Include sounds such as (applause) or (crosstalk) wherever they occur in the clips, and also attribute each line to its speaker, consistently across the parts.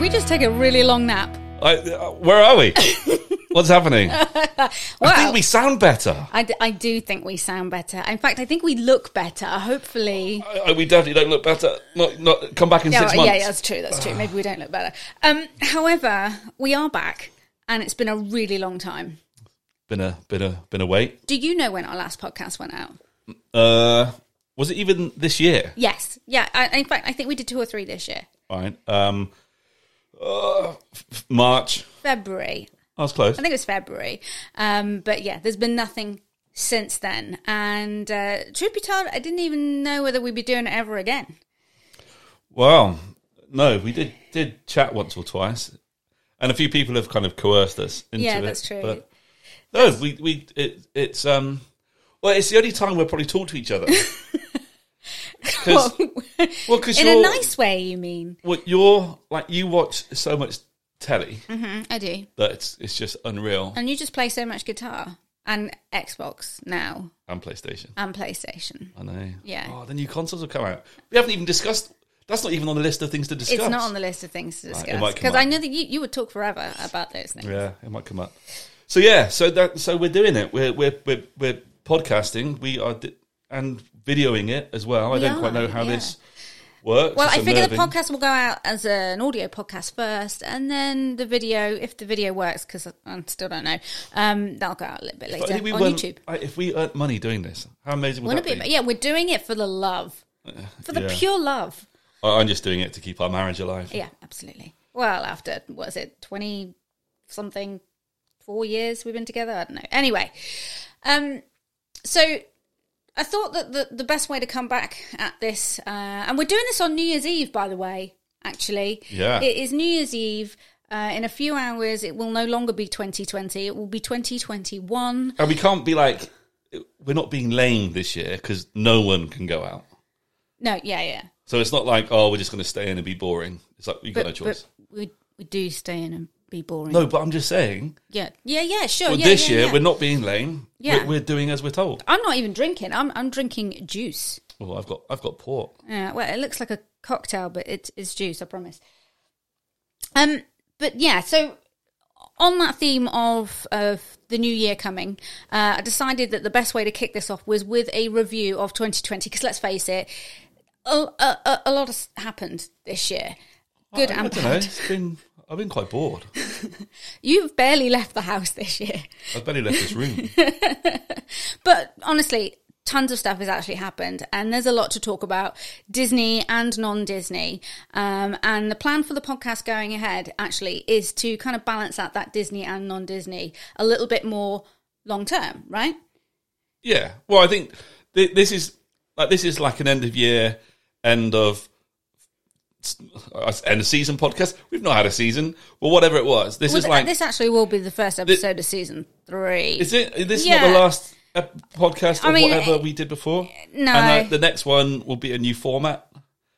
Speaker 1: we just take a really long nap? (laughs)
Speaker 2: I, uh, where are we? What's happening? I
Speaker 1: Well-
Speaker 2: think we sound better.
Speaker 1: I, d- I do think we sound better. In fact, I think we look better. Hopefully.
Speaker 2: I, I- we definitely don't look better. Not, not come back in
Speaker 1: Yeah,
Speaker 2: Uh, six
Speaker 1: yeah,
Speaker 2: months.
Speaker 1: yeah, that's true. That's true. Maybe we don't look better. Um, however, we are back, and it's been a really long time.
Speaker 2: Been a been a been a wait.
Speaker 1: Do you know when our last podcast went out?
Speaker 2: Uh, was it even this year?
Speaker 1: Yes. Yeah. I, in fact, I think we did two or three this year.
Speaker 2: Right. Um, uh, f- March.
Speaker 1: February.
Speaker 2: I was close.
Speaker 1: I think it was February. Um, but yeah, there's been nothing since then. And uh, truth be told, I didn't even know whether we'd be doing it ever again.
Speaker 2: Well, no, we did did chat once or twice, and a few people have kind of coerced us into
Speaker 1: Yeah,
Speaker 2: it.
Speaker 1: that's true.
Speaker 2: But no, we we it, it's um, well, it's the only time we'll probably talk to
Speaker 1: (laughs)
Speaker 2: each other. 'Cause- well, because
Speaker 1: In
Speaker 2: you're
Speaker 1: a nice way, you mean?
Speaker 2: well, you're like you watch so much telly
Speaker 1: hmm I do.
Speaker 2: that it's it's just unreal.
Speaker 1: And you just play so much guitar and Xbox now
Speaker 2: And PlayStation,
Speaker 1: and PlayStation.
Speaker 2: I know.
Speaker 1: Yeah.
Speaker 2: Oh, the new consoles have come out. We haven't even discussed. That's not even on the list of things to discuss.
Speaker 1: It's not on the list of things to
Speaker 2: it
Speaker 1: discuss
Speaker 2: might come
Speaker 1: because
Speaker 2: up.
Speaker 1: I know that you, you would talk forever about those things.
Speaker 2: Yeah, it might come up. So yeah, so that so we're doing it. We're we're we're, we're podcasting. We are di- and videoing it as well. I
Speaker 1: We
Speaker 2: don't quite
Speaker 1: are,
Speaker 2: know how
Speaker 1: yeah.
Speaker 2: this works.
Speaker 1: Well,
Speaker 2: It's
Speaker 1: I figure the
Speaker 2: unnerving.
Speaker 1: podcast will go out as an audio podcast first, and then the video, if the video works, because I, I still don't know, um, that'll go out a little bit
Speaker 2: But
Speaker 1: later
Speaker 2: if we
Speaker 1: on
Speaker 2: earn-
Speaker 1: YouTube.
Speaker 2: I- If we earn money doing this, how amazing would
Speaker 1: Wouldn't
Speaker 2: that
Speaker 1: it
Speaker 2: be?
Speaker 1: be? Yeah, we're doing it for the love, for the
Speaker 2: Uh, yeah.
Speaker 1: pure love.
Speaker 2: I- Uh, I'm just doing it to keep our marriage alive.
Speaker 1: Yeah, absolutely. Well, after what is it, twenty something, four years we've been together. I don't know. Anyway, um, so I thought that the the best way to come back at this, uh, and we're doing this on New Year's Eve, by the way. Actually,
Speaker 2: Yeah.
Speaker 1: it is New Year's Eve. Uh, in a few hours, it will no longer be 2020. It will be 2021.
Speaker 2: And we can't be like we're not being lame this year because no one can go out.
Speaker 1: No, yeah, yeah.
Speaker 2: So it's not like oh we're just going to stay in and be boring. It's like we have got no choice.
Speaker 1: we we do stay in and be boring.
Speaker 2: no, but I'm just saying.
Speaker 1: Yeah, yeah, yeah. Sure.
Speaker 2: Well,
Speaker 1: yeah,
Speaker 2: this
Speaker 1: yeah,
Speaker 2: year
Speaker 1: yeah.
Speaker 2: we're not being lame.
Speaker 1: Yeah.
Speaker 2: We're, we're doing as we're told.
Speaker 1: I'm not even drinking. I'm I'm drinking juice.
Speaker 2: Oh, I've got I've got port.
Speaker 1: Yeah, well, it looks like a cocktail, but it is juice. I promise. Um, but yeah, so on that theme of of the new year coming, uh, I decided that the best way to kick this off was with a review of 2020. Because let's face it, a, a, a- a lot has happened this year, good
Speaker 2: Oh, I, I
Speaker 1: and
Speaker 2: don't know.
Speaker 1: bad.
Speaker 2: It's been I've been quite bored.
Speaker 1: You've barely left the house this year.
Speaker 2: I've barely left
Speaker 1: (laughs)
Speaker 2: this room.
Speaker 1: But honestly, tons of stuff has actually happened, and there's a lot to talk about Disney and non Disney. Um, and the plan for the podcast going ahead actually is to kind of balance out that Disney and non Disney a little bit more long term, right?
Speaker 2: yeah. Well, I think th- this is like this is like an end of year, end of uh, end of season podcast. We've not had a season, but whatever it was, this
Speaker 1: Well,
Speaker 2: is
Speaker 1: th-
Speaker 2: like
Speaker 1: this actually will be the first episode of season three.
Speaker 2: is it? This is
Speaker 1: Yeah.
Speaker 2: not the last ep- podcast or
Speaker 1: I mean,
Speaker 2: whatever
Speaker 1: it-
Speaker 2: we did before.
Speaker 1: No.
Speaker 2: And uh, the next one will be a new format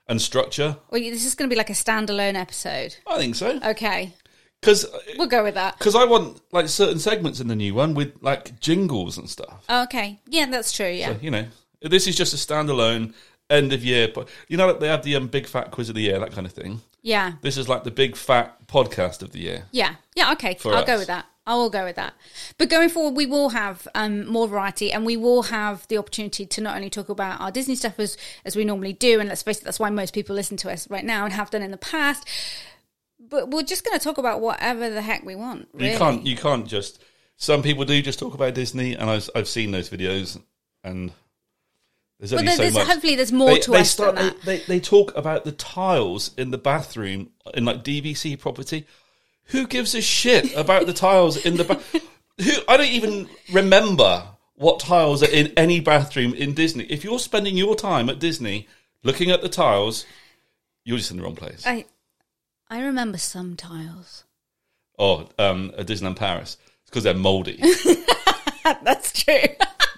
Speaker 2: and structure.
Speaker 1: Well, this is going to be like a standalone episode.
Speaker 2: I think so
Speaker 1: Okay,
Speaker 2: because.
Speaker 1: we'll go with that.
Speaker 2: I want like certain segments in the new one with like jingles and stuff.
Speaker 1: Okay, yeah, that's true. Yeah,
Speaker 2: you know, this is just a standalone end of year. But you know, like they have the um, big fat quiz of the year, that kind of thing.
Speaker 1: yeah.
Speaker 2: This is like the big fat podcast of the year.
Speaker 1: Yeah. Yeah. Okay. I'll go
Speaker 2: us.
Speaker 1: with that. I will go with that. But going forward, we will have um, more variety and we will have the opportunity to not only talk about our Disney stuff as, as we normally do. And let's face it, that's why most people listen to us right now and have done in the past. But we're just going to talk about whatever the heck we want. Really.
Speaker 2: You can't, you can't just. Some people do just talk about Disney, and I've, I've seen those videos, and there's
Speaker 1: But
Speaker 2: only
Speaker 1: there-
Speaker 2: so
Speaker 1: there's,
Speaker 2: much.
Speaker 1: hopefully, there's more to us than that.
Speaker 2: They, they, they talk about the tiles in the bathroom in like DVC property. Who gives a shit about the tiles in the bathroom? (laughs) Who I don't even remember what tiles are in any bathroom in Disney. If you're spending your time at Disney looking at the tiles, you're just in the wrong place.
Speaker 1: I, I remember some tiles.
Speaker 2: Or um, at Disneyland Paris, it's because they're mouldy.
Speaker 1: (laughs) that's true.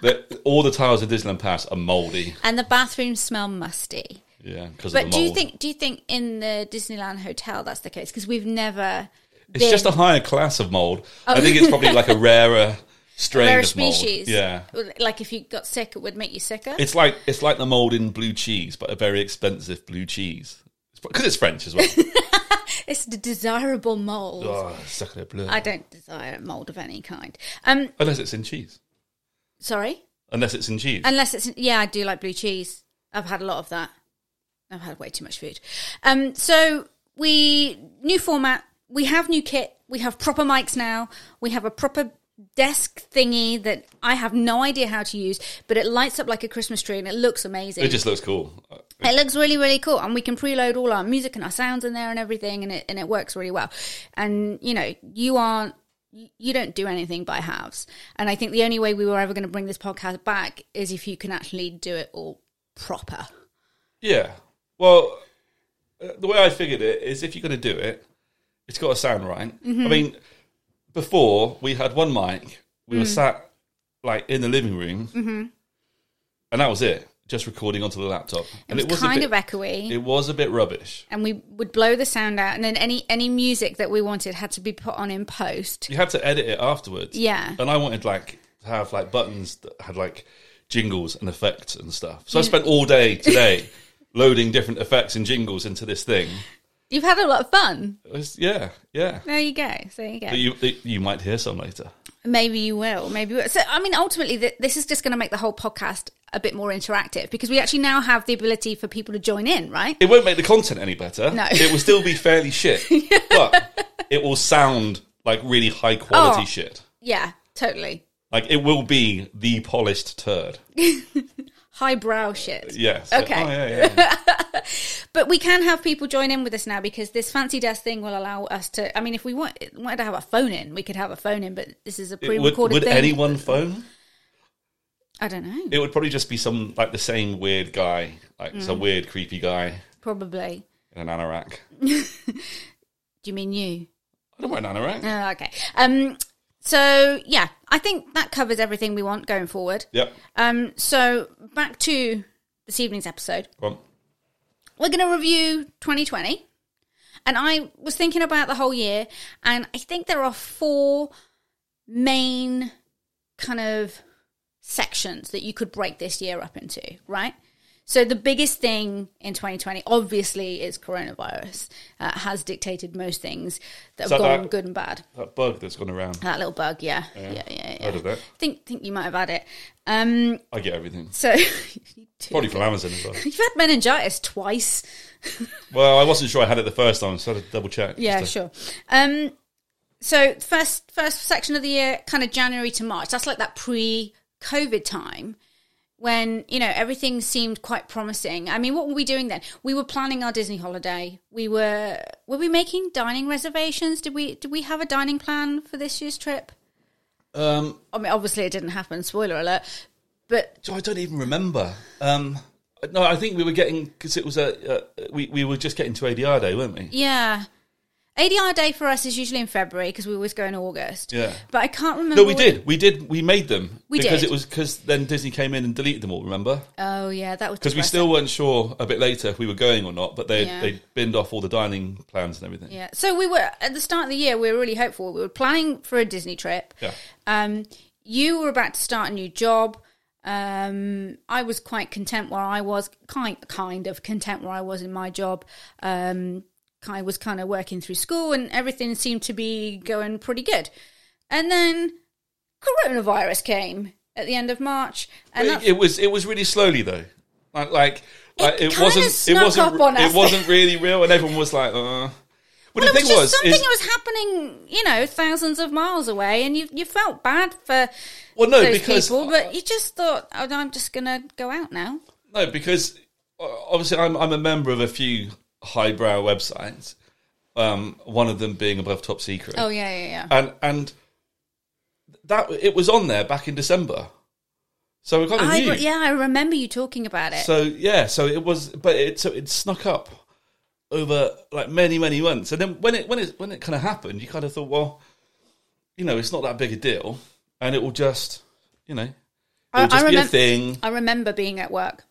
Speaker 2: They're- all the tiles in Disneyland Paris are mouldy.
Speaker 1: and the bathrooms smell musty.
Speaker 2: Yeah, because of the
Speaker 1: But
Speaker 2: mold.
Speaker 1: do you think do you think in the Disneyland hotel that's the case? Because we've never
Speaker 2: It's
Speaker 1: been
Speaker 2: just a higher class of mold. I think it's probably like a rarer strain
Speaker 1: rare
Speaker 2: of mold.
Speaker 1: Oh. species.
Speaker 2: Yeah.
Speaker 1: Like if you got sick, it would make you sicker.
Speaker 2: It's like it's like the
Speaker 1: (laughs)
Speaker 2: mold in blue cheese, but a very expensive blue cheese. Because it's, French as well.
Speaker 1: It's the desirable mold.
Speaker 2: Oh, sacre bleu.
Speaker 1: I don't desire a mold of any kind. Um,
Speaker 2: Unless it's in cheese.
Speaker 1: sorry.
Speaker 2: Unless it's in cheese.
Speaker 1: Unless it's yeah, I do like blue cheese. I've had a lot of that. I've had way too much food. Um, so we new format. We have new kit. We have proper mics now. We have a proper desk thingy that I have no idea how to use, but it lights up like a Christmas tree and it looks amazing.
Speaker 2: it just looks cool.
Speaker 1: It looks really, really cool, and we can preload all our music and our sounds in there and everything, and it and it works really well. And you know, you aren't you don't do anything by halves, and I think the only way we were ever going to bring this podcast back is if you can actually do it all proper.
Speaker 2: Yeah. Well, uh, the way I figured it is if you're going to do it, it's got to sound right.
Speaker 1: Mm-hmm.
Speaker 2: I mean, before we had one mic, we
Speaker 1: Mm.
Speaker 2: were sat like in the living room,
Speaker 1: Mm-hmm.
Speaker 2: and that was it. Just recording onto the laptop,
Speaker 1: It
Speaker 2: and
Speaker 1: was,
Speaker 2: a
Speaker 1: kind
Speaker 2: bit,
Speaker 1: of echoey,
Speaker 2: it was a bit rubbish.
Speaker 1: and we would blow the sound out, and then any any music that we wanted had to be put on in post.
Speaker 2: You had to edit it afterwards.
Speaker 1: Yeah.
Speaker 2: and I wanted like to have like buttons that had like jingles and effects and stuff. So I spent all day today
Speaker 1: (laughs)
Speaker 2: loading different effects and jingles into this thing.
Speaker 1: You've had a lot of fun.
Speaker 2: It was- yeah, yeah.
Speaker 1: There you go. There you go.
Speaker 2: But you that you might hear some later.
Speaker 1: Maybe you will. Maybe you will. so. I mean, ultimately, th- this is just going to make the whole podcast a bit more interactive because we actually now have the ability for people to join in, right?
Speaker 2: It won't make the content any better.
Speaker 1: No.
Speaker 2: It will still be fairly shit.
Speaker 1: (laughs)
Speaker 2: But it will sound like really high quality
Speaker 1: Oh.
Speaker 2: shit.
Speaker 1: Yeah, totally.
Speaker 2: Like it will be the polished turd.
Speaker 1: Highbrow shit.
Speaker 2: Yes.
Speaker 1: Okay.
Speaker 2: Oh, yeah, yeah,
Speaker 1: (laughs)
Speaker 2: yeah.
Speaker 1: But we can have people join in with us now because this fancy desk thing will allow us to. I mean, if we want, wanted to have a phone in, we could have a phone in, but this is a pre
Speaker 2: would
Speaker 1: recorded
Speaker 2: would
Speaker 1: thing.
Speaker 2: anyone phone?
Speaker 1: I don't know.
Speaker 2: It would probably just be some like the same weird guy, like some
Speaker 1: Mm.
Speaker 2: weird creepy guy
Speaker 1: Probably.
Speaker 2: in an anorak.
Speaker 1: Do you mean you?
Speaker 2: I don't want an anorak.
Speaker 1: Oh, okay. Um, so, yeah, I think that covers everything we want going forward.
Speaker 2: Yep.
Speaker 1: Um, so back to this evening's episode.
Speaker 2: Well,
Speaker 1: We're going to review 2020. And I was thinking about the whole year, and I think there are four main kind of sections that you could break this year up into, right? So the biggest thing in 2020, obviously, is coronavirus. Uh, has dictated most things that have
Speaker 2: So
Speaker 1: gone
Speaker 2: that-
Speaker 1: good and bad.
Speaker 2: that bug that's gone around.
Speaker 1: That little bug, yeah, yeah, yeah, yeah.
Speaker 2: Heard of that.
Speaker 1: Think, think you might have had it. Um,
Speaker 2: I get everything.
Speaker 1: so (laughs)
Speaker 2: Probably from Amazon as well.
Speaker 1: You've had meningitis twice.
Speaker 2: Well, I wasn't sure I had it the first time, so I had to double check.
Speaker 1: Yeah,
Speaker 2: Just to-
Speaker 1: sure. Um, so first first section of the year, kind of January to March. That's like that pre COVID time when you know everything seemed quite promising. I mean, what were we doing then? We were planning our Disney holiday. We were were we making dining reservations? Did we did we have a dining plan for this year's trip?
Speaker 2: Um,
Speaker 1: I mean, obviously it didn't happen. Spoiler alert. But
Speaker 2: So I don't even remember. Um, no, I think we were getting because it was a uh, we we were just getting to ADR day, weren't we?
Speaker 1: yeah. ADR day for us is usually in February because we always go in August.
Speaker 2: Yeah.
Speaker 1: But I can't remember.
Speaker 2: No, we
Speaker 1: what-
Speaker 2: did. We did. We made them
Speaker 1: We
Speaker 2: because
Speaker 1: did.
Speaker 2: it was because then Disney came in and deleted them all. Remember?
Speaker 1: Oh yeah, that was
Speaker 2: Because we
Speaker 1: depressing.
Speaker 2: still weren't sure a bit later if we were going or not, but they
Speaker 1: Yeah.
Speaker 2: they binned off all the dining plans and everything.
Speaker 1: Yeah. So we were at the start of the year. We were really hopeful. We were planning for a Disney trip.
Speaker 2: Yeah.
Speaker 1: Um, you were about to start a new job. Um, I was quite content where I was, kind kind of content where I was in my job. Um, I was kind of working through school, and everything seemed to be going pretty good. And then coronavirus came at the end of March, and
Speaker 2: It,
Speaker 1: that's
Speaker 2: it was it was really slowly though, like like like, it,
Speaker 1: kinda
Speaker 2: wasn't
Speaker 1: snuck
Speaker 2: it wasn't
Speaker 1: up on us.
Speaker 2: it wasn't really real, and everyone was like, uh.
Speaker 1: Well,
Speaker 2: But the
Speaker 1: it
Speaker 2: thing
Speaker 1: was just
Speaker 2: was,
Speaker 1: something
Speaker 2: is,
Speaker 1: that was happening, you know, thousands of miles away, and you you felt bad for
Speaker 2: well, no,
Speaker 1: (laughs) those
Speaker 2: because
Speaker 1: people, but you just thought, oh, no, I'm just gonna go out now.
Speaker 2: No, because uh, obviously I'm I'm a member of a few highbrow websites. Um, one of them being above top secret,
Speaker 1: Oh yeah, yeah, yeah.
Speaker 2: and and that it was on there back in December, so we kind of
Speaker 1: I
Speaker 2: knew.
Speaker 1: re- yeah, I remember you talking about it.
Speaker 2: So yeah, so it was, but it so it snuck up over like many many months, and then when it when it when it kind of happened, you kind of thought, well, you know, it's not that big a deal, and it will just, you know,
Speaker 1: I-
Speaker 2: it'll just
Speaker 1: I
Speaker 2: be a
Speaker 1: remem-
Speaker 2: thing.
Speaker 1: I remember being at work,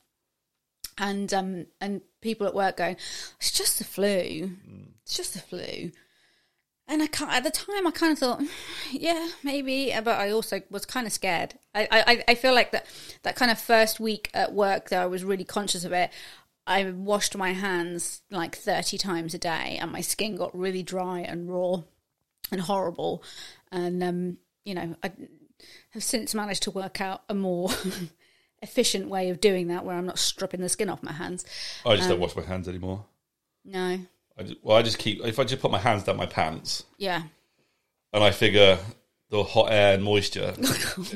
Speaker 1: and um, and people at work going, "It's just the flu.
Speaker 2: Mm.
Speaker 1: It's just the flu." And I can't, at the time, I kind of thought, "Mm, yeah, maybe, but I also was kind of scared. I, I, I feel like that that kind of first week at work, though, I was really conscious of it. I washed my hands like 30 times a day and my skin got really dry and raw and horrible. And, um, you know, I have since managed to work out a more (laughs) efficient way of doing that where I'm not stripping the skin off my hands.
Speaker 2: I just
Speaker 1: Um,
Speaker 2: don't wash my hands anymore.
Speaker 1: No.
Speaker 2: I just, well, I just keep if I just put my hands down my pants,
Speaker 1: Yeah.
Speaker 2: and I figure the hot air and
Speaker 1: (laughs)
Speaker 2: moisture. well,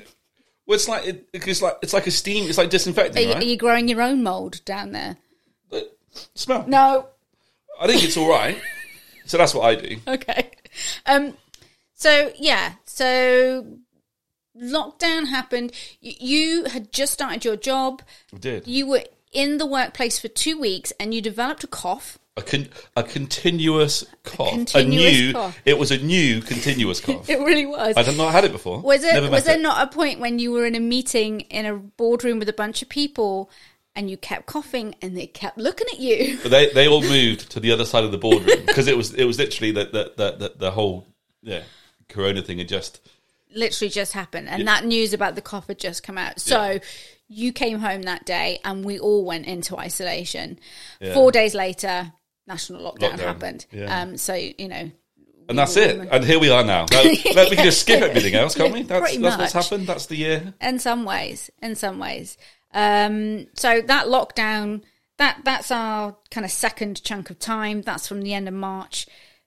Speaker 2: it's like it, it's like it's like a steam. It's like
Speaker 1: Are,
Speaker 2: disinfecting,
Speaker 1: you,
Speaker 2: right?
Speaker 1: are you growing your own mold down there?
Speaker 2: But- smell.
Speaker 1: No.
Speaker 2: I think it's all right. so that's what I do.
Speaker 1: (laughs) okay. Um. So yeah. So lockdown happened. Y- You had just started your job.
Speaker 2: I did.
Speaker 1: You were in the workplace for two weeks, and you developed a cough. (laughs)
Speaker 2: a, con- a continuous cough. A,
Speaker 1: continuous
Speaker 2: new.
Speaker 1: cough.
Speaker 2: It was a new
Speaker 1: (laughs)
Speaker 2: continuous cough.
Speaker 1: It really was.
Speaker 2: I'd not had it before.
Speaker 1: was it?
Speaker 2: Never
Speaker 1: was
Speaker 2: met
Speaker 1: there
Speaker 2: it.
Speaker 1: not a point when you were in a meeting in a boardroom with a bunch of people, and you kept coughing, and they kept looking at
Speaker 2: (laughs)
Speaker 1: you?
Speaker 2: But they they all moved to the other side of the boardroom because it was it was literally the the the, the, the whole yeah corona thing had just
Speaker 1: literally just happened and that news about the cough had just come out so you came home that day and we all went into isolation four days later national lockdown,
Speaker 2: Lockdown.
Speaker 1: happened
Speaker 2: Yeah.
Speaker 1: um so you know
Speaker 2: and that's it and here we are now.
Speaker 1: (laughs)
Speaker 2: Now- now we can just skip everything else, can't we? That's
Speaker 1: Pretty
Speaker 2: that's what's
Speaker 1: much.
Speaker 2: happened. That's the year.
Speaker 1: in some ways in some ways um so that lockdown that that's our kind of second chunk of time that's from the end of march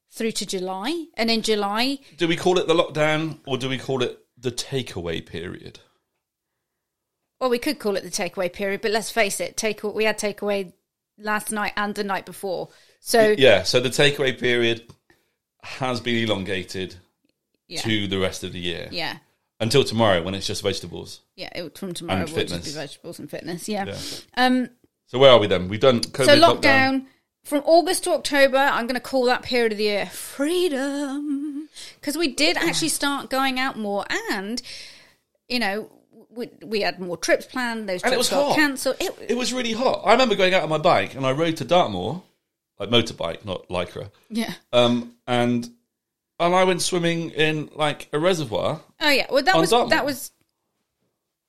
Speaker 1: through to july and in july
Speaker 2: Do we call it the lockdown or do we call it the takeaway period?
Speaker 1: Well, we could call it the takeaway period, but let's face it, take we had takeaway last night and the night before. So
Speaker 2: Yeah. So the takeaway period has been elongated
Speaker 1: Yeah.
Speaker 2: to the rest of the year.
Speaker 1: yeah,
Speaker 2: until tomorrow when it's just vegetables.
Speaker 1: yeah, it would from tomorrow.
Speaker 2: And
Speaker 1: It would just be
Speaker 2: fitness.
Speaker 1: vegetables and fitness. Yeah.
Speaker 2: Yeah.
Speaker 1: Um.
Speaker 2: So where are we then? We've done COVID
Speaker 1: So
Speaker 2: lockdown.
Speaker 1: lockdown from August to October. I'm going to call that period of the year freedom because we did actually start going out more, and you know we we had more trips planned. Those trips
Speaker 2: And it was
Speaker 1: got
Speaker 2: hot.
Speaker 1: cancelled. It,
Speaker 2: It was really hot. I remember going out on my bike and I rode to Dartmoor, like motorbike, not lycra.
Speaker 1: yeah.
Speaker 2: Um, and and I went swimming in like a reservoir.
Speaker 1: Oh yeah. Well, that
Speaker 2: On
Speaker 1: was
Speaker 2: Dartmoor.
Speaker 1: that was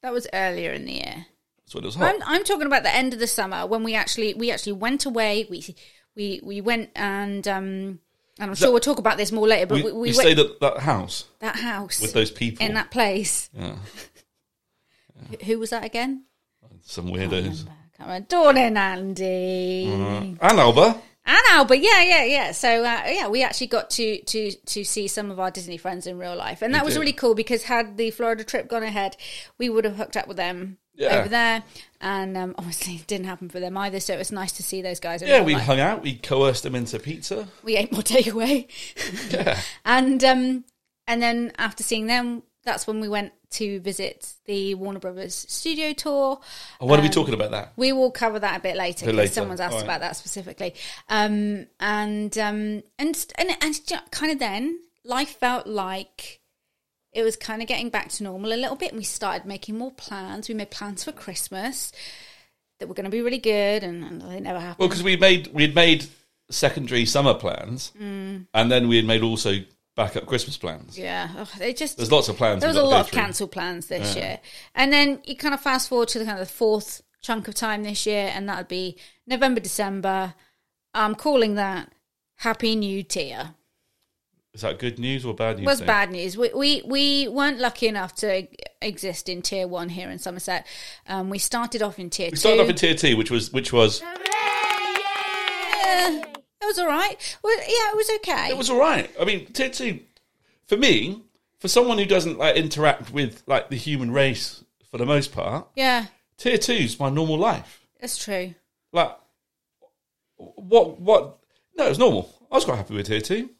Speaker 1: that was earlier in the year.
Speaker 2: That's when it was hot.
Speaker 1: I'm, I'm talking about the end of the summer when we actually we actually went away. We we we went and um and I'm sure we'll talk about this more later. But
Speaker 2: we
Speaker 1: we, we,
Speaker 2: we
Speaker 1: went
Speaker 2: stayed at that house
Speaker 1: that house
Speaker 2: with those people.
Speaker 1: in that place.
Speaker 2: yeah.
Speaker 1: Who- Who was that again?
Speaker 2: Some weirdos.
Speaker 1: I can't remember. Dawn and Andy
Speaker 2: And Alba.
Speaker 1: and Albert. Yeah, yeah, yeah. So uh, yeah, we actually got to to to see some of our Disney friends in real life, and that was
Speaker 2: did.
Speaker 1: really cool because had the Florida trip gone ahead, we would have hooked up with them.
Speaker 2: Yeah.
Speaker 1: Over there, and um, obviously it didn't happen for them either. So it was nice to see those guys. in
Speaker 2: Yeah,
Speaker 1: real
Speaker 2: we
Speaker 1: life.
Speaker 2: hung out. We coerced them into pizza.
Speaker 1: we ate more (laughs) takeaway. and um and then after seeing them, that's when we went to visit the Warner Brothers studio tour.
Speaker 2: Oh, what are
Speaker 1: Um,
Speaker 2: we talking about that?
Speaker 1: We will cover that a bit later
Speaker 2: Bit
Speaker 1: because
Speaker 2: later,
Speaker 1: someone's asked
Speaker 2: alright.
Speaker 1: about that specifically. Um and um and st- and and you know, kind of then life felt like it was kind of getting back to normal a little bit and we started making more plans. We made plans for Christmas that were going to be really good and, and they never happened.
Speaker 2: Well, because we made we had made secondary summer plans, and then we had made also backup Christmas plans.
Speaker 1: Mm. yeah. Oh, they just
Speaker 2: There's lots of plans.
Speaker 1: There was
Speaker 2: we've
Speaker 1: a
Speaker 2: got to go
Speaker 1: lot of
Speaker 2: through.
Speaker 1: cancelled plans this year, and then you kind of fast forward to the kind of the fourth chunk of time this year, and that would be November, December. I'm calling that Happy New Tier.
Speaker 2: Is that good news or bad news?
Speaker 1: Was
Speaker 2: Dave?
Speaker 1: bad news. We, we we weren't lucky enough to e-, exist in Tier One here in Somerset. Um, we started off in Tier
Speaker 2: We
Speaker 1: Two.
Speaker 2: started off in tier two, which was which was
Speaker 1: Yeah, Eh, it was all right. Well, yeah, it was okay.
Speaker 2: it was all right. I mean, tier two for me, for someone who doesn't like interact with like the human race for the most part,
Speaker 1: yeah,
Speaker 2: tier two's my normal life.
Speaker 1: that's true.
Speaker 2: Like, what what? No, it was normal. I was quite happy with tier two,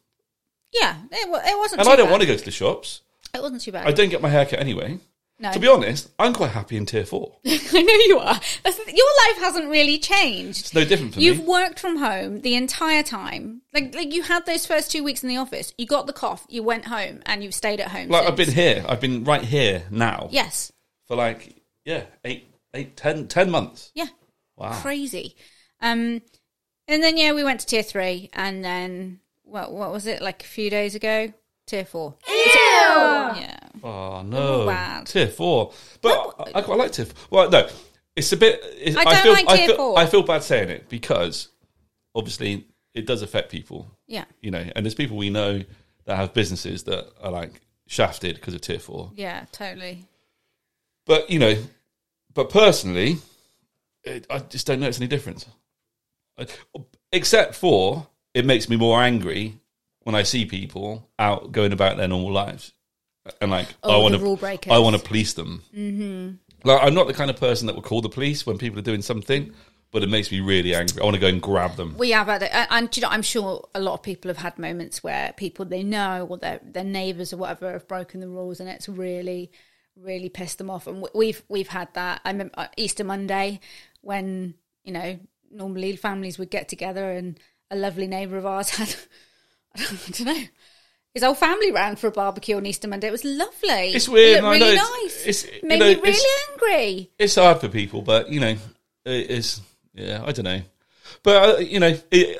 Speaker 1: Yeah, it, wa- it wasn't.
Speaker 2: and
Speaker 1: too
Speaker 2: I don't
Speaker 1: bad.
Speaker 2: want to go to the shops.
Speaker 1: It wasn't too bad.
Speaker 2: I don't get my haircut anyway.
Speaker 1: no.
Speaker 2: To be honest, I'm quite happy in tier four.
Speaker 1: (laughs) I know you are. That's the- your life hasn't really changed.
Speaker 2: It's no different for
Speaker 1: You've
Speaker 2: me.
Speaker 1: worked from home the entire time. Like, like you had those first two weeks in the office. You got the cough. You went home, and you've stayed at home.
Speaker 2: Like
Speaker 1: since.
Speaker 2: I've been here. I've been right here now
Speaker 1: Yes.
Speaker 2: for like yeah eight eight ten ten months.
Speaker 1: Yeah.
Speaker 2: Wow.
Speaker 1: Crazy. Um, and then yeah, we went to tier three, and then what? What was it like a few days ago? Tier four. Ew. Yeah.
Speaker 2: Oh no,
Speaker 1: bad.
Speaker 2: tier four. But I, I quite like tier. Four. Well, no, It's a bit. It's,
Speaker 1: I don't
Speaker 2: feel,
Speaker 1: like
Speaker 2: I
Speaker 1: tier
Speaker 2: feel,
Speaker 1: four.
Speaker 2: I feel bad saying it because obviously it does affect people,
Speaker 1: Yeah.
Speaker 2: you know. And there's people we know that have businesses that are like shafted because of tier four.
Speaker 1: Yeah, totally.
Speaker 2: But you know, but personally, it, I just don't notice any difference. I- Except for it makes me more angry when I see people out going about their normal lives, and like
Speaker 1: Oh,
Speaker 2: I
Speaker 1: the
Speaker 2: want
Speaker 1: rule
Speaker 2: to,
Speaker 1: breakers.
Speaker 2: I want to police them. Mm-hmm. Like I'm not the kind of person that would call the police when people are doing something, but it makes me really angry. I want to go and grab them.
Speaker 1: We have had it, and- and do you know, I'm sure a lot of people have had moments where people they know or their their neighbours or whatever have broken the rules, and it's really, really pissed them off. And we- we've we've had that. I remember uh, Easter Monday when you know normally families would get together, and a lovely neighbour of ours (laughs) had I don't know his whole family ran for a barbecue on Easter Monday. It was lovely.
Speaker 2: It's weird,
Speaker 1: It
Speaker 2: and I
Speaker 1: looked
Speaker 2: know
Speaker 1: really
Speaker 2: it's-
Speaker 1: nice.
Speaker 2: it's- you
Speaker 1: Made
Speaker 2: know,
Speaker 1: me
Speaker 2: it's-
Speaker 1: really angry.
Speaker 2: It's hard for people, but you know, it is. Yeah, I don't know, but uh, you know, it,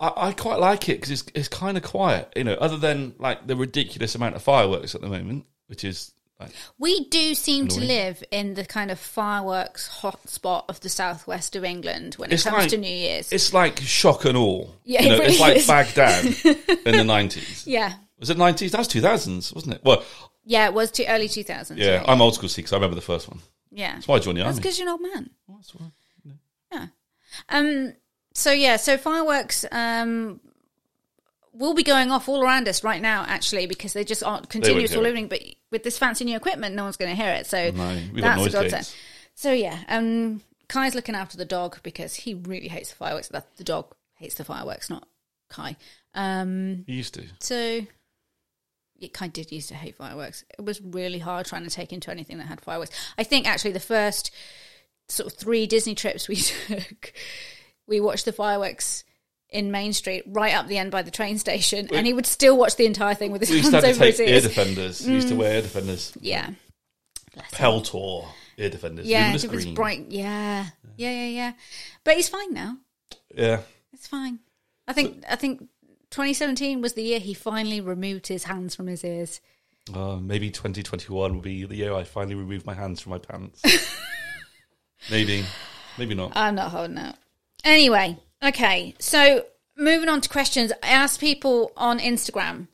Speaker 2: I, I quite like it because it's it's kind of quiet. You know, other than like the ridiculous amount of fireworks at the moment, which is like
Speaker 1: We do seem to
Speaker 2: Annoying.
Speaker 1: live in the kind of fireworks hotspot of the southwest of England when it
Speaker 2: It's
Speaker 1: comes
Speaker 2: like-
Speaker 1: to New Year's.
Speaker 2: it's like shock and awe.
Speaker 1: Yeah,
Speaker 2: you know,
Speaker 1: it really
Speaker 2: it's like
Speaker 1: is.
Speaker 2: Baghdad in
Speaker 1: (laughs)
Speaker 2: the nineties.
Speaker 1: Yeah,
Speaker 2: Was it nineties? That was two thousands, wasn't it? Well,
Speaker 1: yeah, it was to early 2000s.
Speaker 2: yeah, I'm old school because I remember the first one.
Speaker 1: yeah.
Speaker 2: That's why I joined the
Speaker 1: That's
Speaker 2: army.
Speaker 1: because you're an old man.
Speaker 2: That's why.
Speaker 1: Yeah. Um. So yeah. So fireworks. Um. Will be going off all around us right now, actually, because they just aren't continuous
Speaker 2: hear
Speaker 1: all
Speaker 2: it.
Speaker 1: evening. But with this fancy new equipment, no one's going to hear it. So
Speaker 2: No, we've got
Speaker 1: that's a
Speaker 2: noise
Speaker 1: godsend.
Speaker 2: gates.
Speaker 1: So yeah. Um. Kai's looking after the dog because he really hates the fireworks. That the dog hates the fireworks, not Kai. Um.
Speaker 2: He used to.
Speaker 1: So, yeah, Kai did used to hate fireworks. It was really hard trying to take him to anything that had fireworks. I think actually the first sort of three Disney trips we (laughs) took, we watched the fireworks in Main Street right up the end by the train station, and he would still watch the entire thing with his
Speaker 2: We used
Speaker 1: hands
Speaker 2: to have
Speaker 1: over
Speaker 2: to
Speaker 1: Mm. his
Speaker 2: take ear
Speaker 1: ears.
Speaker 2: defenders. He used to wear ear defenders.
Speaker 1: Yeah,
Speaker 2: Peltor ear defenders.
Speaker 1: yeah,
Speaker 2: Luminous
Speaker 1: it was
Speaker 2: green.
Speaker 1: bright. Yeah, yeah, yeah, yeah. But he's fine now.
Speaker 2: Yeah.
Speaker 1: It's fine. I think. I think. 2017 was the year he finally removed his hands from his ears.
Speaker 2: Uh, maybe 2021 will be the year I finally remove my hands from
Speaker 1: (laughs)
Speaker 2: my pants. maybe, maybe not.
Speaker 1: I'm not holding out. Anyway, okay. So moving on to questions, I asked people on Instagram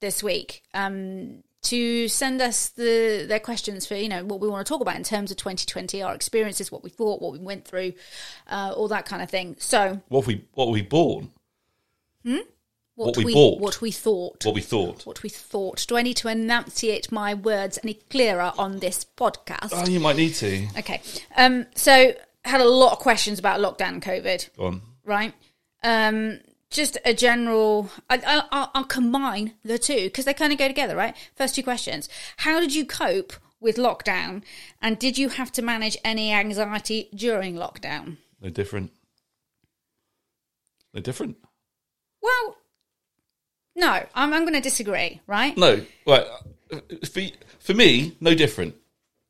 Speaker 1: this week um, to send us the their questions for you know what we want to talk about in terms of 2020, our experiences, what we thought, what we went through, uh, all that kind of thing. So
Speaker 2: What we what we bought,
Speaker 1: what,
Speaker 2: What we bought.
Speaker 1: what we thought,
Speaker 2: what we thought.
Speaker 1: what we thought. Do I need to enunciate my words any clearer on this podcast?
Speaker 2: Oh, you might need to.
Speaker 1: okay. Um, so had a lot of questions about lockdown and COVID.
Speaker 2: Go on.
Speaker 1: right? Um, just a general. I, I, I'll, I'll combine the two because they kind of go together, right? First two questions: How did you cope with lockdown, and did you have to manage any anxiety during lockdown?
Speaker 2: No different. No different.
Speaker 1: Well, no, I'm, I'm going to disagree, right?
Speaker 2: No. Right. Uh, For, for me, no different.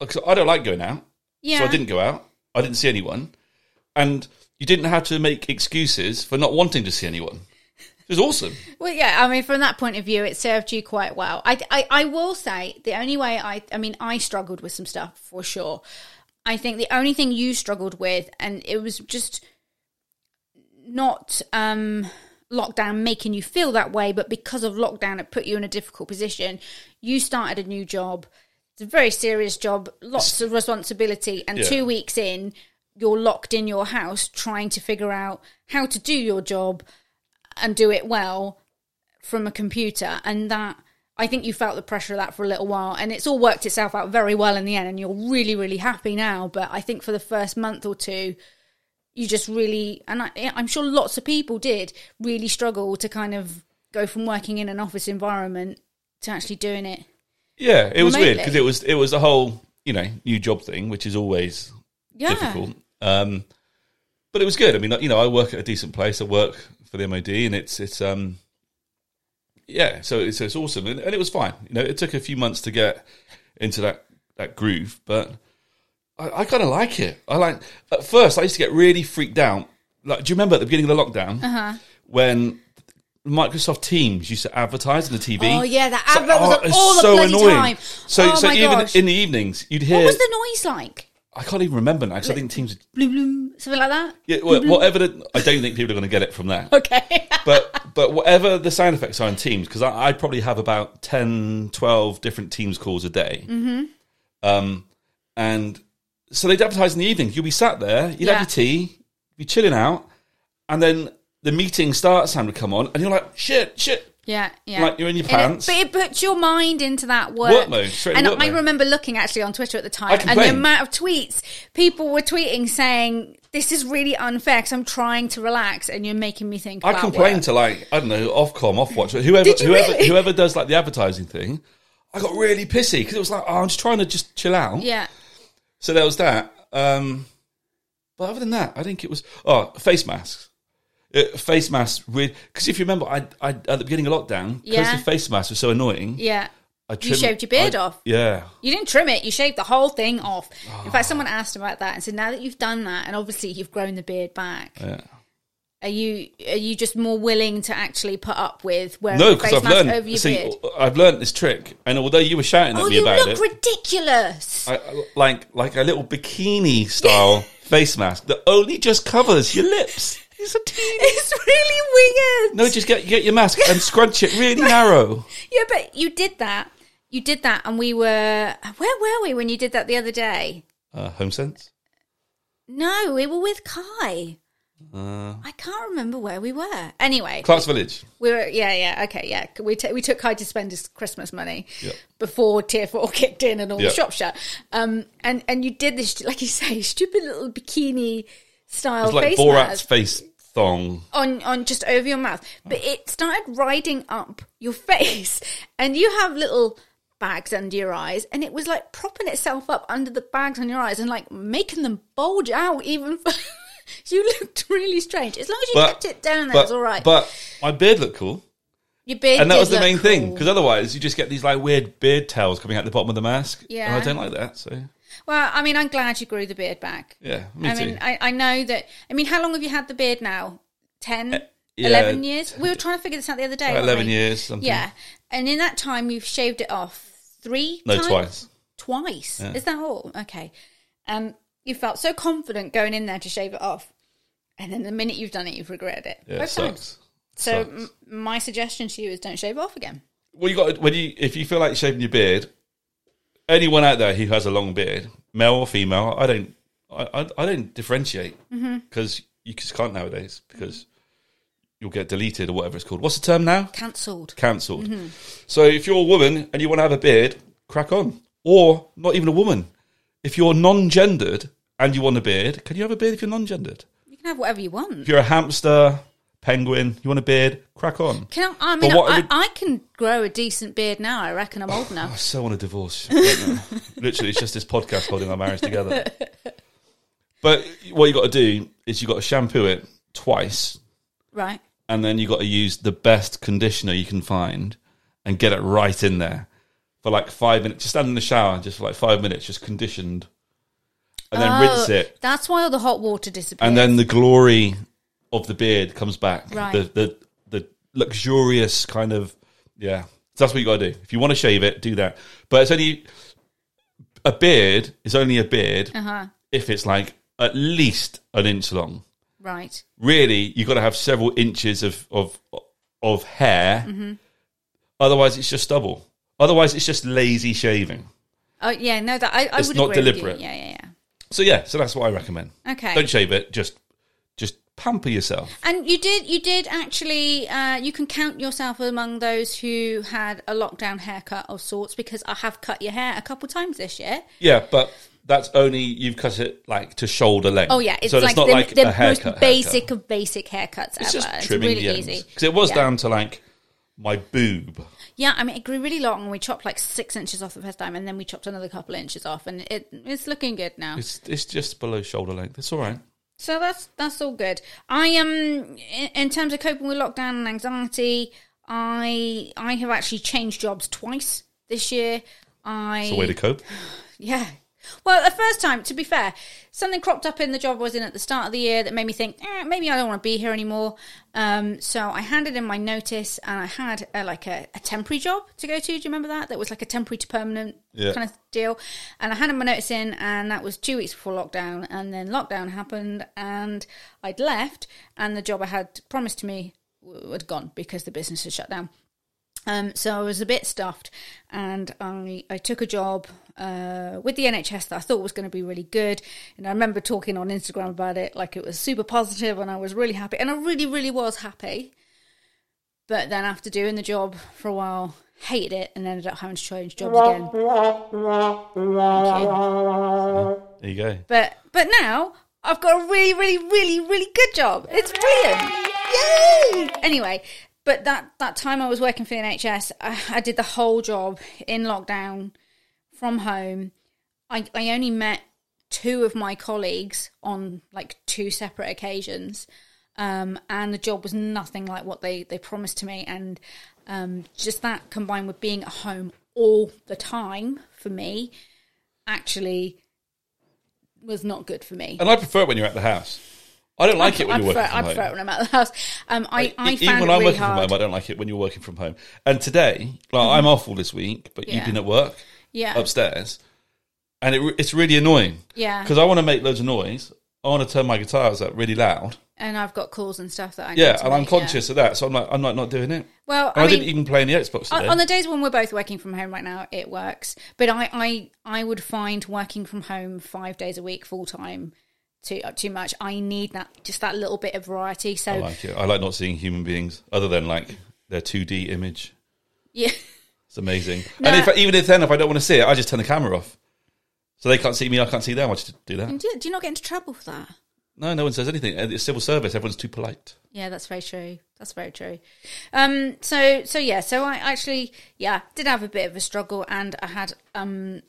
Speaker 2: 'Cause I don't like going out,
Speaker 1: yeah,
Speaker 2: so I didn't go out. I didn't see anyone, and you didn't have to make excuses for not wanting to see anyone. It was awesome.
Speaker 1: Well, yeah, I mean, from that point of view, it served you quite well. I, I, I will say the only way I, I mean, I struggled with some stuff for sure. I think the only thing you struggled with, and it was just not um, lockdown making you feel that way, but because of lockdown, it put you in a difficult position. You started a new job. It's a very serious job, lots of responsibility, and
Speaker 2: Yeah.
Speaker 1: two weeks in, you're locked in your house trying to figure out how to do your job and do it well from a computer and that I think you felt the pressure of that for a little while and it's all worked itself out very well in the end and you're really really happy now but I think for the first month or two you just really and I, I'm sure lots of people did really struggle to kind of go from working in an office environment to actually doing it
Speaker 2: Yeah, it was weird
Speaker 1: Remotely.
Speaker 2: because it was it was a whole you know new job thing, which is always
Speaker 1: yeah
Speaker 2: difficult. Um, but it was good. I mean, like, you know, I work at a decent place. I work for the MOD, and it's it's um, yeah. So it's it's awesome, and, and it was fine. You know, it took a few months to get into that that groove, but I, I kind of like it. I like. At first, I used to get really freaked out. Like, do you remember at the beginning of the lockdown
Speaker 1: Uh-huh.
Speaker 2: when? Microsoft Teams used to advert on the TV.
Speaker 1: Oh, yeah, that
Speaker 2: So-
Speaker 1: advert was on
Speaker 2: it's
Speaker 1: all the bloody time.
Speaker 2: So,
Speaker 1: Oh,
Speaker 2: so
Speaker 1: my
Speaker 2: even
Speaker 1: gosh.
Speaker 2: in the evenings, you'd hear
Speaker 1: what was the noise like
Speaker 2: I can't even remember now because I think teams.
Speaker 1: Bloom, bloom, something like that. (laughs)
Speaker 2: Yeah, well, whatever. The, I don't think people are going to get it from there.
Speaker 1: Okay.
Speaker 2: But but whatever the sound effects are in teams, because I, I probably have about 10, 12 different teams calls a day. Mm-hmm. Um, and so they'd advertise in the evening. You'll be sat there, you'd
Speaker 1: Yeah.
Speaker 2: have your tea, you'd be chilling out, and then the meeting start sound would come on, and you're like, shit, shit.
Speaker 1: Yeah, yeah.
Speaker 2: Like, you're in your
Speaker 1: And it-
Speaker 2: pants.
Speaker 1: but it puts your mind into that work,
Speaker 2: Work mode, straight
Speaker 1: And
Speaker 2: into work
Speaker 1: I
Speaker 2: mode.
Speaker 1: remember looking actually on Twitter at the
Speaker 2: I
Speaker 1: time, and the
Speaker 2: complained.
Speaker 1: amount of tweets people were tweeting saying, "This is really unfair because I'm trying to relax, and you're making me think."
Speaker 2: I
Speaker 1: about
Speaker 2: complained
Speaker 1: work."
Speaker 2: to like I don't know Ofcom, Ofwatch, whoever,
Speaker 1: you
Speaker 2: whoever,
Speaker 1: really?
Speaker 2: whoever does like the advertising thing. I got really pissy because it was like oh, I'm just trying to just chill out.
Speaker 1: Yeah,
Speaker 2: So there was that. Um, but other than that, I think it was oh face masks. Uh, face masks with because if you remember, I, I at the beginning of lockdown because
Speaker 1: Yeah.
Speaker 2: the face masks were so annoying.
Speaker 1: yeah.
Speaker 2: I
Speaker 1: You shaved your beard
Speaker 2: I-
Speaker 1: off.
Speaker 2: Yeah,
Speaker 1: You didn't trim it; you shaved the whole thing off. In
Speaker 2: Ah.
Speaker 1: fact, someone asked about that and said, "Now that you've done that, and obviously you've grown the beard back,
Speaker 2: yeah.
Speaker 1: are you are you just more willing to actually put up with wearing
Speaker 2: No,
Speaker 1: a
Speaker 2: because
Speaker 1: Uh, face
Speaker 2: I've
Speaker 1: mask over
Speaker 2: learned.
Speaker 1: your
Speaker 2: See,
Speaker 1: beard?"
Speaker 2: I've learned this trick, and although you were shouting at
Speaker 1: Oh,
Speaker 2: me
Speaker 1: you
Speaker 2: about
Speaker 1: look
Speaker 2: it,
Speaker 1: ridiculous!
Speaker 2: I, I- like like a little
Speaker 1: (laughs)
Speaker 2: bikini style face mask that only just covers your lips. It's a teeny.
Speaker 1: (laughs) it's really weird.
Speaker 2: No, just get get your mask and scrunch it
Speaker 1: (laughs)
Speaker 2: really narrow.
Speaker 1: Yeah, but you did that. You did that, and we were. Where were we when you did that the other day?
Speaker 2: Uh, home sense.
Speaker 1: No, we were with Kai.
Speaker 2: Uh.
Speaker 1: I can't remember where we were. Anyway,
Speaker 2: Clark's Village.
Speaker 1: we were. Yeah, yeah, okay, yeah. We t- we took Kai to spend his Christmas money
Speaker 2: Yep.
Speaker 1: before Tier Four (laughs) kicked in and all
Speaker 2: Yeah.
Speaker 1: the shops shut. Um, and and you did this, like you say, (laughs) stupid little bikini style
Speaker 2: It's like
Speaker 1: Oh, face
Speaker 2: Borat's
Speaker 1: mask.
Speaker 2: face thong.
Speaker 1: on on just over your mouth but it started riding up your (laughs) face and you have little bags under your eyes and it was like propping itself up under the bags on your eyes and like making them bulge out even (laughs) further. you looked really strange as long as you kept it down that
Speaker 2: but-
Speaker 1: was all right
Speaker 2: But my beard looked cool,
Speaker 1: your beard
Speaker 2: and that
Speaker 1: did
Speaker 2: was the
Speaker 1: look
Speaker 2: main thing.
Speaker 1: cool.
Speaker 2: Because otherwise, you just get these like weird beard tails coming out the bottom of the mask.
Speaker 1: Yeah.
Speaker 2: and I don't like that. So
Speaker 1: well i mean i'm glad you grew the beard back
Speaker 2: yeah, me
Speaker 1: i
Speaker 2: too.
Speaker 1: mean I, I know that i mean how long have you had the beard now 10
Speaker 2: Uh, yeah,
Speaker 1: 11 years we were trying to figure this out the other day
Speaker 2: About
Speaker 1: weren't
Speaker 2: Eleven
Speaker 1: we?
Speaker 2: years, something.
Speaker 1: Yeah, and in that time you've shaved it off three.
Speaker 2: no,
Speaker 1: times?
Speaker 2: twice.
Speaker 1: Twice is that all? Okay. Um, you felt so confident going in there to shave it off, and then the minute you've done it, you've regretted it
Speaker 2: Yeah, it
Speaker 1: both times.
Speaker 2: sucks.
Speaker 1: So
Speaker 2: Sucks.
Speaker 1: m- my suggestion to you is don't shave it off again.
Speaker 2: Well, you got to, when you if you feel like shaving your beard, anyone out there who has a long beard, male or female, I don't, I, I, I don't differentiate because you just can't nowadays because you'll get deleted or whatever it's called. What's the term now?
Speaker 1: Cancelled.
Speaker 2: Cancelled. So if you're a woman and you want to have a beard, crack on. Or not even a woman, if you're non-gendered and you want a beard, can you have a beard if you're non-gendered?
Speaker 1: You can have whatever you want.
Speaker 2: If you're a hamster, penguin, you want a beard, crack on.
Speaker 1: Can I, I mean, I,
Speaker 2: what I would-
Speaker 1: I can grow a decent beard now. I reckon I'm old
Speaker 2: I (laughs)
Speaker 1: enough.
Speaker 2: so want a divorce. right now. Literally, it's just this podcast holding our marriage together. But what you got to do is you got to shampoo it twice,
Speaker 1: Right.
Speaker 2: and then you got to use the best conditioner you can find and get it right in there for like five minutes. Just stand in the shower, just for like five minutes, just conditioned, and then rinse
Speaker 1: Oh,
Speaker 2: it,
Speaker 1: That's why all the hot water disappears.
Speaker 2: and then the glory of the beard comes back.
Speaker 1: Right.
Speaker 2: The the the luxurious kind of yeah. So that's what you got to do. If you want to shave it, do that. But it's only a beard is only a beard
Speaker 1: uh-huh.
Speaker 2: if it's like at least an inch long.
Speaker 1: Right.
Speaker 2: Really, you've got to have several inches of of of hair.
Speaker 1: Mm-hmm.
Speaker 2: Otherwise, it's just stubble. Otherwise, it's just lazy shaving.
Speaker 1: Oh yeah. No, that I, I
Speaker 2: It's
Speaker 1: would
Speaker 2: not
Speaker 1: agree with you.
Speaker 2: deliberate.
Speaker 1: Yeah, yeah, yeah.
Speaker 2: So yeah, so that's what I recommend.
Speaker 1: Okay.
Speaker 2: Don't shave it. Just just pamper yourself.
Speaker 1: And you did, you did actually. Uh, you can count yourself among those who had a lockdown haircut of sorts because I have cut your hair a couple times this year.
Speaker 2: Yeah, but that's only you've cut it like to shoulder length.
Speaker 1: Oh yeah, it's
Speaker 2: so
Speaker 1: like
Speaker 2: it's not
Speaker 1: the,
Speaker 2: like
Speaker 1: the
Speaker 2: a haircut.
Speaker 1: most basic
Speaker 2: haircut.
Speaker 1: of basic haircuts
Speaker 2: It's
Speaker 1: ever.
Speaker 2: just trimming
Speaker 1: it's really
Speaker 2: the ends
Speaker 1: easy.
Speaker 2: because it was
Speaker 1: yeah.
Speaker 2: down to like my boob.
Speaker 1: Yeah, I mean, it grew really long, and we chopped like six inches off the first time, and then we chopped another couple of inches off, and it it's looking good now.
Speaker 2: It's it's just below shoulder length. It's all right.
Speaker 1: So that's that's all good. I um, in, in terms of coping with lockdown and anxiety, I I have actually changed jobs twice this year. I
Speaker 2: It's a way to cope.
Speaker 1: yeah. Well, the first time, to be fair, something cropped up in the job I was in at the start of the year that made me think, eh, maybe I don't want to be here anymore. Um, so I handed in my notice, and I had a, like a, a temporary job to go to. Do you remember that? That was like a temporary to permanent
Speaker 2: Yeah.
Speaker 1: kind of deal. And I handed my notice in, and that was two weeks before lockdown. And then lockdown happened, and I'd left, and the job I had promised to me w- had gone because the business had shut down. Um, so I was a bit stuffed, and I, I took a job uh, with the NHS that I thought was going to be really good. And I remember talking on Instagram about it, like it was super positive, and I was really happy, and I really, really was happy. But then after doing the job for a while, hated it, and ended up having to change jobs again. Thank you.
Speaker 2: There you go.
Speaker 1: But but now I've got a really, really, really, really good job. It's brilliant. Yay! Anyway, but that that time I was working for the NHS, I, I did the whole job in lockdown from home. I, I only met two of my colleagues on like two separate occasions. Um, and the job was nothing like what they, they promised to me. And um, just that combined with being at home all the time for me actually was not good for me.
Speaker 2: And I prefer it when you're at the house. I don't like it when
Speaker 1: I
Speaker 2: you're
Speaker 1: prefer,
Speaker 2: working from
Speaker 1: I
Speaker 2: home.
Speaker 1: prefer it when I'm out of the house. Um, I, I
Speaker 2: E-
Speaker 1: found
Speaker 2: Even
Speaker 1: it
Speaker 2: when I'm
Speaker 1: really
Speaker 2: working
Speaker 1: hard. Mm-hmm.
Speaker 2: from home, I don't like it when you're working from home. And today, like I'm off all this week, but you've
Speaker 1: Yeah.
Speaker 2: been at work
Speaker 1: yeah,
Speaker 2: upstairs, and it, re- it's really annoying
Speaker 1: yeah.
Speaker 2: because I want to make loads of noise. I want to turn my guitars up really loud.
Speaker 1: And I've got calls and stuff that I need
Speaker 2: Yeah,
Speaker 1: to
Speaker 2: and I'm
Speaker 1: make, yeah.
Speaker 2: conscious of that, so I'm like, I'm like not doing it.
Speaker 1: Well,
Speaker 2: And I,
Speaker 1: I, mean,
Speaker 2: didn't even play any Xbox
Speaker 1: on,
Speaker 2: today.
Speaker 1: on the days when we're both working from home right now, it works. But I, I, I would find working from home five days a week full time too uh, too much. I need that just that little bit of variety. So
Speaker 2: I like it. I like not seeing human beings other than like their 2D image.
Speaker 1: yeah,
Speaker 2: It's amazing.
Speaker 1: No.
Speaker 2: And if I, even if then if I don't want to see it, I just turn the camera off, so they can't see me. I can't see them. I just do that.
Speaker 1: and do, you- do you not get into trouble for that?
Speaker 2: No, no one says anything. It's civil service. Everyone's too polite.
Speaker 1: Yeah, that's very true. That's very true. Um, so so yeah, so I actually yeah did have a bit of a struggle, and I had um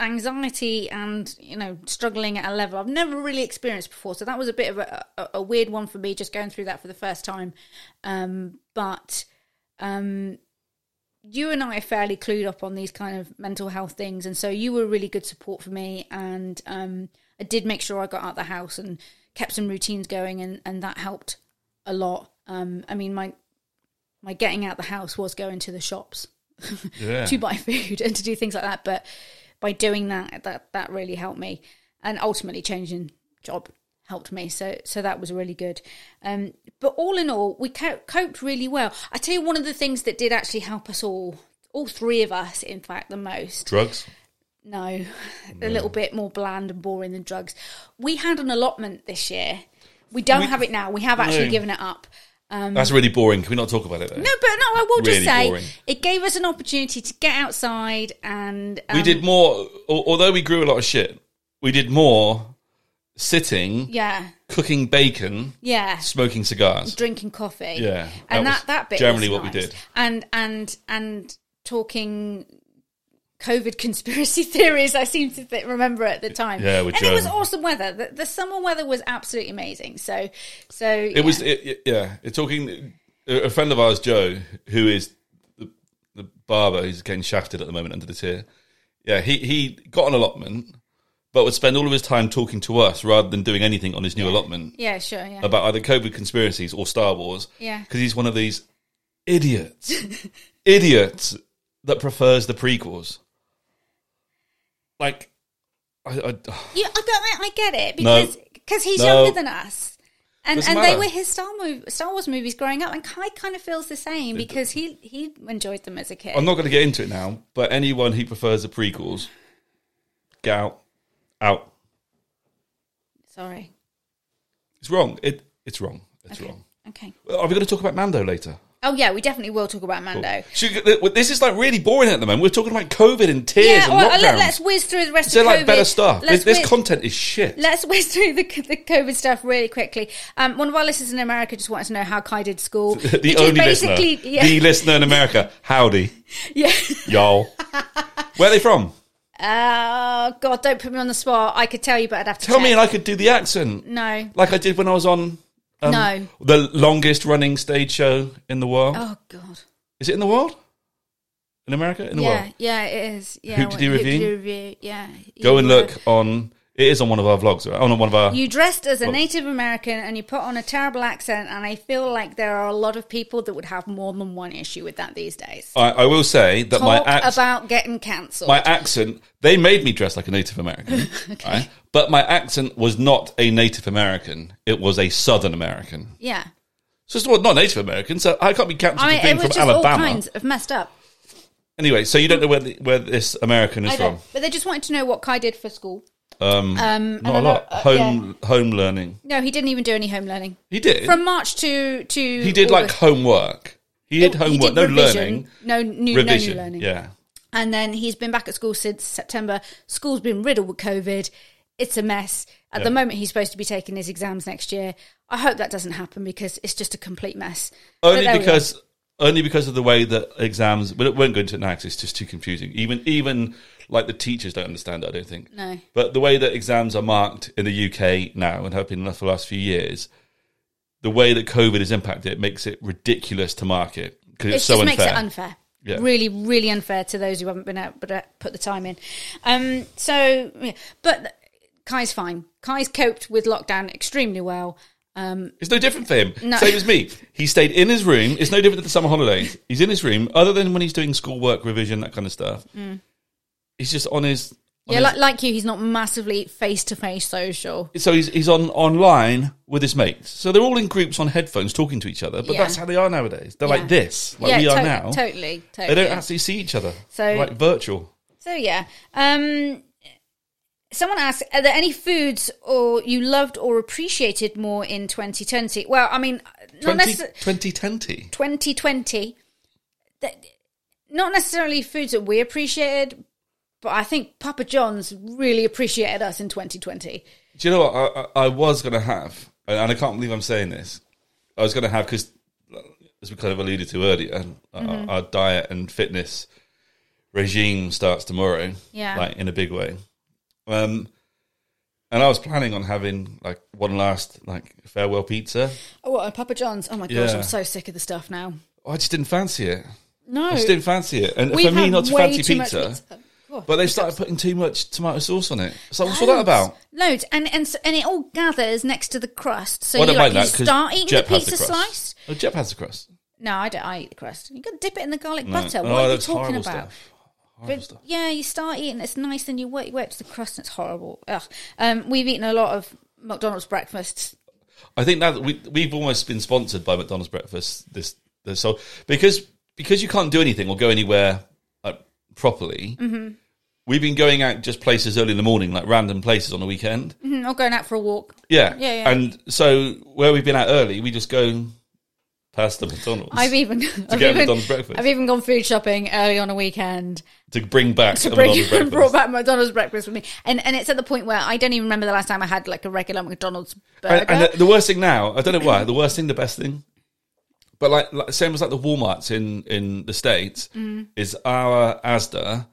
Speaker 1: anxiety and you know struggling at a level I've never really experienced before. So that was a bit of a, a, a weird one for me, just going through that for the first time. Um, but um, you and I are fairly clued up on these kind of mental health things, and so you were really good support for me. And um, I did make sure I got out of the house and kept some routines going, and, and that helped a lot. Um, I mean, my my getting out the house was going to the shops
Speaker 2: Yeah.
Speaker 1: to (laughs) buy food and to do things like that, but by doing that, that that really helped me, and ultimately changing job helped me. So so that was really good. Um, but all in all, we co- coped really well. I tell you, one of the things that did actually help us all, all three of us, in fact, the most
Speaker 2: Drugs.
Speaker 1: no, a little bit more bland and boring than drugs. We had an allotment this year. We don't have it now. We have actually
Speaker 2: No.
Speaker 1: given it up. Um,
Speaker 2: That's really boring. Can we not talk about it? Though?
Speaker 1: no, but no, I will just
Speaker 2: Really
Speaker 1: say
Speaker 2: boring.
Speaker 1: it gave us an opportunity to get outside and um,
Speaker 2: we did more. al- Although we grew a lot of shit, we did more sitting,
Speaker 1: Yeah,
Speaker 2: cooking bacon,
Speaker 1: yeah,
Speaker 2: smoking cigars.
Speaker 1: drinking coffee.
Speaker 2: Yeah,
Speaker 1: and
Speaker 2: that was
Speaker 1: that that bit
Speaker 2: generally
Speaker 1: was
Speaker 2: what we
Speaker 1: nice.
Speaker 2: did.
Speaker 1: And and and talking COVID conspiracy (laughs) theories. I seem to th- remember at the time.
Speaker 2: Yeah,
Speaker 1: and
Speaker 2: which,
Speaker 1: it was
Speaker 2: um,
Speaker 1: awesome weather. The, the summer weather was absolutely amazing. So so
Speaker 2: It was. It, it- yeah, it's talking. A a friend of ours, Joe, who is the, the barber, who's getting shafted at the moment under the tier. Yeah, he he got an allotment, but would spend all of his time talking to us rather than doing anything on his new allotment
Speaker 1: yeah, sure, yeah.
Speaker 2: about either COVID conspiracies or Star Wars.
Speaker 1: Yeah.
Speaker 2: because he's one of these
Speaker 1: (laughs)
Speaker 2: idiots, idiots that prefers the prequels. Like, I, I
Speaker 1: Yeah, I, don't, I, I get it
Speaker 2: No.
Speaker 1: because cause he's
Speaker 2: No.
Speaker 1: younger than us. And,
Speaker 2: Doesn't
Speaker 1: and they
Speaker 2: matter.
Speaker 1: were his Star, mov- Star Wars movies growing up, and Kai kind of feels the same because he he enjoyed them as a kid.
Speaker 2: I'm not going to get into it now, but anyone who prefers the prequels, get out, out.
Speaker 1: Sorry.
Speaker 2: It's wrong. It it's wrong. It's wrong.
Speaker 1: Okay.
Speaker 2: Well, Are we going to talk about Mando later?
Speaker 1: Oh yeah, we definitely will talk about Mando.
Speaker 2: Should we- well, this is like really boring at the moment. We're talking about COVID and tears
Speaker 1: Yeah,
Speaker 2: and
Speaker 1: well,
Speaker 2: lockdowns.
Speaker 1: let, us whiz through the rest
Speaker 2: Is there
Speaker 1: of
Speaker 2: like
Speaker 1: COVID.
Speaker 2: better stuff? This,
Speaker 1: Let's
Speaker 2: this
Speaker 1: whiz-
Speaker 2: content is shit.
Speaker 1: Let's whiz through the, the COVID stuff really quickly. Um, one of our listeners in America just wanted to know how Kai did school.
Speaker 2: (laughs) (laughs) the only listener,
Speaker 1: yeah,
Speaker 2: the listener in America. Howdy,
Speaker 1: (laughs) yeah. (laughs)
Speaker 2: y'all. Where are they from?
Speaker 1: Oh God, don't put me on the spot. I could tell you, but I'd have to
Speaker 2: Tell me,
Speaker 1: check.
Speaker 2: and I could do the accent
Speaker 1: no.
Speaker 2: like I did when I was on um,
Speaker 1: No.
Speaker 2: the longest running stage show in the world.
Speaker 1: Oh God.
Speaker 2: Is it in the world? in America in the
Speaker 1: yeah,
Speaker 2: world.
Speaker 1: yeah, it is. Yeah,
Speaker 2: Hoop-de-doo
Speaker 1: well,
Speaker 2: review?
Speaker 1: hoop-de-doo review, Yeah,
Speaker 2: Go
Speaker 1: You
Speaker 2: and
Speaker 1: were-
Speaker 2: look on. It is on one of our vlogs, right? on one of our.
Speaker 1: You dressed as a Native American and you put on a terrible accent, and I feel like there are a lot of people that would have more than one issue with that these days.
Speaker 2: I, I will say that my
Speaker 1: Talk
Speaker 2: accent,
Speaker 1: about getting cancelled.
Speaker 2: my accent, they made me dress like a Native
Speaker 1: (laughs)
Speaker 2: American, right? But my accent was not a Native American; it was a Southern American.
Speaker 1: yeah,
Speaker 2: So it's not not Native American, so I can't be captured
Speaker 1: I mean,
Speaker 2: for
Speaker 1: it
Speaker 2: being
Speaker 1: was
Speaker 2: from
Speaker 1: just all
Speaker 2: Alabama.
Speaker 1: kinds of messed up.
Speaker 2: Anyway, so you don't know where the, where this American is
Speaker 1: I
Speaker 2: from.
Speaker 1: don't, but they just wanted to know what Kai did for school.
Speaker 2: Um,
Speaker 1: Um, and
Speaker 2: not a
Speaker 1: I know-
Speaker 2: lot.
Speaker 1: uh,
Speaker 2: home home learning.
Speaker 1: No, he didn't even do any home learning
Speaker 2: He did.
Speaker 1: from March to to.
Speaker 2: he did like homework. He did
Speaker 1: Oh,
Speaker 2: homework. no learning.
Speaker 1: no new, no
Speaker 2: Revision.
Speaker 1: new learning.
Speaker 2: Yeah.
Speaker 1: And then he's been back at school since September. School's been riddled with COVID. It's a mess. At the moment, he's supposed to be taking his exams next year. I hope that doesn't happen because it's just a complete mess. But there
Speaker 2: Only
Speaker 1: we
Speaker 2: because only because of the way that exams. But it won't go into it now 'cause it's just too confusing. Even even like the teachers don't understand it. I don't think.
Speaker 1: No.
Speaker 2: But the way that exams are marked in the UK now and have been for the last few years, the way that COVID has impacted it makes it ridiculous to mark it because
Speaker 1: are. it
Speaker 2: it's so
Speaker 1: just
Speaker 2: unfair.
Speaker 1: makes it unfair.
Speaker 2: Yeah.
Speaker 1: Really, really unfair to those who haven't been out but uh, put the time in. Um, so, yeah. but Kai's fine. Kai's coped with lockdown extremely well.
Speaker 2: It's no different for him. Same as me. He stayed in his room. It's no different than the summer holidays. He's in his room, other than when he's doing schoolwork, revision, that kind of stuff. He's just on his.
Speaker 1: Mm.
Speaker 2: on
Speaker 1: Yeah,
Speaker 2: his-
Speaker 1: like, like you, he's not massively face to face social.
Speaker 2: so he's he's on online with his mates. So they're all in groups on headphones talking to each other. But
Speaker 1: Yeah.
Speaker 2: that's how they are nowadays. They're
Speaker 1: Yeah.
Speaker 2: like this, like
Speaker 1: yeah,
Speaker 2: we are
Speaker 1: tot-
Speaker 2: now.
Speaker 1: Totally,
Speaker 2: They
Speaker 1: totally.
Speaker 2: don't actually see each other.
Speaker 1: So-
Speaker 2: So like virtual.
Speaker 1: So yeah, um, someone asked, are there any foods or you loved or appreciated more in 2020? Well, I mean, not
Speaker 2: 20,
Speaker 1: necessarily
Speaker 2: 2020.
Speaker 1: 2020. That, not necessarily foods that we appreciated, but I think Papa John's really appreciated us in 2020.
Speaker 2: Do you know what I, I, I was going to have, and, and I can't believe I'm saying this. I was going to have because, as we kind of alluded to earlier, our,
Speaker 1: Mm-hmm.
Speaker 2: our diet and fitness regime starts tomorrow.
Speaker 1: Yeah.
Speaker 2: like in a big way. Um, and I was planning on having like one last like farewell pizza.
Speaker 1: Oh, what, Papa John's! Oh my gosh,
Speaker 2: Yeah.
Speaker 1: I'm so sick of the stuff now.
Speaker 2: Oh, I just didn't fancy it.
Speaker 1: No,
Speaker 2: I just didn't fancy it. And
Speaker 1: we
Speaker 2: for me,
Speaker 1: have
Speaker 2: not to
Speaker 1: way
Speaker 2: fancy
Speaker 1: too much
Speaker 2: pizza,
Speaker 1: Oh,
Speaker 2: but they started putting too much tomato sauce on it. So what's all that about?
Speaker 1: Loads, and and so, and it all gathers next to the crust. So
Speaker 2: Well, I
Speaker 1: you
Speaker 2: don't
Speaker 1: like
Speaker 2: mind
Speaker 1: you
Speaker 2: that 'cause
Speaker 1: start eating
Speaker 2: Jep
Speaker 1: the
Speaker 2: has
Speaker 1: pizza
Speaker 2: crust.
Speaker 1: slice.
Speaker 2: Oh, Jep has the crust.
Speaker 1: No, I don't. I eat the crust. You got to dip it in the garlic
Speaker 2: No.
Speaker 1: butter.
Speaker 2: Oh,
Speaker 1: What are you
Speaker 2: that's
Speaker 1: talking
Speaker 2: horrible
Speaker 1: about?
Speaker 2: stuff.
Speaker 1: But,
Speaker 2: Horrible stuff.
Speaker 1: yeah, you start eating. It's nice, and you work you work to the crust, and it's horrible. Ugh. Um, we've eaten a lot of McDonald's breakfasts. (clears throat)
Speaker 2: I think now that we we've almost been sponsored by McDonald's breakfast this this so because because you can't do anything or go anywhere like, properly.
Speaker 1: Mm-hmm.
Speaker 2: We've been going out just places early in the morning, like random places on the weekend.
Speaker 1: Mm, Or going out for a walk.
Speaker 2: Yeah,
Speaker 1: Yeah, yeah.
Speaker 2: And so where we've been out early, we just go past the McDonald's (laughs)
Speaker 1: I've even (laughs) I've
Speaker 2: get
Speaker 1: even,
Speaker 2: McDonald's breakfast.
Speaker 1: I've even gone food shopping early on a weekend.
Speaker 2: to bring back
Speaker 1: to
Speaker 2: a
Speaker 1: bring (laughs)
Speaker 2: McDonald's breakfast.
Speaker 1: brought back McDonald's breakfast with me, and and it's at the point where I don't even remember the last time I had like a regular McDonald's burger.
Speaker 2: And, and the, the worst thing now, I don't know why. The worst thing, the best thing, but like, like same as like the WalMarts in in the states, is our ASDA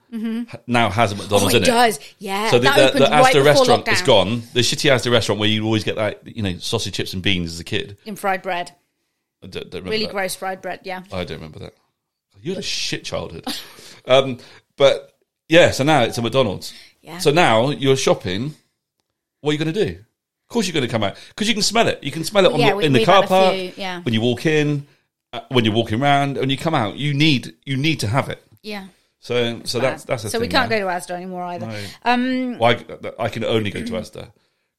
Speaker 2: ha- now has a
Speaker 1: Mm. oh,
Speaker 2: McDonald's
Speaker 1: it
Speaker 2: in it.
Speaker 1: does, yeah.
Speaker 2: So the,
Speaker 1: that
Speaker 2: the, the
Speaker 1: opened right
Speaker 2: Asda
Speaker 1: before
Speaker 2: restaurant
Speaker 1: lockdown
Speaker 2: is gone. The shitty Asda restaurant where you always get that, you know, sausage chips and beans as a kid.
Speaker 1: in fried bread.
Speaker 2: I don't, don't remember
Speaker 1: Really
Speaker 2: that.
Speaker 1: gross fried bread, yeah.
Speaker 2: I don't remember that. You had a shit childhood. um, but yeah, so now it's a McDonald's.
Speaker 1: Yeah.
Speaker 2: So now you're shopping. What are you going to do? Of course, you're going to come out because you can smell it. You can smell it on
Speaker 1: Yeah,
Speaker 2: the,
Speaker 1: we-
Speaker 2: in the
Speaker 1: we've
Speaker 2: car
Speaker 1: had a
Speaker 2: park
Speaker 1: few, yeah.
Speaker 2: when you walk in, uh, when you're walking around, and you come out. You need you need to have it.
Speaker 1: Yeah.
Speaker 2: So so that's that's a
Speaker 1: so
Speaker 2: thing
Speaker 1: we can't
Speaker 2: now.
Speaker 1: go to Mm. Asda anymore either.
Speaker 2: No.
Speaker 1: Um,
Speaker 2: Well, I, I can only go to Asda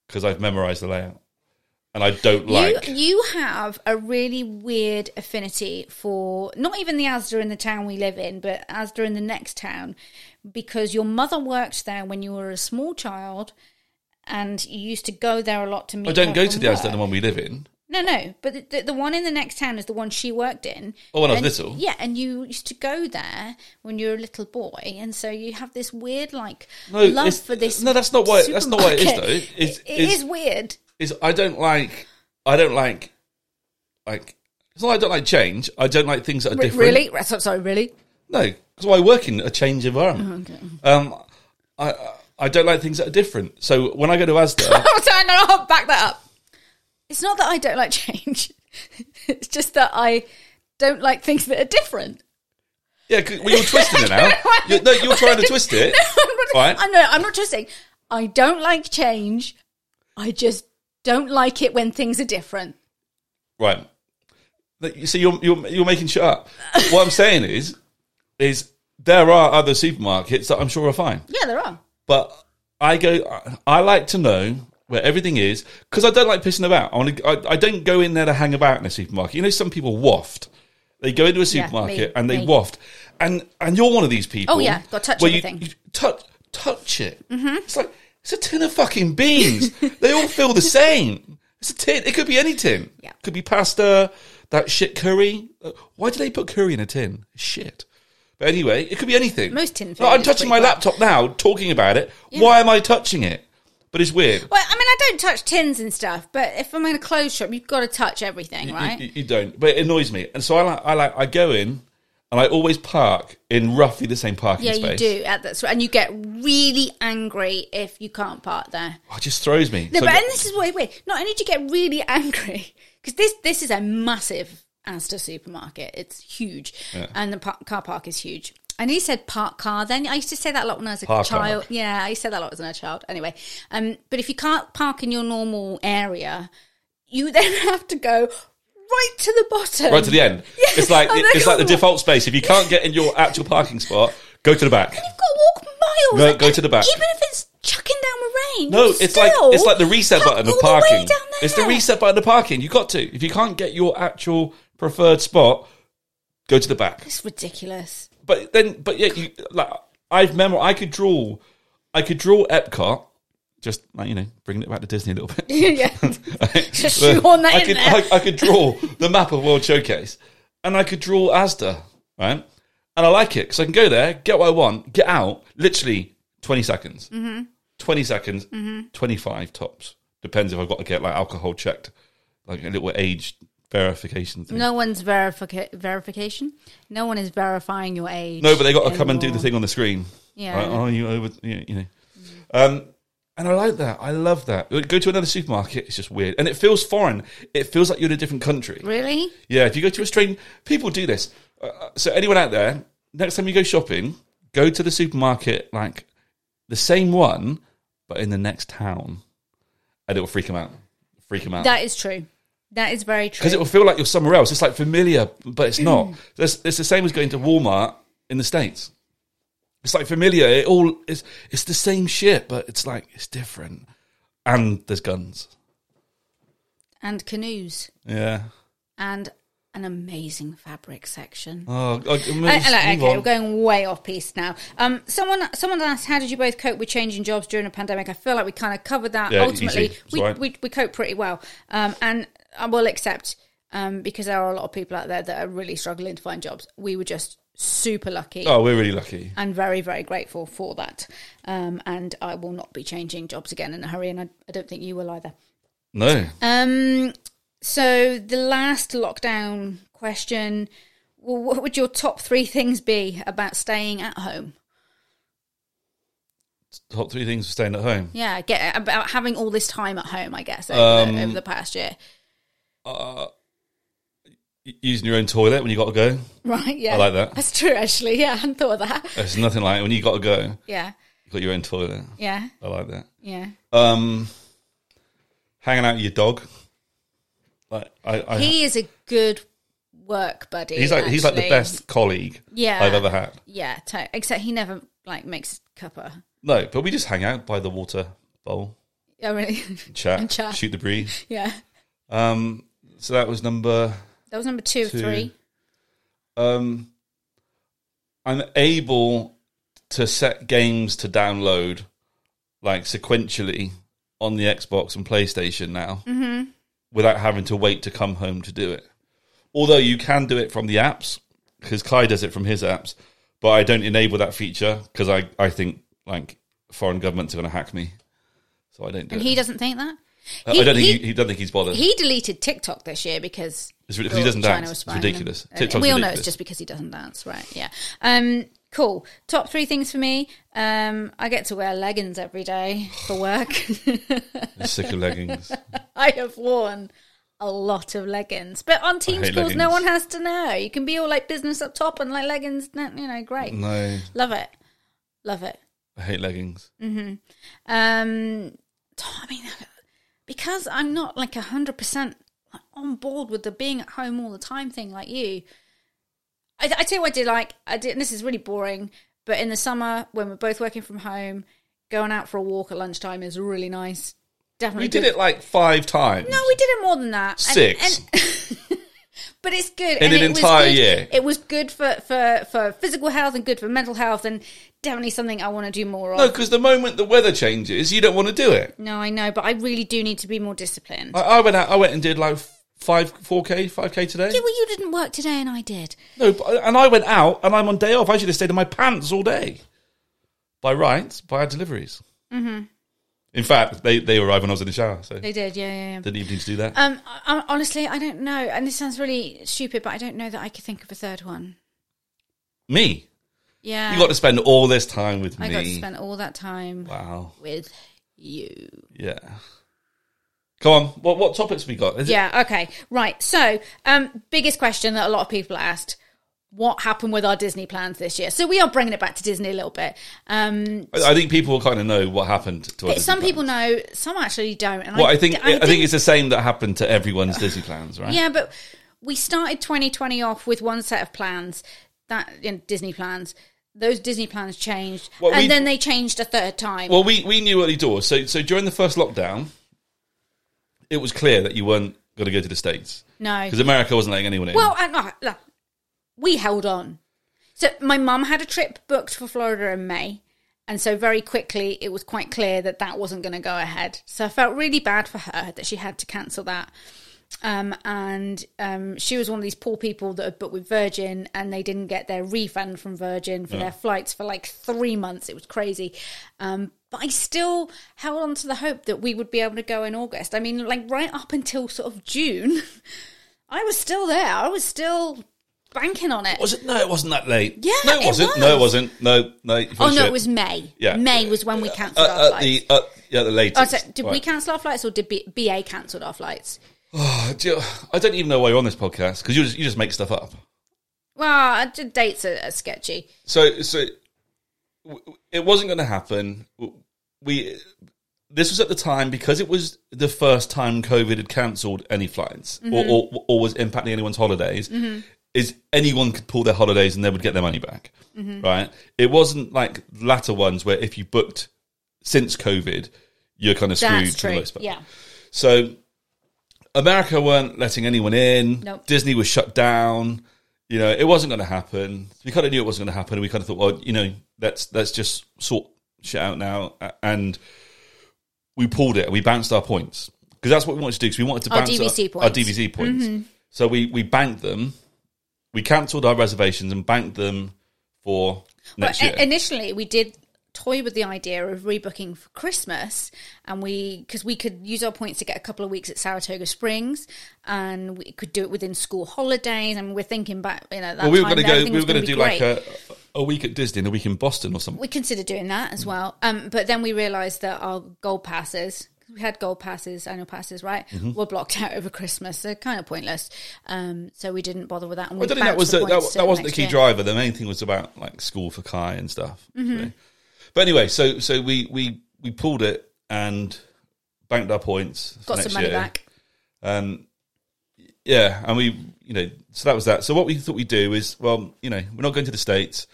Speaker 2: because I've memorized the layout, and I don't like.
Speaker 1: you you have a really weird affinity for not even the Asda in the town we live in, but Asda in the next town, because your mother worked there when you were a small child, and you used to go there a lot to meet.
Speaker 2: I Oh, don't
Speaker 1: her
Speaker 2: go
Speaker 1: from
Speaker 2: to the Asda,
Speaker 1: work.
Speaker 2: the one we live in.
Speaker 1: No, no, but the, the, the one in the next town is the one she worked in.
Speaker 2: Oh, when I was
Speaker 1: And-
Speaker 2: little?
Speaker 1: Yeah, and you used to go there when you were a little boy, and so you have this weird like love
Speaker 2: it's-
Speaker 1: for this.
Speaker 2: No, that's not why. That's not why it is though.
Speaker 1: supermarket.
Speaker 2: It's,
Speaker 1: It- it
Speaker 2: it's,
Speaker 1: is weird.
Speaker 2: is I don't like I don't like like it's not I don't like change. I don't like things that are
Speaker 1: Re-
Speaker 2: different.
Speaker 1: Really? So- Sorry, really? (laughs)
Speaker 2: No, because I work in a
Speaker 1: Oh,
Speaker 2: change environment. Um, I I don't like things that are different. So when I go to
Speaker 1: (laughs)
Speaker 2: Asda,
Speaker 1: Oh, sorry, no, I'll back that up. It's not that I don't (laughs) like change. it's just that I don't like things that are different. (laughs)
Speaker 2: Yeah, 'cause- well, you're twisting it now. you no, you're trying to twist it. Right.
Speaker 1: I know I'm not twisting. I don't like change. I just don't like it when things are different.
Speaker 2: Right. Like, you see, you're, you're you're making shit up. What I'm saying is, is there are other supermarkets that I'm sure are fine,
Speaker 1: Yeah, there are.
Speaker 2: but I go. I- I like to know where everything is because I don't like pissing about. I, want to, I I don't go in there to hang about in a supermarket. You know, some people waft. They go into
Speaker 1: Yeah,
Speaker 2: a
Speaker 1: me,
Speaker 2: supermarket and they
Speaker 1: me.
Speaker 2: waft, and and you're one of these people.
Speaker 1: Oh, yeah, gotta touch
Speaker 2: where you-
Speaker 1: everything.
Speaker 2: You, touch touch it. Mm-hmm. It's like it's a tin of
Speaker 1: (laughs)
Speaker 2: fucking beans. they all feel the same. It's a tin. It could be any tin.
Speaker 1: Yeah.
Speaker 2: Could be pasta. That shit curry. Uh, Why do they put curry in a tin? Shit. But anyway, it could be anything.
Speaker 1: Most tin
Speaker 2: No, I'm
Speaker 1: food is
Speaker 2: touching my
Speaker 1: pretty
Speaker 2: laptop now, talking about it. Why am I touching it? But it's weird.
Speaker 1: Well, I mean, I don't touch tins and stuff, but if I'm in a clothes shop, you've got to touch everything,
Speaker 2: You-
Speaker 1: right?
Speaker 2: You, you don't, but it annoys me. And so I like, I like, I go in, and I always park in roughly the same parking
Speaker 1: yeah,
Speaker 2: space.
Speaker 1: you do. At that, and you get really angry if you can't park there.
Speaker 2: Oh, it just throws me.
Speaker 1: No,
Speaker 2: So I
Speaker 1: but
Speaker 2: go-
Speaker 1: and this is why. Wait, not only do you get really angry (laughs) because this this is a massive Asda supermarket. It's huge, and the par- car park is huge. And he said park car. Then I used to say that a lot when I was a
Speaker 2: Park
Speaker 1: child.
Speaker 2: car.
Speaker 1: Yeah, I used to say that a lot as a child. Anyway, um, but if you can't park in your normal area, you (laughs) then have to go right to the bottom.
Speaker 2: right to the
Speaker 1: (laughs)
Speaker 2: end. it's like
Speaker 1: I know
Speaker 2: it's like the
Speaker 1: you're-
Speaker 2: default space. If you can't get in your actual parking spot, go to the back.
Speaker 1: You've got to walk miles.
Speaker 2: No,
Speaker 1: and-
Speaker 2: go to the back.
Speaker 1: Even if it's chucking down the rain.
Speaker 2: No,
Speaker 1: you
Speaker 2: it's like
Speaker 1: still
Speaker 2: it's like the reset
Speaker 1: park
Speaker 2: button of
Speaker 1: all the way
Speaker 2: parking.
Speaker 1: down
Speaker 2: it's the
Speaker 1: there.
Speaker 2: reset button of parking. You got to. If you can't get your actual preferred spot, go to the back.
Speaker 1: It's ridiculous.
Speaker 2: But then, but yeah, you like I've memor. I could draw. I could draw Epcot. Just like you know, bringing it back to Disney a little
Speaker 1: (laughs)
Speaker 2: bit.
Speaker 1: (laughs) yeah. Just shoehorn that
Speaker 2: I
Speaker 1: in
Speaker 2: could,
Speaker 1: there.
Speaker 2: I, I could draw the map of World Showcase, and I could draw ASDA, right? And I like it because I can go there, get what I want, get out, literally twenty seconds, mm-hmm. twenty seconds,
Speaker 1: Mm-hmm.
Speaker 2: twenty-five tops. Depends if I've got to get like alcohol checked, like a little age verification thing. No,
Speaker 1: No one's verifica- verification. No one is verifying your age.
Speaker 2: but they got to come and do the
Speaker 1: anymore.
Speaker 2: thing on the screen.
Speaker 1: Yeah.
Speaker 2: Like, oh, you over? You you know. Um, and I like that. I love that. Go to another supermarket. It's just weird, and it feels foreign. It feels like you're in a different country.
Speaker 1: Really?
Speaker 2: Yeah, if you go to a strange, people do this. Uh, Uh, so anyone out there, next time you go shopping, go to the supermarket like the same one, but in the next town, and it will freak them out. Freak them out
Speaker 1: That is true. That is very true.
Speaker 2: because it will feel like you're somewhere else. It's like familiar, but it's not. it's, it's the same as going to Walmart in the states. It's like familiar. It all it's it's the same shit, but it's like it's different. And there's guns.
Speaker 1: and canoes
Speaker 2: Yeah.
Speaker 1: and an amazing fabric section.
Speaker 2: Oh, I, I mean,
Speaker 1: Uh, hello,
Speaker 2: move
Speaker 1: okay,
Speaker 2: on.
Speaker 1: we're going way off piece now. Um, someone, someone asked, "How did you both cope with changing jobs during a pandemic?" I feel like we kind of covered that.
Speaker 2: Yeah,
Speaker 1: Ultimately,
Speaker 2: easy. It's
Speaker 1: we,
Speaker 2: all right.
Speaker 1: we we cope pretty well, um, and I will accept um, because there are a lot of people out there that are really struggling to find jobs. We were just super lucky.
Speaker 2: Oh, we're really lucky.
Speaker 1: and very very grateful for that um, and i will not be changing jobs again in a hurry and i, I don't think you will either
Speaker 2: No.
Speaker 1: um, so the last lockdown question well, what would your top three things be about staying at home
Speaker 2: top three things for staying at home.
Speaker 1: yeah get about having all this time at home i guess over,
Speaker 2: Um,
Speaker 1: the, over the past year (laughs)
Speaker 2: Uh, Y- Using your own toilet when you got to go.
Speaker 1: right yeah
Speaker 2: I like that.
Speaker 1: that's true actually yeah i hadn't thought of that
Speaker 2: It's nothing like when you got to go. You
Speaker 1: yeah
Speaker 2: got your own toilet.
Speaker 1: yeah
Speaker 2: I like that.
Speaker 1: yeah
Speaker 2: Um, hanging out with your dog. Like I, I
Speaker 1: he is a good work buddy
Speaker 2: he's like he's like the
Speaker 1: actually.
Speaker 2: best colleague
Speaker 1: yeah
Speaker 2: I've ever had.
Speaker 1: yeah to- except he never like makes cuppa (laughs)
Speaker 2: No, but we just hang out by the water bowl,
Speaker 1: Oh, really? (laughs)
Speaker 2: chat,
Speaker 1: And chat.
Speaker 2: shoot the breeze.
Speaker 1: yeah.
Speaker 2: Um, so that was number.
Speaker 1: That was number two, of
Speaker 2: Two.
Speaker 1: three.
Speaker 2: Um, I'm able to set games to download like sequentially on the Xbox and PlayStation now
Speaker 1: Mm-hmm.
Speaker 2: without having to wait to come home to do it. Although you can do it from the apps because Kai does it from his apps, but I don't enable that feature because I, I think like foreign governments are going to hack me. So I don't do
Speaker 1: And
Speaker 2: it.
Speaker 1: he doesn't think that.
Speaker 2: Uh, I- I don't think he, he doesn't think he's bothered.
Speaker 1: he deleted TikTok this year because
Speaker 2: It's rid- 'cause
Speaker 1: well,
Speaker 2: he doesn't
Speaker 1: China
Speaker 2: dance.
Speaker 1: was
Speaker 2: It's
Speaker 1: spying
Speaker 2: ridiculous.
Speaker 1: on him.
Speaker 2: TikTok's
Speaker 1: we all know
Speaker 2: ridiculous.
Speaker 1: it's just because he doesn't dance, right? Yeah. Um, cool. Top three things for me. Um, I get to wear leggings every day for work. (laughs)
Speaker 2: He's sick of leggings.
Speaker 1: I have worn a lot of leggings. But on team
Speaker 2: hate
Speaker 1: schools, no
Speaker 2: leggings.
Speaker 1: one has to know. You can be all like business up top and like leggings, no- you know, great.
Speaker 2: No,
Speaker 1: Love it. Love it.
Speaker 2: I hate leggings.
Speaker 1: Um, I mean, because I'm not like a hundred percent on board with the being at home all the time thing, like you. I, I tell you, what I did like I did. And this is really boring, but in the summer when we're both working from home, going out for a walk at lunchtime is really nice. Definitely,
Speaker 2: We did
Speaker 1: good.
Speaker 2: it like five times.
Speaker 1: No, we did it more than that. And-
Speaker 2: Six.
Speaker 1: and- (laughs) but it's good.
Speaker 2: In an
Speaker 1: it was
Speaker 2: entire
Speaker 1: good-
Speaker 2: year.
Speaker 1: It was good for, for, for physical health and good for mental health and definitely something I want to do more of.
Speaker 2: No, because the moment the weather changes, you don't want to do it.
Speaker 1: No, I know, but I really do need to be more disciplined.
Speaker 2: I, I went out. I went and did like five, four k, five k today.
Speaker 1: yeah, well, you didn't work today, and I did.
Speaker 2: No, but, and I went out, and I'm on day off. I should have stayed in my pants all day. By rights, by our deliveries. Mm-hmm. In fact, they they arrived when I was in the shower, so
Speaker 1: They did, yeah, yeah. yeah.
Speaker 2: didn't even need to do that.
Speaker 1: Um, I, I- honestly, I don't know, and this sounds really stupid, but I don't know that I could think of a third one.
Speaker 2: me,
Speaker 1: Yeah,
Speaker 2: you got to spend all this time with
Speaker 1: I
Speaker 2: me.
Speaker 1: got to spend all that time
Speaker 2: wow.
Speaker 1: with you.
Speaker 2: Yeah. Go on. What what topics we got? Is it-
Speaker 1: Yeah. Okay. Right. So, um, biggest question that a lot of people asked: What happened with our Disney plans this year? So we are bringing it back to Disney a little bit. Um,
Speaker 2: I, I think people kind of know what happened to our Disney
Speaker 1: some
Speaker 2: plans.
Speaker 1: people know, some actually don't. And
Speaker 2: Well, I think I,
Speaker 1: didn't
Speaker 2: think it's the same that happened to everyone's Disney plans, right?
Speaker 1: Yeah, but we started 2020 off with one set of plans that you know, Disney plans. Those Disney plans changed,
Speaker 2: Well,
Speaker 1: and
Speaker 2: we-
Speaker 1: then they changed a third time.
Speaker 2: Well, we, we knew early doors. So so during the first lockdown, it was clear that you weren't going to go to the states
Speaker 1: no,
Speaker 2: because America wasn't letting anyone in.
Speaker 1: well, I, no, look, we held on. So my mum had a trip booked for Florida in May, and so very quickly it was quite clear that that wasn't going to go ahead. So I felt really bad for her that she had to cancel that. Um, and um, she was one of these poor people that had booked with Virgin and they didn't get their refund from Virgin for their flights for like three months. It was crazy. Um, but I still held on to the hope that we would be able to go in August. I mean, like right up until sort of June, (laughs) I was still there. I was still banking on it.
Speaker 2: was it? No, it wasn't that late.
Speaker 1: Yeah,
Speaker 2: no, it
Speaker 1: it
Speaker 2: wasn't.
Speaker 1: was.
Speaker 2: No, it wasn't. No, no. you full
Speaker 1: Oh no,
Speaker 2: shit.
Speaker 1: it was May.
Speaker 2: Yeah.
Speaker 1: May was when we
Speaker 2: Uh,
Speaker 1: cancelled our
Speaker 2: at
Speaker 1: flights.
Speaker 2: the at, yeah, the latest.
Speaker 1: oh, so did we
Speaker 2: Right.
Speaker 1: cancel our flights or did B- BA cancelled our flights?
Speaker 2: Oh, do you- I don't even know why you're on this podcast because you just you just make stuff up.
Speaker 1: Well, I did- dates are, are sketchy.
Speaker 2: So so w- w- it wasn't going to happen. W- We this was at the time because it was the first time COVID had cancelled any flights
Speaker 1: Mm-hmm.
Speaker 2: or, or or was impacting anyone's holidays. Is anyone could pull their holidays and they would get their money back,
Speaker 1: Mm-hmm.
Speaker 2: right? It wasn't like latter ones where if you booked since COVID, you're kind of screwed
Speaker 1: That's
Speaker 2: for the
Speaker 1: true.
Speaker 2: most part.
Speaker 1: Yeah.
Speaker 2: So America weren't letting anyone in.
Speaker 1: Nope.
Speaker 2: Disney was shut down. You know, it wasn't going to happen. We kind of knew it wasn't going to happen. And we kind of thought, well, you know, let's let's just sort shit out now. A- And we pulled it. We bounced our points because that's what we wanted to do. Because we wanted to
Speaker 1: Our
Speaker 2: bounce
Speaker 1: DVC
Speaker 2: our,
Speaker 1: points. Mm-hmm.
Speaker 2: our DVC points. So we we banked them. We cancelled our reservations and banked them for next
Speaker 1: But
Speaker 2: year.
Speaker 1: i- initially, we did toy with the idea of rebooking for Christmas, and we because we could use our points to get a couple of weeks at Saratoga Springs, and we could do it within school holidays. And we're thinking back, you know, that
Speaker 2: we were
Speaker 1: time,
Speaker 2: going to
Speaker 1: everything
Speaker 2: go. We
Speaker 1: was
Speaker 2: were going to
Speaker 1: gonna
Speaker 2: do
Speaker 1: be
Speaker 2: like
Speaker 1: great.
Speaker 2: a, a week at Disney and a week in Boston or something.
Speaker 1: we considered doing that as well. Um, but then we realised that our gold passes, we had gold passes, annual passes, right,
Speaker 2: Mm-hmm.
Speaker 1: were blocked (laughs) out over Christmas. They're kind of pointless. Um, so we didn't bother with that. And we
Speaker 2: I don't think that was
Speaker 1: bounced
Speaker 2: the, that,
Speaker 1: points to
Speaker 2: that wasn't the
Speaker 1: next
Speaker 2: key
Speaker 1: year.
Speaker 2: driver. The main thing was about like school for Kai and stuff.
Speaker 1: Mm-hmm.
Speaker 2: So- But anyway, so so we we we pulled it and banked our points. for
Speaker 1: Got some
Speaker 2: next
Speaker 1: money
Speaker 2: year.
Speaker 1: back.
Speaker 2: Um, yeah, and we you know so that was that. So what we thought we'd do is well you know we're not going to the states.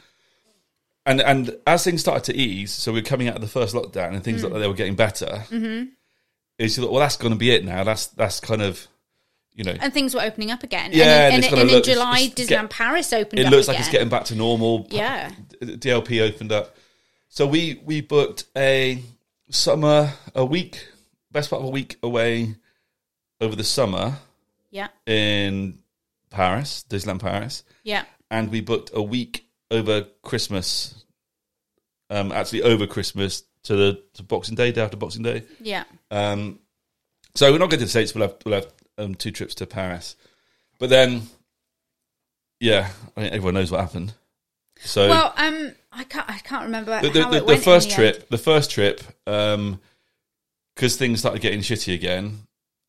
Speaker 2: And and as things started to ease, so we were coming out of the first lockdown and things like
Speaker 1: Mm.
Speaker 2: that, they were getting better. Mm-hmm. Is you thought, well, that's going to be it now. That's that's kind of, you know,
Speaker 1: And things were opening up again.
Speaker 2: Yeah,
Speaker 1: and,
Speaker 2: and
Speaker 1: in-
Speaker 2: it's
Speaker 1: and,
Speaker 2: gonna
Speaker 1: and in
Speaker 2: look- it's-
Speaker 1: July,
Speaker 2: it's
Speaker 1: Disneyland
Speaker 2: get-
Speaker 1: Paris opened
Speaker 2: it
Speaker 1: up.
Speaker 2: looks
Speaker 1: again.
Speaker 2: like it's getting back to normal.
Speaker 1: Yeah.
Speaker 2: DLP opened up. So we we booked a summer a week, best part of a week away over the summer
Speaker 1: Yeah.
Speaker 2: in Paris, Disneyland Paris,
Speaker 1: Yeah.
Speaker 2: and we booked a week over Christmas. Um, actually over Christmas to the to Boxing Day, day after Boxing Day.
Speaker 1: Yeah.
Speaker 2: Um, so we're not going to the states. We'll have we'll have um, two trips to Paris, but then, yeah, I mean, everyone knows what happened. So
Speaker 1: Well, um, I can't. I can't remember
Speaker 2: the,
Speaker 1: how
Speaker 2: the,
Speaker 1: it
Speaker 2: the
Speaker 1: went. in
Speaker 2: first
Speaker 1: the
Speaker 2: trip,
Speaker 1: end.
Speaker 2: the first trip, um, because things started getting shitty again,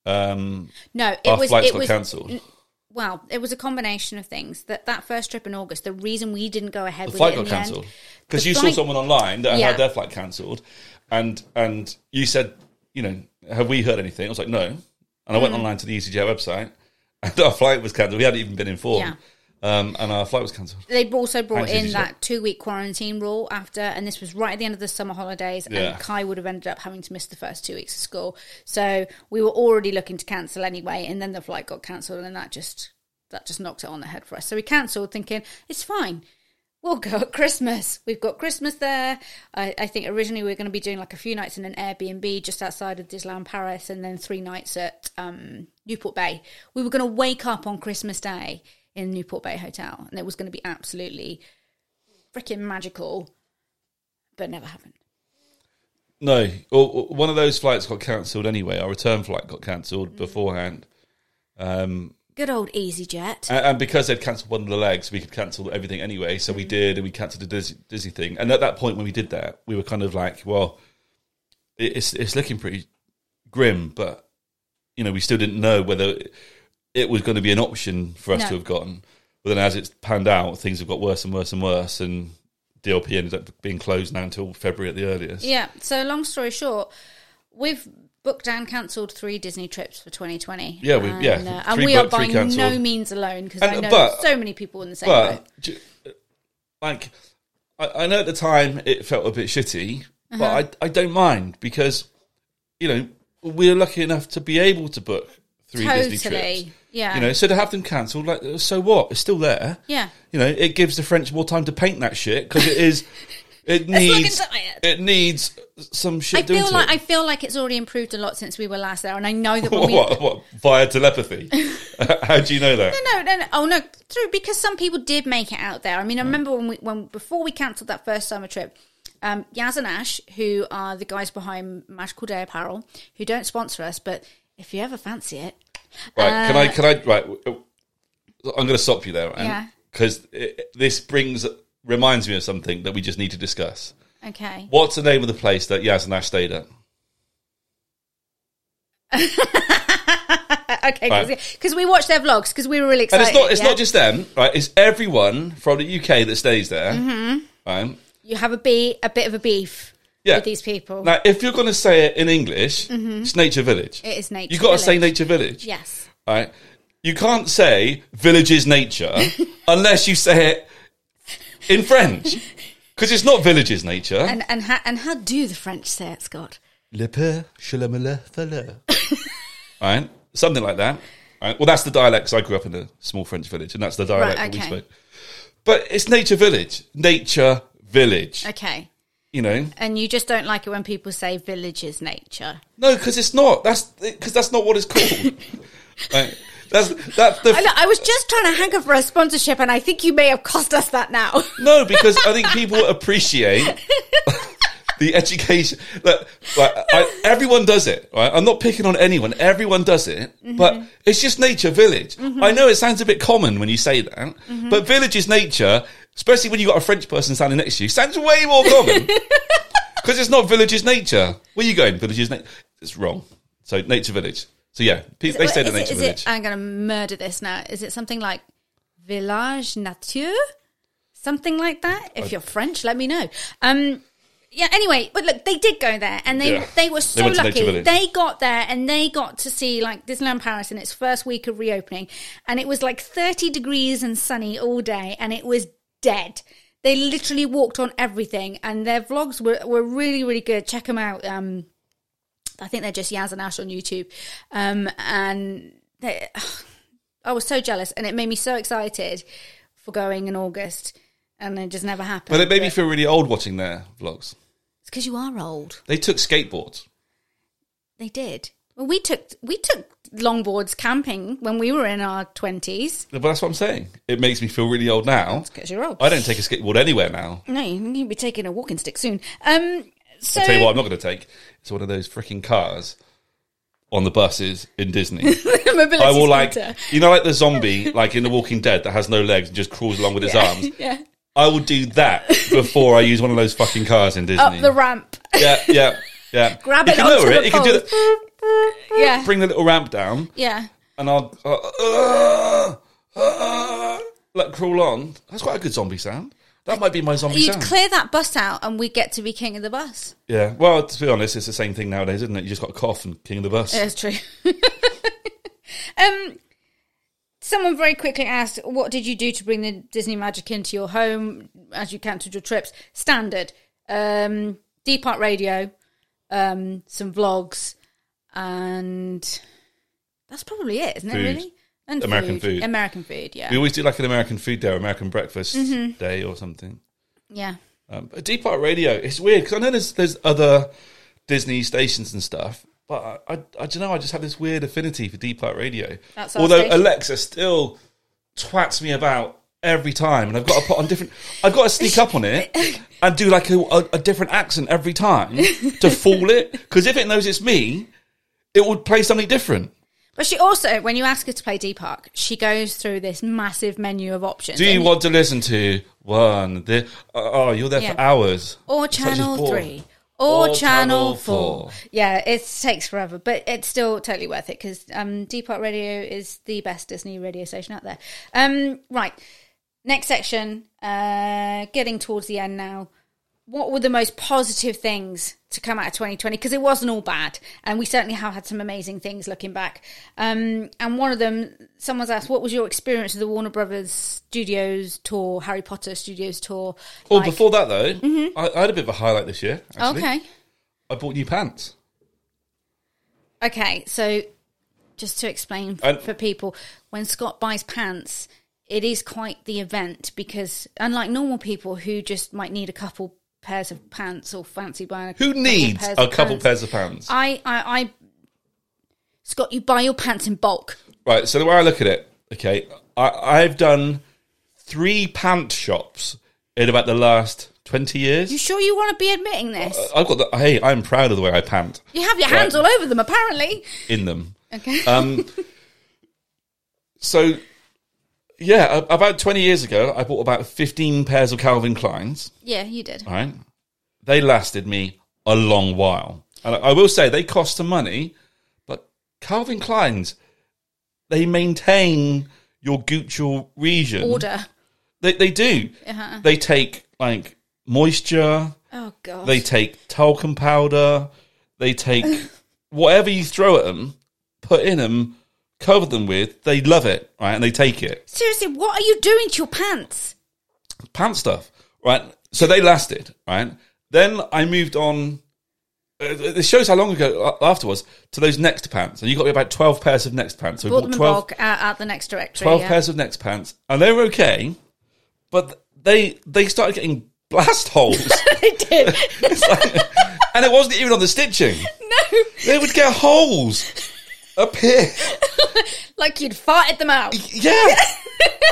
Speaker 2: Um,
Speaker 1: No, it
Speaker 2: our
Speaker 1: was
Speaker 2: flights
Speaker 1: it
Speaker 2: got
Speaker 1: was
Speaker 2: cancelled.
Speaker 1: well, it was a combination of things. That that first trip in August, the reason we didn't go ahead
Speaker 2: The
Speaker 1: with
Speaker 2: flight
Speaker 1: it in
Speaker 2: got
Speaker 1: the
Speaker 2: cancelled
Speaker 1: end,
Speaker 2: because
Speaker 1: The
Speaker 2: you
Speaker 1: flight-
Speaker 2: saw someone online that
Speaker 1: Yeah.
Speaker 2: had their flight cancelled, and and you said, you know, have we heard anything? I was like, no, and I
Speaker 1: Mm-hmm.
Speaker 2: went online to the EasyJet website, (laughs) and our flight was cancelled. We hadn't even been informed, um, and our flight was cancelled.
Speaker 1: they also brought
Speaker 2: Thanks,
Speaker 1: in
Speaker 2: Easy
Speaker 1: that two week quarantine rule after, and this was right at the end of the summer holidays,
Speaker 2: Yeah.
Speaker 1: and Kai would have ended up having to miss the first two weeks of school. So we were already looking to cancel anyway, and then the flight got cancelled, and that just that just knocked it on the head for us. So we cancelled, thinking it's fine. We'll go at (laughs) Christmas. We've got Christmas there. I, I think originally we were going to be doing like a few nights in an Airbnb just outside of Disneyland Paris, and then three nights at um, Newport Bay. We were going to wake up on Christmas Day in Newport Bay Hotel, and it was going to be absolutely freaking magical, but never happened.
Speaker 2: No, well, w- one of those flights got cancelled anyway. Our return flight got cancelled
Speaker 1: Mm.
Speaker 2: beforehand, um,
Speaker 1: Good old EasyJet.
Speaker 2: and, and because they'd cancelled one of the legs, we could cancel everything anyway. So we did, and we cancelled the Disney, Disney thing. And at that point, when we did that, we were kind of like, well, it- it's it's looking pretty grim, but you know, we still didn't know whether it was going to be an option for us
Speaker 1: No.
Speaker 2: to have gotten. But then, as it's panned out, things have got worse and worse and worse, and DLP ended up being closed now until February at the earliest.
Speaker 1: Yeah. So long story short, we've booked and cancelled three Disney trips for 2020.
Speaker 2: Yeah, we-
Speaker 1: and,
Speaker 2: yeah,
Speaker 1: uh, and
Speaker 2: three
Speaker 1: we are
Speaker 2: booked, three
Speaker 1: by no
Speaker 2: cancelled.
Speaker 1: means alone because
Speaker 2: And-
Speaker 1: I know
Speaker 2: but-
Speaker 1: so many people in the same boat.
Speaker 2: But j- like, I, I know at the time it felt a bit shitty,
Speaker 1: Uh-huh.
Speaker 2: but I I don't mind because you know we're lucky enough to be able to book three Disney trips.
Speaker 1: Totally. Yeah.
Speaker 2: You know, so to have them cancelled, like, so what? It's still there.
Speaker 1: Yeah.
Speaker 2: You know, it gives the French more time to paint that shit because it
Speaker 1: (laughs)
Speaker 2: is. It needs.
Speaker 1: tired.
Speaker 2: It needs some shit.
Speaker 1: I
Speaker 2: doing
Speaker 1: feel
Speaker 2: to
Speaker 1: like
Speaker 2: (laughs) it.
Speaker 1: I feel like it's already improved a lot since we were last there, and I know that
Speaker 2: (laughs)
Speaker 1: when we
Speaker 2: what, what via
Speaker 1: (laughs)
Speaker 2: telepathy? (laughs) How do you know that?
Speaker 1: no, no, no. Oh no, through because some people did make it out there. I
Speaker 2: Mm.
Speaker 1: mean, I remember when we when before we cancelled that first summer trip, um, Yaz and Ash, who are the guys behind Magical Day Apparel, who don't sponsor us, but if you ever fancy it,
Speaker 2: Right? can I? Can I? Right. w- I'm going to stop you there,
Speaker 1: Uh, Yeah.
Speaker 2: because this brings reminds me of something that we just need to discuss.
Speaker 1: okay.
Speaker 2: What's the name of the place that Yaz and Ash stayed at?
Speaker 1: (laughs) okay,
Speaker 2: Right.
Speaker 1: because we watched their vlogs because we were really
Speaker 2: And
Speaker 1: excited.
Speaker 2: it's not. It's
Speaker 1: yeah?
Speaker 2: not just them, right? It's everyone from the UK that stays there, mm-hmm. right?
Speaker 1: you have a bee, a bit of a beef
Speaker 2: Yeah.
Speaker 1: with these people. Mm-hmm.
Speaker 2: Now, if you're going to say it in English, it's Nature Village.
Speaker 1: It is nature.
Speaker 2: You've got to say
Speaker 1: Village.
Speaker 2: Nature Village,
Speaker 1: Yes.
Speaker 2: right? You can't say Village is Nature
Speaker 1: (laughs)
Speaker 2: unless you say it in French, because it's not Village is Nature.
Speaker 1: And and how, and how do the French say it, Scott?
Speaker 2: Le père, je l'aime le falleur. right? Something like that. Right? Well, that's the dialect 'cause I grew up in a small French village, and that's the dialect
Speaker 1: Right,
Speaker 2: that
Speaker 1: okay.
Speaker 2: we spoke. But it's nature village. Nature village.
Speaker 1: Okay,
Speaker 2: You know?
Speaker 1: and you just don't like it when people say village is nature.
Speaker 2: No, because it's not. That's because that's not what
Speaker 1: (laughs)
Speaker 2: it's called. right? That's that's the
Speaker 1: I, know, I was just trying to hanker for a sponsorship, and I think you may have cost us that now.
Speaker 2: No, because I think people appreciate (laughs) the education. Look, like, I, everyone does it, right? I'm not picking on anyone. Everyone does it,
Speaker 1: Mm-hmm.
Speaker 2: but it's just nature village. I know it sounds a bit common when you say that,
Speaker 1: Mm-hmm.
Speaker 2: but village is nature, especially when you've got a French person standing next to you. Sounds way
Speaker 1: (laughs)
Speaker 2: more common because it's not village is nature. Where you going? Village is nature. It's wrong. So nature village. So yeah, pe- they say the
Speaker 1: Is it-
Speaker 2: nature
Speaker 1: is it- uh,
Speaker 2: village.
Speaker 1: I'm going to murder this now. Is it something like village nature? Something like that? If you're French, let me know. Um, yeah, anyway, but look, they did go there and they
Speaker 2: Yeah.
Speaker 1: they were so
Speaker 2: went to Nature
Speaker 1: lucky.
Speaker 2: Village.
Speaker 1: They got there and they got to see like Disneyland Paris in its first week of reopening and it was like 30 degrees and sunny all day and it was dead. They literally walked on everything and their vlogs were, were really really good. Check them out. Um I think they're just Yaz and Ash on YouTube. Um, and they, I was so jealous, and it made me so excited for going in August, and it just never happened.
Speaker 2: but it made me feel really old watching their vlogs.
Speaker 1: it's because you are old.
Speaker 2: They took skateboards.
Speaker 1: They did. Well, we took we took longboards camping when we were in our twenties.
Speaker 2: But that's what I'm saying. It makes me feel really old now.
Speaker 1: Because you're old.
Speaker 2: I don't take a skateboard anywhere now.
Speaker 1: no, you'll be taking a walking stick soon. Um, so
Speaker 2: I'll tell you what, I'm not going to take. It's one of those freaking cars on the buses
Speaker 1: (laughs)
Speaker 2: in Disney.
Speaker 1: mobility
Speaker 2: I will like,
Speaker 1: scooter.
Speaker 2: you know, like the zombie, like in The Walking Dead, that has no legs and just crawls along with his arms.
Speaker 1: yeah
Speaker 2: I will do that before I use one of those fucking cars in Disney.
Speaker 1: up the ramp. (laughs)
Speaker 2: yeah, yeah, yeah.
Speaker 1: Grab
Speaker 2: you
Speaker 1: it
Speaker 2: can
Speaker 1: onto
Speaker 2: lower
Speaker 1: the
Speaker 2: it. You can do
Speaker 1: pole.
Speaker 2: that.
Speaker 1: yeah,
Speaker 2: bring the little ramp down,
Speaker 1: yeah.
Speaker 2: and I'll, I'll, uh, uh, like crawl on. That's quite a good zombie sound. That might be my zombie
Speaker 1: You'd
Speaker 2: sound.
Speaker 1: clear that bus out, and we get to be king of the bus.
Speaker 2: yeah. Well, to be honest, it's the same thing nowadays, isn't it? You just got a cough and king of the bus.
Speaker 1: That's true. (laughs) um, someone very quickly asked, "What did you do to bring the Disney magic into your home as you cancelled your trips?" Standard, um, Deep Heart Radio, um, some vlogs, and that's probably it, isn't it?
Speaker 2: Food.
Speaker 1: Really, and
Speaker 2: American food.
Speaker 1: American food. Yeah,
Speaker 2: We always do like an American food day, or American breakfast
Speaker 1: Mm-hmm.
Speaker 2: day, or something.
Speaker 1: yeah,
Speaker 2: Um, but Deep Heart Radio, it's weird because I know there's there's other Disney stations and stuff, but I, I, I don't know. I just have this weird affinity for Deep Heart Radio.
Speaker 1: That's our
Speaker 2: Although
Speaker 1: station.
Speaker 2: Alexa still twats me about every time, and I've got to put on different. I've got to sneak up
Speaker 1: (laughs)
Speaker 2: on it and do like a, a, a different accent every
Speaker 1: (laughs)
Speaker 2: time to fool it. Because if it knows it's me, it would play something different.
Speaker 1: But she also, when you ask her to play Deep Park, she goes through this massive menu of options.
Speaker 2: Do you
Speaker 1: and-
Speaker 2: want to listen to one? The, oh, you're there
Speaker 1: Yeah.
Speaker 2: for hours.
Speaker 1: or
Speaker 2: It's like she's
Speaker 1: channel
Speaker 2: bored.
Speaker 1: three or,
Speaker 2: Or
Speaker 1: channel
Speaker 2: Channel
Speaker 1: four.
Speaker 2: four.
Speaker 1: Yeah, it takes forever, but it's still totally worth it because um, Deep Heart Radio is the best Disney radio station out there. Um, right, next section. Uh, getting towards the end now. What were the most positive things to come out of 2020? Because it wasn't all bad, and we certainly have had some amazing things looking back. Um, and one of them, someone's asked, "What was your experience of the Warner Brothers Studios tour, Harry Potter Studios tour?"
Speaker 2: Oh,
Speaker 1: Like- Mm-hmm.
Speaker 2: before that though, I, I had a bit of a highlight this year. Actually.
Speaker 1: okay.
Speaker 2: I bought new pants.
Speaker 1: Okay, so just to explain
Speaker 2: And-
Speaker 1: for people, when Scott buys pants, it is quite the event because unlike normal people who just might need a couple pairs of pants or fancy buying a
Speaker 2: Who
Speaker 1: couple
Speaker 2: needs
Speaker 1: pairs
Speaker 2: a
Speaker 1: of
Speaker 2: couple
Speaker 1: pants,
Speaker 2: pairs of pants?
Speaker 1: I, I, I, Scott, you buy your pants in bulk.
Speaker 2: right. So the way I look at it, okay, I, I've done three pant shops in about the last twenty
Speaker 1: You
Speaker 2: years.
Speaker 1: sure you want to be admitting this?
Speaker 2: I've got the hey, I'm proud of the way I pant
Speaker 1: You have your hands
Speaker 2: Uh, right.
Speaker 1: all over them, apparently. Uh, (laughs)
Speaker 2: in them.
Speaker 1: Okay.
Speaker 2: Um, so, yeah, a- about twenty years ago, I bought about fifteen pairs of Calvin Kleins.
Speaker 1: yeah, you did.
Speaker 2: All right. They lasted me a long while. And I I will say they cost some money, but Calvin Klein's, they maintain your Gucci region.
Speaker 1: Order.
Speaker 2: They, they do. They take like moisture,
Speaker 1: Oh, God.
Speaker 2: they take talcum powder, they take whatever you throw at them, put in them, cover them with, they love it, right? And they take it.
Speaker 1: Seriously, what are you doing to your pants?
Speaker 2: pant stuff, right? So they lasted, right? Then I moved on. Uh, this shows how long ago a- afterwards to those next pants, and you got me about twelve pairs of next pants. So we
Speaker 1: Bought them
Speaker 2: bought
Speaker 1: in
Speaker 2: 12,
Speaker 1: bulk at, at the next directory.
Speaker 2: 12
Speaker 1: yeah.
Speaker 2: pairs of next pants, and they were okay, but they they started getting blast holes,
Speaker 1: (laughs) they did.
Speaker 2: and it wasn't even on the stitching.
Speaker 1: (laughs) no.
Speaker 2: They would get holes up here.
Speaker 1: Like you'd farted them out.
Speaker 2: Yeah,
Speaker 1: (laughs)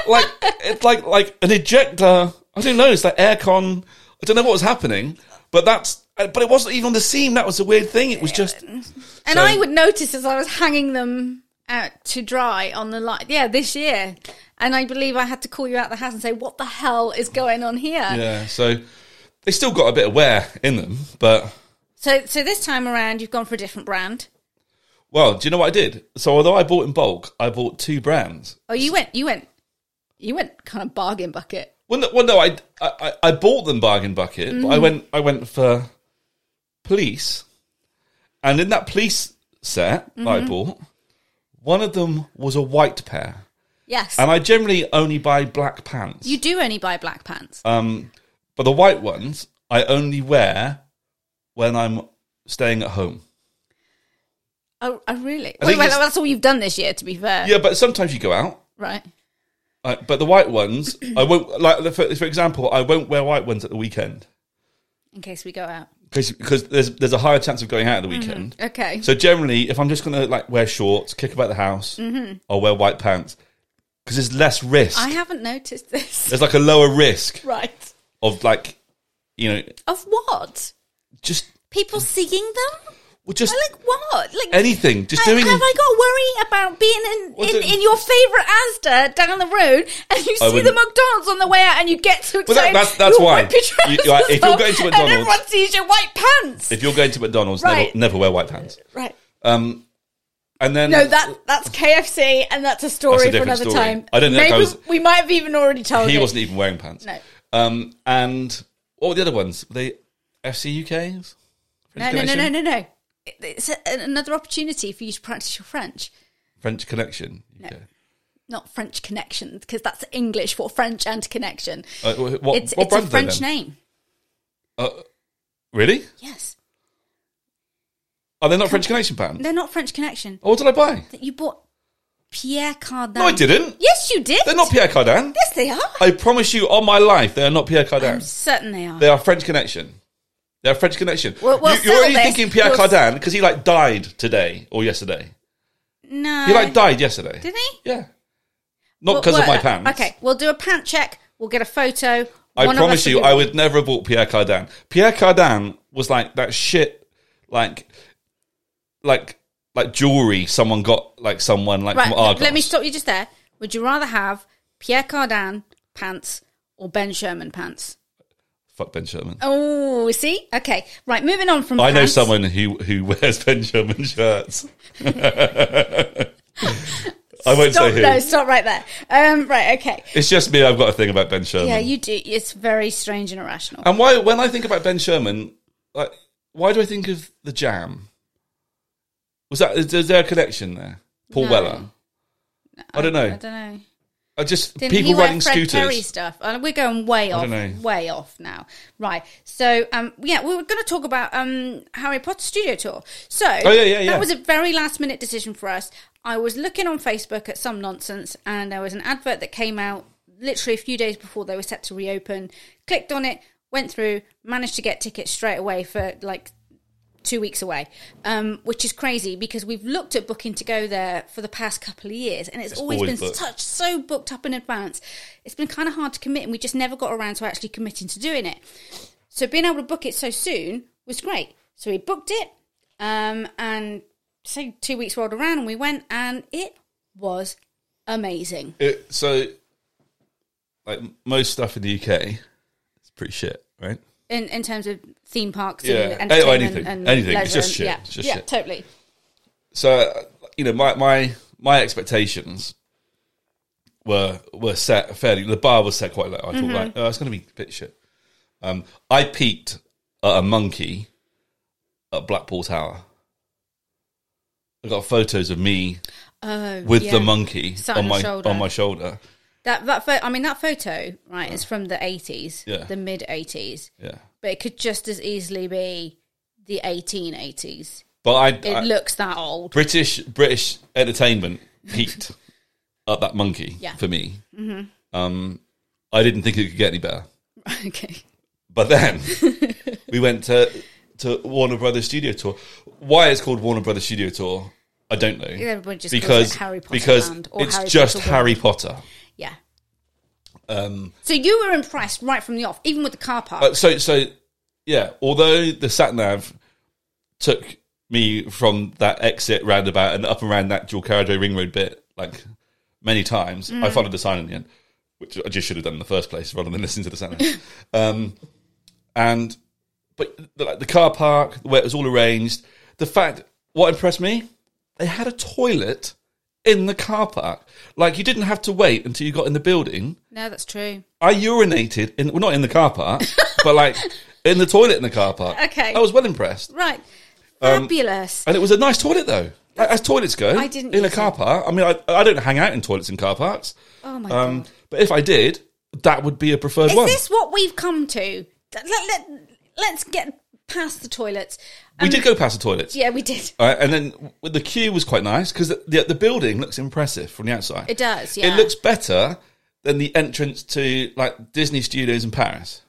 Speaker 2: like it's like like an ejector. I don't know. It's like aircon. I don't know what was happening, but that's. uh, But it wasn't even on the seam. That was the weird thing. It was just.
Speaker 1: And
Speaker 2: So-
Speaker 1: I would notice as I was hanging them out to dry on the light. Yeah, this year. And I believe I had to call you out the house and say, what the hell is going on here?
Speaker 2: Yeah. So they still got a bit of wear in them, but
Speaker 1: So, so this time around, you've gone for a different brand.
Speaker 2: well, do you know what I did? So although I bought in bulk, I bought two brands.
Speaker 1: Oh, you went, you went, you went kind of bargain bucket.
Speaker 2: Well, no, well, no I, I I bought them bargain bucket, but I went I went for police, and in that police set that I bought, one of them was a white pair.
Speaker 1: Yes.
Speaker 2: And I generally only buy black pants.
Speaker 1: you do only buy black pants.
Speaker 2: um, but the white ones I only wear when I'm staying at home.
Speaker 1: oh, oh, really?
Speaker 2: I
Speaker 1: Wait,
Speaker 2: think
Speaker 1: wait,
Speaker 2: it's-
Speaker 1: that's all you've done this year, to be fair.
Speaker 2: Yeah, but sometimes you go out.
Speaker 1: Right.
Speaker 2: Uh, but the white ones, I won't like. For, for example, I won't wear white ones at the weekend
Speaker 1: In case we go out.
Speaker 2: because there's there's a higher chance of going out at the weekend.
Speaker 1: Okay.
Speaker 2: So generally, if I'm just gonna like wear shorts, kick about the house, I'll wear white pants because there's less risk.
Speaker 1: Mm-hmm. I haven't noticed this.
Speaker 2: there's like a lower risk
Speaker 1: (laughs) right.
Speaker 2: of like, you know,
Speaker 1: Of what?
Speaker 2: just
Speaker 1: People seeing them?
Speaker 2: well, just
Speaker 1: Like what? Like
Speaker 2: anything, just
Speaker 1: I-
Speaker 2: doing.
Speaker 1: Have I got to worry about being in,
Speaker 2: Well,
Speaker 1: in,
Speaker 2: don't-
Speaker 1: in your favourite Asda down the road and you
Speaker 2: I
Speaker 1: see the
Speaker 2: wouldn't-
Speaker 1: McDonald's on the way out and you get to
Speaker 2: Well, that-
Speaker 1: excited?
Speaker 2: that's- that's
Speaker 1: you'll
Speaker 2: why.
Speaker 1: whip your
Speaker 2: You- you are-
Speaker 1: trousers
Speaker 2: if you're
Speaker 1: up
Speaker 2: going
Speaker 1: (laughs)
Speaker 2: to
Speaker 1: and
Speaker 2: McDonald's-
Speaker 1: everyone sees your white pants.
Speaker 2: If you're going to McDonald's,
Speaker 1: Right.
Speaker 2: never, never wear white pants.
Speaker 1: right.
Speaker 2: Um, and then
Speaker 3: No, that that's KFC, and that's a story for
Speaker 2: different
Speaker 3: another
Speaker 2: story.
Speaker 3: time.
Speaker 2: I don't think
Speaker 3: Maybe
Speaker 2: I was-
Speaker 3: we might have even already told.
Speaker 2: he
Speaker 3: it.
Speaker 2: wasn't even wearing pants.
Speaker 3: No.
Speaker 2: Um, and what were the other ones? Were they FC UK's?
Speaker 1: No, no, no, no, no, no. It- It's a, another opportunity for you to practice your French,
Speaker 2: French Connection. UK.
Speaker 1: not French connection, because that's English for French and connection.
Speaker 2: Uh, wh- what,
Speaker 1: it's it's a
Speaker 2: what brand are they
Speaker 1: French
Speaker 2: then?
Speaker 1: name.
Speaker 2: Uh, really?
Speaker 1: Yes,
Speaker 2: Are they not French Connection pants?
Speaker 1: they're not French connection.
Speaker 2: Oh, what did I buy?
Speaker 1: That you bought Pierre Cardin.
Speaker 2: No, I didn't.
Speaker 1: Yes, you did.
Speaker 2: They're not Pierre Cardin.
Speaker 1: Yes, they are.
Speaker 2: I promise you on my life, they are not Pierre Cardin.
Speaker 1: I'm certain they are.
Speaker 2: They are French Connection. They are French Connection.
Speaker 1: Well- well,
Speaker 2: you, you're already
Speaker 1: settle this.
Speaker 2: thinking Pierre
Speaker 1: We'll s-
Speaker 2: Cardin because he like died today or yesterday.
Speaker 1: no,
Speaker 2: He like died yesterday.
Speaker 1: did he?
Speaker 2: Yeah. Not
Speaker 1: Well,
Speaker 2: because of
Speaker 1: well, uh,
Speaker 2: my pants.
Speaker 1: Okay, we'll do a pant check. We'll get a photo.
Speaker 2: I
Speaker 1: One of
Speaker 2: promise
Speaker 1: us will
Speaker 2: you,
Speaker 1: be-
Speaker 2: I would never have bought Pierre Cardin. Pierre Cardin was like that shit, like, like, like jewelry. Someone got like someone like
Speaker 1: Right,
Speaker 2: from Argos.
Speaker 1: let me stop you just there. Would you rather have Pierre Cardin pants or Ben Sherman pants?
Speaker 2: Fuck Ben Sherman.
Speaker 1: Oh, see, okay, right. Moving on from.
Speaker 2: I know
Speaker 1: pants.
Speaker 2: someone who who wears Ben Sherman shirts. I won't
Speaker 1: Stop,
Speaker 2: say who.
Speaker 1: no, stop right there. Um, right, okay.
Speaker 2: It's just me. I've got a thing about Ben Sherman.
Speaker 1: Yeah, you do. It's very strange and irrational.
Speaker 2: And why, when I think about Ben Sherman, like, why do I think of the Jam? Was that is, is there a connection there? Paul
Speaker 1: No.
Speaker 2: Weller. I don't know.
Speaker 1: I don't know.
Speaker 2: I just
Speaker 1: Didn't
Speaker 2: people
Speaker 1: he wear
Speaker 2: riding
Speaker 1: Fred
Speaker 2: scooters.
Speaker 1: Perry stuff. Uh, we're going way off,
Speaker 2: don't know.
Speaker 1: way off now. Right. So, um, yeah, we were going to talk about um, Harry Potter studio tour. So,
Speaker 2: Oh, yeah, yeah, yeah.
Speaker 1: that was a very last minute decision for us. I was looking on Facebook at some nonsense, and there was an advert that came out literally a few days before they were set to reopen. Clicked on it, went through, managed to get tickets straight away for like two weeks away, um, which is crazy because we've looked at booking to go there for the past couple of years, and it's, always,
Speaker 2: always
Speaker 1: been
Speaker 2: booked.
Speaker 1: such so booked up in advance. It's been kind of hard to commit, and we just never got around to actually committing to doing it. So being able to book it so soon was great. So we booked it, um, and so two weeks rolled around, and we went, and it was amazing.
Speaker 2: It- so, like most stuff in the UK, it's pretty shit, right?
Speaker 1: in in terms of theme parks
Speaker 2: Yeah.
Speaker 1: and
Speaker 2: Oh,
Speaker 1: entertainment
Speaker 2: anything.
Speaker 1: and
Speaker 2: Anything.
Speaker 1: leisure
Speaker 2: It's just
Speaker 1: and-
Speaker 2: shit.
Speaker 1: Yeah,
Speaker 2: It's just
Speaker 1: yeah,
Speaker 2: shit.
Speaker 1: totally.
Speaker 2: So, uh, you know, my my my expectations were were set fairly. The bar was set quite low. I thought
Speaker 1: Mm-hmm.
Speaker 2: like, oh, it's going to be a bit shit. Um, I peaked at a monkey at Blackpool Tower. I got photos of me
Speaker 1: Oh,
Speaker 2: with
Speaker 1: yeah.
Speaker 2: the monkey
Speaker 1: Sat on
Speaker 2: on
Speaker 1: the
Speaker 2: my
Speaker 1: shoulder.
Speaker 2: on my shoulder.
Speaker 1: That that photo, I mean that photo, right, is from the eighties,
Speaker 2: Yeah.
Speaker 1: the mid eighties,
Speaker 2: Yeah,
Speaker 1: but it could just as easily be the eighteen eighties.
Speaker 2: but I,
Speaker 1: It
Speaker 2: I
Speaker 1: looks that old. (laughs)
Speaker 2: British British entertainment peaked at that monkey
Speaker 1: Yeah. Mm-hmm.
Speaker 2: for me. Um, I didn't think it could get any better.
Speaker 1: okay.
Speaker 2: But then (laughs) we went to to Warner Brothers Studio Tour. Why it's called Warner Brothers Studio Tour, I don't know.
Speaker 1: Everyone just calls
Speaker 2: because
Speaker 1: it Harry Potter
Speaker 2: because
Speaker 1: Land or
Speaker 2: it's
Speaker 1: Harry
Speaker 2: just
Speaker 1: Potter
Speaker 2: Harry Potter.
Speaker 1: Yeah.
Speaker 2: Um,
Speaker 1: So you were impressed right from the off, even with the car park.
Speaker 2: Uh, so so yeah although the sat nav took me from that exit roundabout and up and around that dual carriageway ring road bit like many times i followed the sign in the end which i just should have done in the first place rather than (laughs) listen to the sat nav um, and but the, like, the car park the way it was all arranged the fact what impressed me they had a toilet in the car park like you didn't have to wait until you got in the building
Speaker 1: no, that's true.
Speaker 2: I urinated in well not in the
Speaker 1: (laughs)
Speaker 2: car park, but like in the toilet in the car park.
Speaker 1: Okay.
Speaker 2: I was well impressed.
Speaker 1: Right.
Speaker 2: Um,
Speaker 1: Fabulous.
Speaker 2: And it was a nice toilet though. Like, as toilets go.
Speaker 1: I didn't
Speaker 2: in a
Speaker 1: use
Speaker 2: car park. I mean I, I don't hang out in toilets in car parks.
Speaker 1: oh my
Speaker 2: Um
Speaker 1: god.
Speaker 2: but if I did, that would be a preferred
Speaker 1: Is
Speaker 2: one.
Speaker 1: this what we've come to? Let, let, let, us get past the toilets.
Speaker 2: we did go past the toilets.
Speaker 1: um, Yeah, we did. (laughs)
Speaker 2: All right, and then with the queue was quite nice because the, the, the building looks impressive from the outside.
Speaker 1: It does, yeah.
Speaker 2: It looks better than the entrance to like Disney Studios in Paris.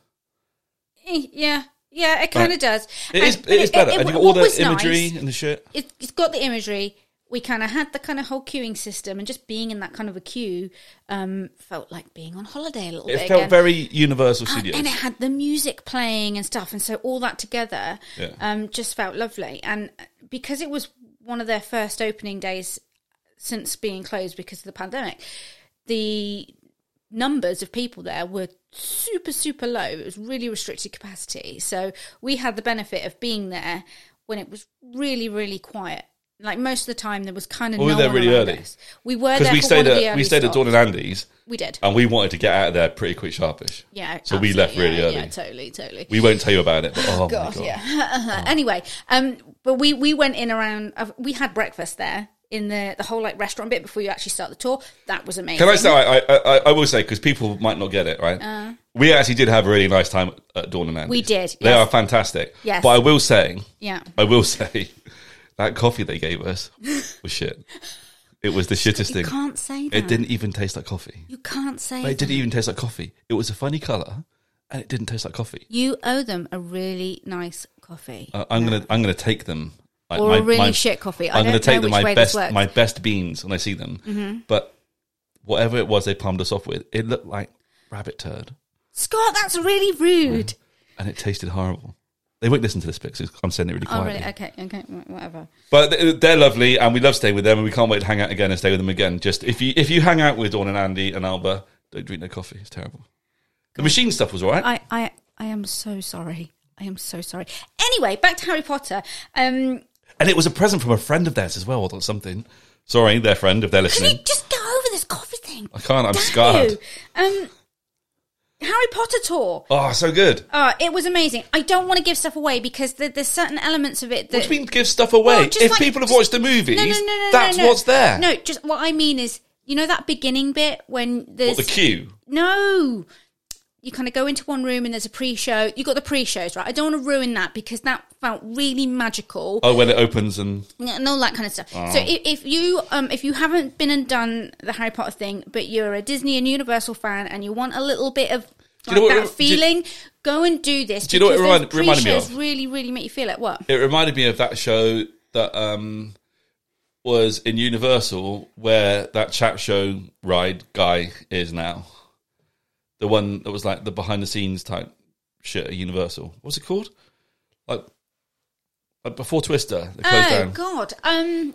Speaker 1: Eh, Yeah. Yeah, it kind of
Speaker 2: Right.
Speaker 1: does.
Speaker 2: It is
Speaker 1: And-
Speaker 2: it is better. and you got all
Speaker 1: what
Speaker 2: the
Speaker 1: was nice-
Speaker 2: imagery and the shit.
Speaker 1: it, it's got the imagery. We kind of had the kind of whole queuing system, and just being in that kind of a queue um, felt like being on holiday a little
Speaker 2: It
Speaker 1: bit.
Speaker 2: felt
Speaker 1: again.
Speaker 2: very Universal
Speaker 1: and, uh,
Speaker 2: Studios.
Speaker 1: Ah, and it had the music playing and stuff, and so all that together
Speaker 2: Yeah.
Speaker 1: um, just felt lovely. And because it was one of their first opening days since being closed because of the pandemic, the numbers of people there were super super low it was really restricted capacity so we had the benefit of being there when it was really really quiet Like most of the time, there was kind of.
Speaker 2: We were
Speaker 1: no
Speaker 2: there
Speaker 1: one
Speaker 2: really
Speaker 1: around
Speaker 2: early.
Speaker 1: us. We were there
Speaker 2: because
Speaker 1: for
Speaker 2: we stayed
Speaker 1: one of the
Speaker 2: at
Speaker 1: early
Speaker 2: we stayed at
Speaker 1: stops.
Speaker 2: Dawn and Andy's,
Speaker 1: We did.
Speaker 2: and we wanted to get out of there pretty quick, sharpish.
Speaker 1: Yeah.
Speaker 2: So we left
Speaker 1: absolutely.
Speaker 2: really
Speaker 1: yeah, Yeah,
Speaker 2: early.
Speaker 1: totally, totally.
Speaker 2: We won't tell you about it. But, oh
Speaker 1: God,
Speaker 2: my god! Oh.
Speaker 1: yeah. (laughs) Anyway, um, but we we went in around. Uh, we had breakfast there in the the whole like restaurant bit before you actually start the tour. That was amazing.
Speaker 2: Can I say I I, I, I will say because people might not get it right. we actually did have a really nice time at Dawn and Andy's.
Speaker 1: Uh. We did,
Speaker 2: They
Speaker 1: yes.
Speaker 2: are fantastic.
Speaker 1: Yes.
Speaker 2: But I will say,
Speaker 1: Yeah.
Speaker 2: I will (laughs) say, that coffee they
Speaker 1: (laughs)
Speaker 2: gave us was shit. It was the shittest
Speaker 1: You
Speaker 2: thing.
Speaker 1: can't say that.
Speaker 2: It didn't even taste like coffee.
Speaker 1: You can't say
Speaker 2: It
Speaker 1: that.
Speaker 2: didn't even taste like coffee. It was a funny color, and it didn't taste like coffee.
Speaker 1: You owe them a really nice coffee.
Speaker 2: Uh, I'm gonna I'm gonna take them. Like,
Speaker 1: Or a really shit coffee. I
Speaker 2: I'm gonna
Speaker 1: don't know
Speaker 2: take them
Speaker 1: which
Speaker 2: my
Speaker 1: way this
Speaker 2: best
Speaker 1: works. Mm-hmm.
Speaker 2: my best beans when I see them. But whatever it was, they palmed us off with. It looked like rabbit turd,
Speaker 1: Scott, that's really
Speaker 2: Mm,
Speaker 1: rude.
Speaker 2: and it tasted horrible. They won't listen to this because I'm saying it really
Speaker 1: Oh,
Speaker 2: quietly.
Speaker 1: really? Okay, okay, wh- whatever.
Speaker 2: But th- they're lovely, and we love staying with them, and we can't wait to hang out again and stay with them again. Just if you if you hang out with Dawn and Andy and Alba, don't drink their coffee. It's terrible. The machine stuff was all right.
Speaker 1: I, I, I am so sorry. I am so sorry. Anyway, back to Harry Potter. Um,
Speaker 2: And it was a present from a friend of theirs as well, or something. Sorry, their friend, if they're
Speaker 1: can you
Speaker 2: listening.
Speaker 1: just get over this coffee thing?
Speaker 2: I can't, I'm
Speaker 1: Damn
Speaker 2: scarred.
Speaker 1: you. Um, Harry Potter tour.
Speaker 2: Oh, so good.
Speaker 1: Uh, it was amazing. I don't want to give stuff away because there, there's certain elements of it that.
Speaker 2: What do you mean give stuff away?
Speaker 1: Well, just
Speaker 2: if
Speaker 1: like-
Speaker 2: people have watched the movies,
Speaker 1: No, no, no, no,
Speaker 2: that's
Speaker 1: no, no.
Speaker 2: what's there.
Speaker 1: No, just what I mean is, you know that beginning bit when there's
Speaker 2: What, the queue?
Speaker 1: No. You kind of go into one room and there's a pre-show. You got the pre-shows, right? I don't want to ruin that because that felt really magical
Speaker 2: Oh, when it opens and
Speaker 1: and all that kind of stuff.
Speaker 2: Oh.
Speaker 1: So if, if you um, if you haven't been and done the Harry Potter thing, but you're a Disney and Universal fan and you want a little bit of
Speaker 2: you
Speaker 1: like,
Speaker 2: know what
Speaker 1: that
Speaker 2: it- do you-
Speaker 1: feeling, go and do this.
Speaker 2: Do you know what it
Speaker 1: because those
Speaker 2: remind- reminded me
Speaker 1: pre-shows
Speaker 2: of?
Speaker 1: Really, really make you feel it. What?
Speaker 2: it reminded me of that show that um, was in Universal where that chat show ride guy is now. The one that was like the behind the scenes type shit at Universal. What's it called? Like, like before Twister, they closed
Speaker 1: Oh
Speaker 2: down.
Speaker 1: God, um,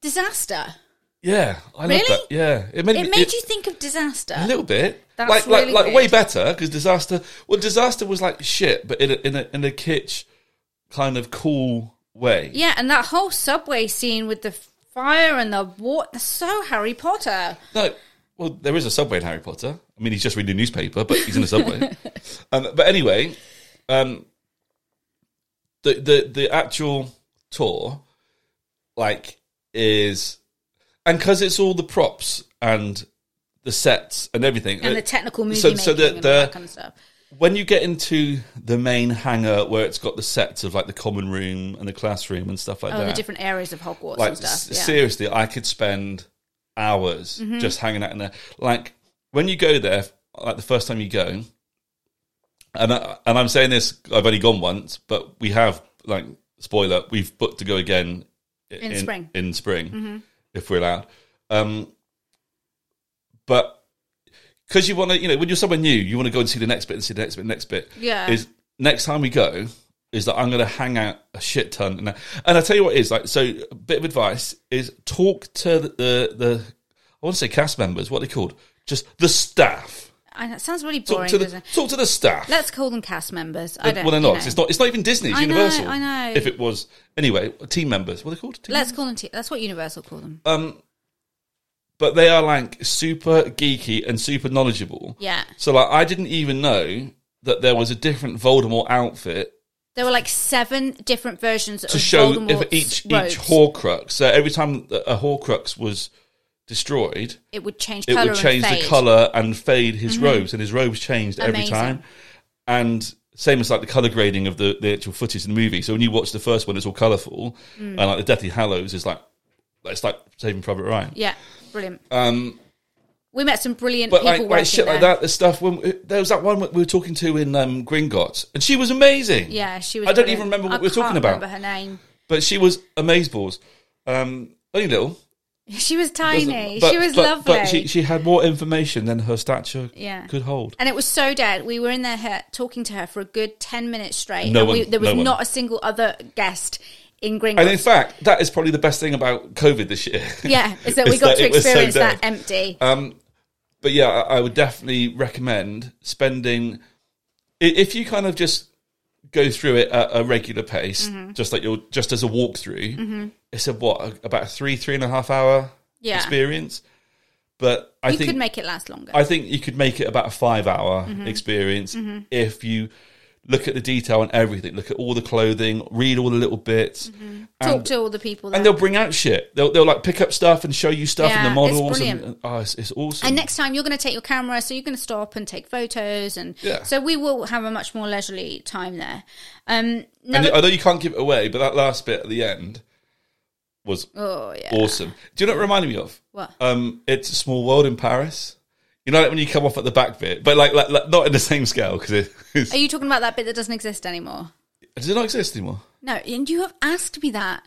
Speaker 1: disaster.
Speaker 2: Yeah, I
Speaker 1: Really?
Speaker 2: love that. Yeah, it made,
Speaker 1: It
Speaker 2: me-
Speaker 1: made
Speaker 2: it-
Speaker 1: you think of disaster.
Speaker 2: a little bit.
Speaker 1: That's
Speaker 2: like
Speaker 1: really
Speaker 2: like like way
Speaker 1: weird.
Speaker 2: better because disaster. Well, disaster was like shit, but in a in a in a kitsch kind of cool way.
Speaker 1: Yeah, and that whole subway scene with the fire and the water. So Harry Potter.
Speaker 2: No, well, there is a subway in Harry Potter. I mean, he's just reading a newspaper, but he's in
Speaker 1: (laughs)
Speaker 2: a subway. um, but anyway, um, the the the actual tour, like, is and because it's all the props and the sets and everything
Speaker 1: And
Speaker 2: uh,
Speaker 1: the technical movie
Speaker 2: so-
Speaker 1: making
Speaker 2: so the-
Speaker 1: and all that
Speaker 2: the-
Speaker 1: kind of stuff.
Speaker 2: when you get into the main hangar where it's got the sets of like the common room and the classroom and stuff like
Speaker 1: Oh,
Speaker 2: that
Speaker 1: the different areas of Hogwarts
Speaker 2: like
Speaker 1: and stuff.
Speaker 2: s-
Speaker 1: yeah. Mm-hmm.
Speaker 2: seriously i could spend hours just hanging out in there like when you go there like the first time you go and I, and i'm saying this i've only gone once but we have like spoiler we've booked to go again i-
Speaker 1: In spring. Mm-hmm.
Speaker 2: in spring if we're allowed um but because you want to, you know, when you're somewhere new, you want to go and see the next bit and see the next bit, and next bit.
Speaker 1: Yeah.
Speaker 2: Is next time we go, is that I'm going to hang out a shit ton. And, I- and I tell you what it is like. So a bit of advice is talk to the the, the I want to say cast members. What are they called? Just the staff.
Speaker 1: I know, it sounds really
Speaker 2: Talk
Speaker 1: boring,
Speaker 2: to the
Speaker 1: doesn't it?
Speaker 2: talk to the staff.
Speaker 1: Let's call them cast members. I don't
Speaker 2: well, they're
Speaker 1: you
Speaker 2: not.
Speaker 1: know.
Speaker 2: It's not. It's not even Disney. It's
Speaker 1: I know,
Speaker 2: Universal.
Speaker 1: I know.
Speaker 2: If it was anyway, team members. What are they called? Team
Speaker 1: Let's call them. T- that's what Universal call them.
Speaker 2: Um, but they are like super geeky and super knowledgeable.
Speaker 1: Yeah.
Speaker 2: So like, I didn't even know that there was a different Voldemort outfit
Speaker 1: There were like seven different versions
Speaker 2: to
Speaker 1: of
Speaker 2: show
Speaker 1: Voldemort's
Speaker 2: if each
Speaker 1: robes.
Speaker 2: each Horcrux. So every time a Horcrux was destroyed,
Speaker 1: it would change
Speaker 2: it
Speaker 1: color.
Speaker 2: would
Speaker 1: and
Speaker 2: change the
Speaker 1: fade. Mm-hmm.
Speaker 2: color and fade his robes, and his robes changed every
Speaker 1: Amazing.
Speaker 2: time. And same as like the color grading of the, the actual footage in the movie. So when you watch the first one, it's all colorful,
Speaker 1: Mm.
Speaker 2: and like the Deathly Hallows is like it's like Saving Private Ryan.
Speaker 1: Yeah, brilliant.
Speaker 2: Um,
Speaker 1: we met some brilliant
Speaker 2: but
Speaker 1: people
Speaker 2: like, like
Speaker 1: working
Speaker 2: shit like
Speaker 1: there.
Speaker 2: that, the stuff when there was that one we were talking to in um, Gringotts, and she was amazing.
Speaker 1: Yeah, she was.
Speaker 2: I don't
Speaker 1: brilliant.
Speaker 2: even remember what
Speaker 1: I
Speaker 2: we were talking
Speaker 1: can't
Speaker 2: about.
Speaker 1: Remember her name? (laughs)
Speaker 2: but she was amazeballs. Um, only little.
Speaker 1: She was tiny.
Speaker 2: But-
Speaker 1: she was
Speaker 2: but-
Speaker 1: lovely.
Speaker 2: But she, she had more information than her stature
Speaker 1: Yeah.
Speaker 2: could hold.
Speaker 1: and it was so dead. We were in there her, talking to her for a good ten minutes straight.
Speaker 2: No
Speaker 1: and we,
Speaker 2: one-
Speaker 1: there was
Speaker 2: no one.
Speaker 1: not a single other guest in
Speaker 2: And in
Speaker 1: Gringotts.
Speaker 2: fact, that is probably the best thing about COVID this year.
Speaker 1: yeah, is
Speaker 2: (laughs)
Speaker 1: that we
Speaker 2: It's
Speaker 1: got
Speaker 2: that
Speaker 1: to
Speaker 2: it was so
Speaker 1: experience that
Speaker 2: dead.
Speaker 1: empty.
Speaker 2: Um, but yeah, I, I would definitely recommend spending i- if you kind of just go through it at a regular pace,
Speaker 1: Mm-hmm.
Speaker 2: just like you're just as a walkthrough. It's a what a- about a three three and a half hour
Speaker 1: Yeah.
Speaker 2: experience. But I
Speaker 1: you
Speaker 2: think
Speaker 1: could make Mm-hmm. it last longer.
Speaker 2: I think you could make it about a five hour experience if you look at the detail and everything. Look at all the clothing, read all the little bits,
Speaker 1: Talk to all the people. There.
Speaker 2: and they'll bring out shit. They'll they'll like pick up stuff and show you stuff and the
Speaker 1: Yeah, it's
Speaker 2: models. and,
Speaker 1: brilliant.
Speaker 2: oh, it's, it's awesome.
Speaker 1: And next time you're going to take your camera, so you're going to stop and take photos, and
Speaker 2: Yeah.
Speaker 1: so we will have a much more leisurely time there. Um, now
Speaker 2: And
Speaker 1: the-
Speaker 2: although you can't give it away, but that last bit at the end was
Speaker 1: oh yeah,
Speaker 2: awesome. Do you know what it reminded me of?
Speaker 1: What?
Speaker 2: Um, it's a small world in Paris. You know, like when you come off at the back bit, but like, like, like not in the same scale because it, it's-
Speaker 1: are you talking about that bit that doesn't exist anymore?
Speaker 2: does it not exist anymore?
Speaker 1: No, and you have asked me that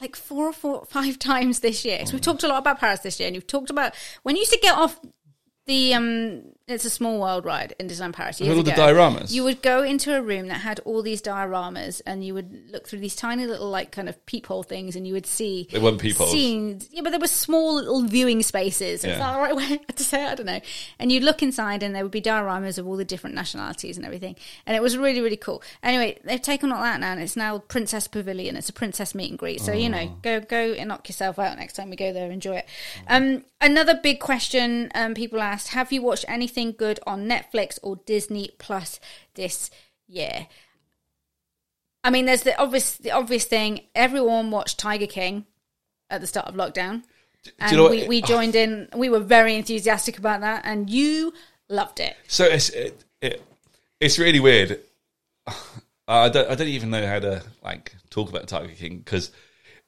Speaker 1: like four or four, five (laughs) times this year. 'Cause we've talked a lot about Paris this year, and you've talked about when you used to get off the um, it's a small world ride in Disneyland Paris. Years
Speaker 2: all the
Speaker 1: ago,
Speaker 2: dioramas.
Speaker 1: You would go into a room that had all these dioramas, and you would look through these tiny little like kind of peephole things, and you would see
Speaker 2: They weren't peepholes.
Speaker 1: Scenes, yeah, but there were small little viewing spaces. Is
Speaker 2: Yeah.
Speaker 1: that the right (laughs) way to say it? I don't know. And you'd look inside, and there would be dioramas of all the different nationalities and everything. And it was really, really cool. Anyway, they've taken all that now, and it's now Princess Pavilion. It's a princess meet and greet. So you know, go go and knock yourself out next time we go there. Enjoy it. Um, another big question um, people asked: Have you watched anything good on Netflix or Disney Plus this year? I mean, there's the obvious the obvious thing. Everyone watched Tiger King at the start of lockdown, and
Speaker 2: you know
Speaker 1: we,
Speaker 2: what- oh.
Speaker 1: we joined in. We were very enthusiastic about that, and you loved it.
Speaker 2: So it's it, it it's really weird. (sighs) I don't I don't even know how to like talk about Tiger King because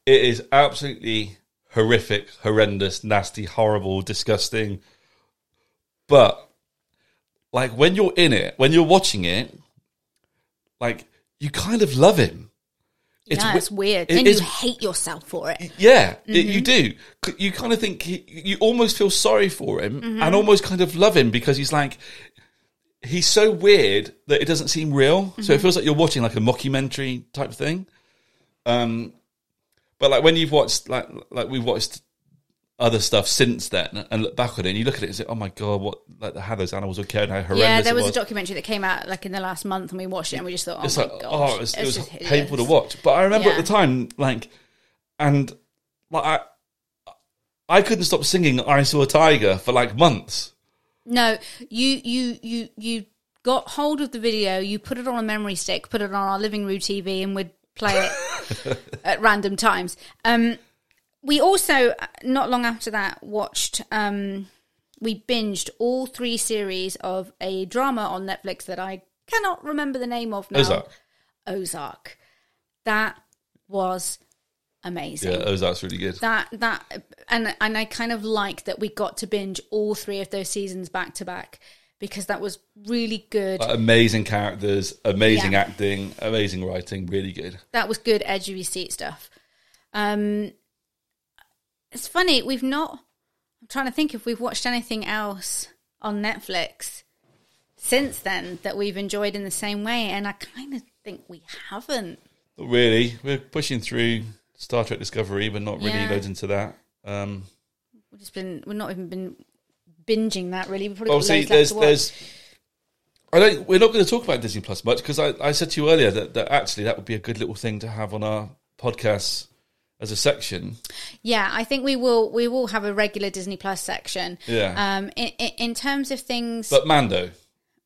Speaker 2: it is absolutely horrific, horrendous, nasty, horrible, disgusting. But like when you're in it, when you're watching it, like you kind of love him. It's
Speaker 1: yeah,
Speaker 2: we-
Speaker 1: it's weird,
Speaker 2: it
Speaker 1: and
Speaker 2: is-
Speaker 1: you hate yourself for it.
Speaker 2: yeah, it,
Speaker 1: Mm-hmm.
Speaker 2: you do. C- You kind of think he, you almost feel sorry for him
Speaker 1: Mm-hmm.
Speaker 2: and almost kind of love him because he's like he's so weird that it doesn't seem real. So
Speaker 1: Mm-hmm.
Speaker 2: it feels like you're watching like a mockumentary type thing. Um, but like when you've watched like like we've watched other stuff since then and look back on it and you look at it and say, oh my god, what like how those animals were killed, how horrendous
Speaker 1: yeah, there was,
Speaker 2: it
Speaker 1: a documentary that came out like in the last month, and we watched it, and we just thought, "Oh
Speaker 2: it's
Speaker 1: my
Speaker 2: like
Speaker 1: gosh,
Speaker 2: oh, it was, it
Speaker 1: it's
Speaker 2: was
Speaker 1: just
Speaker 2: painful to
Speaker 1: hideous."
Speaker 2: watch. But I remember
Speaker 1: Yeah.
Speaker 2: at the time, like, and like I, I couldn't stop singing "I Saw a Tiger" for like months.
Speaker 1: No, you you you you got hold of the video, you put it on a memory stick, put it on our living room TV, and we'd play it at random times. Um, we also uh, not long after that watched. Um, we binged all three series of a drama on Netflix that I cannot remember the name of now.
Speaker 2: Ozark,
Speaker 1: Ozark. That was amazing
Speaker 2: yeah, Ozark's really good.
Speaker 1: that that and and I kind of like that we got to binge all three of those seasons back to back because that was really good.
Speaker 2: Like, amazing characters, amazing
Speaker 1: Yeah.
Speaker 2: acting, amazing writing, really good.
Speaker 1: that was good edgy seat stuff. Um, it's funny we've not. I'm trying to think if we've watched anything else on Netflix since then that we've enjoyed in the same way, and I kind of think we haven't.
Speaker 2: Not really, we're pushing through Star Trek Discovery, but not really
Speaker 1: Yeah.
Speaker 2: loads into that. Um,
Speaker 1: We've just been. We've not even been binging that really. We've probably got
Speaker 2: obviously
Speaker 1: loads left
Speaker 2: there's
Speaker 1: to watch.
Speaker 2: there's I don't we're not going to talk about Disney Plus much because I, I said to you earlier that, that actually that would be a good little thing to have on our podcast as a section.
Speaker 1: Yeah, I think we will. We will have a regular Disney Plus section.
Speaker 2: Yeah.
Speaker 1: Um, in, in, in terms of things,
Speaker 2: But Mando,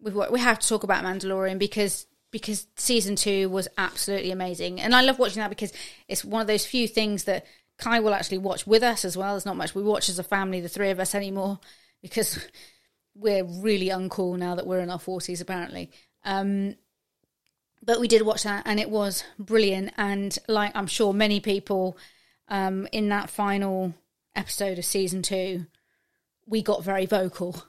Speaker 1: we've, got- we have to talk about Mandalorian because because season two was absolutely amazing, and I love watching that because it's one of those few things that Kai will actually watch with us as well. There's not much we watch as a family, the three of us anymore, (laughs) because we're really uncool now that we're in our forties, apparently. Um, but we did watch that, and it was brilliant. And like I'm sure many people um, in that final episode of season two, we got very vocal.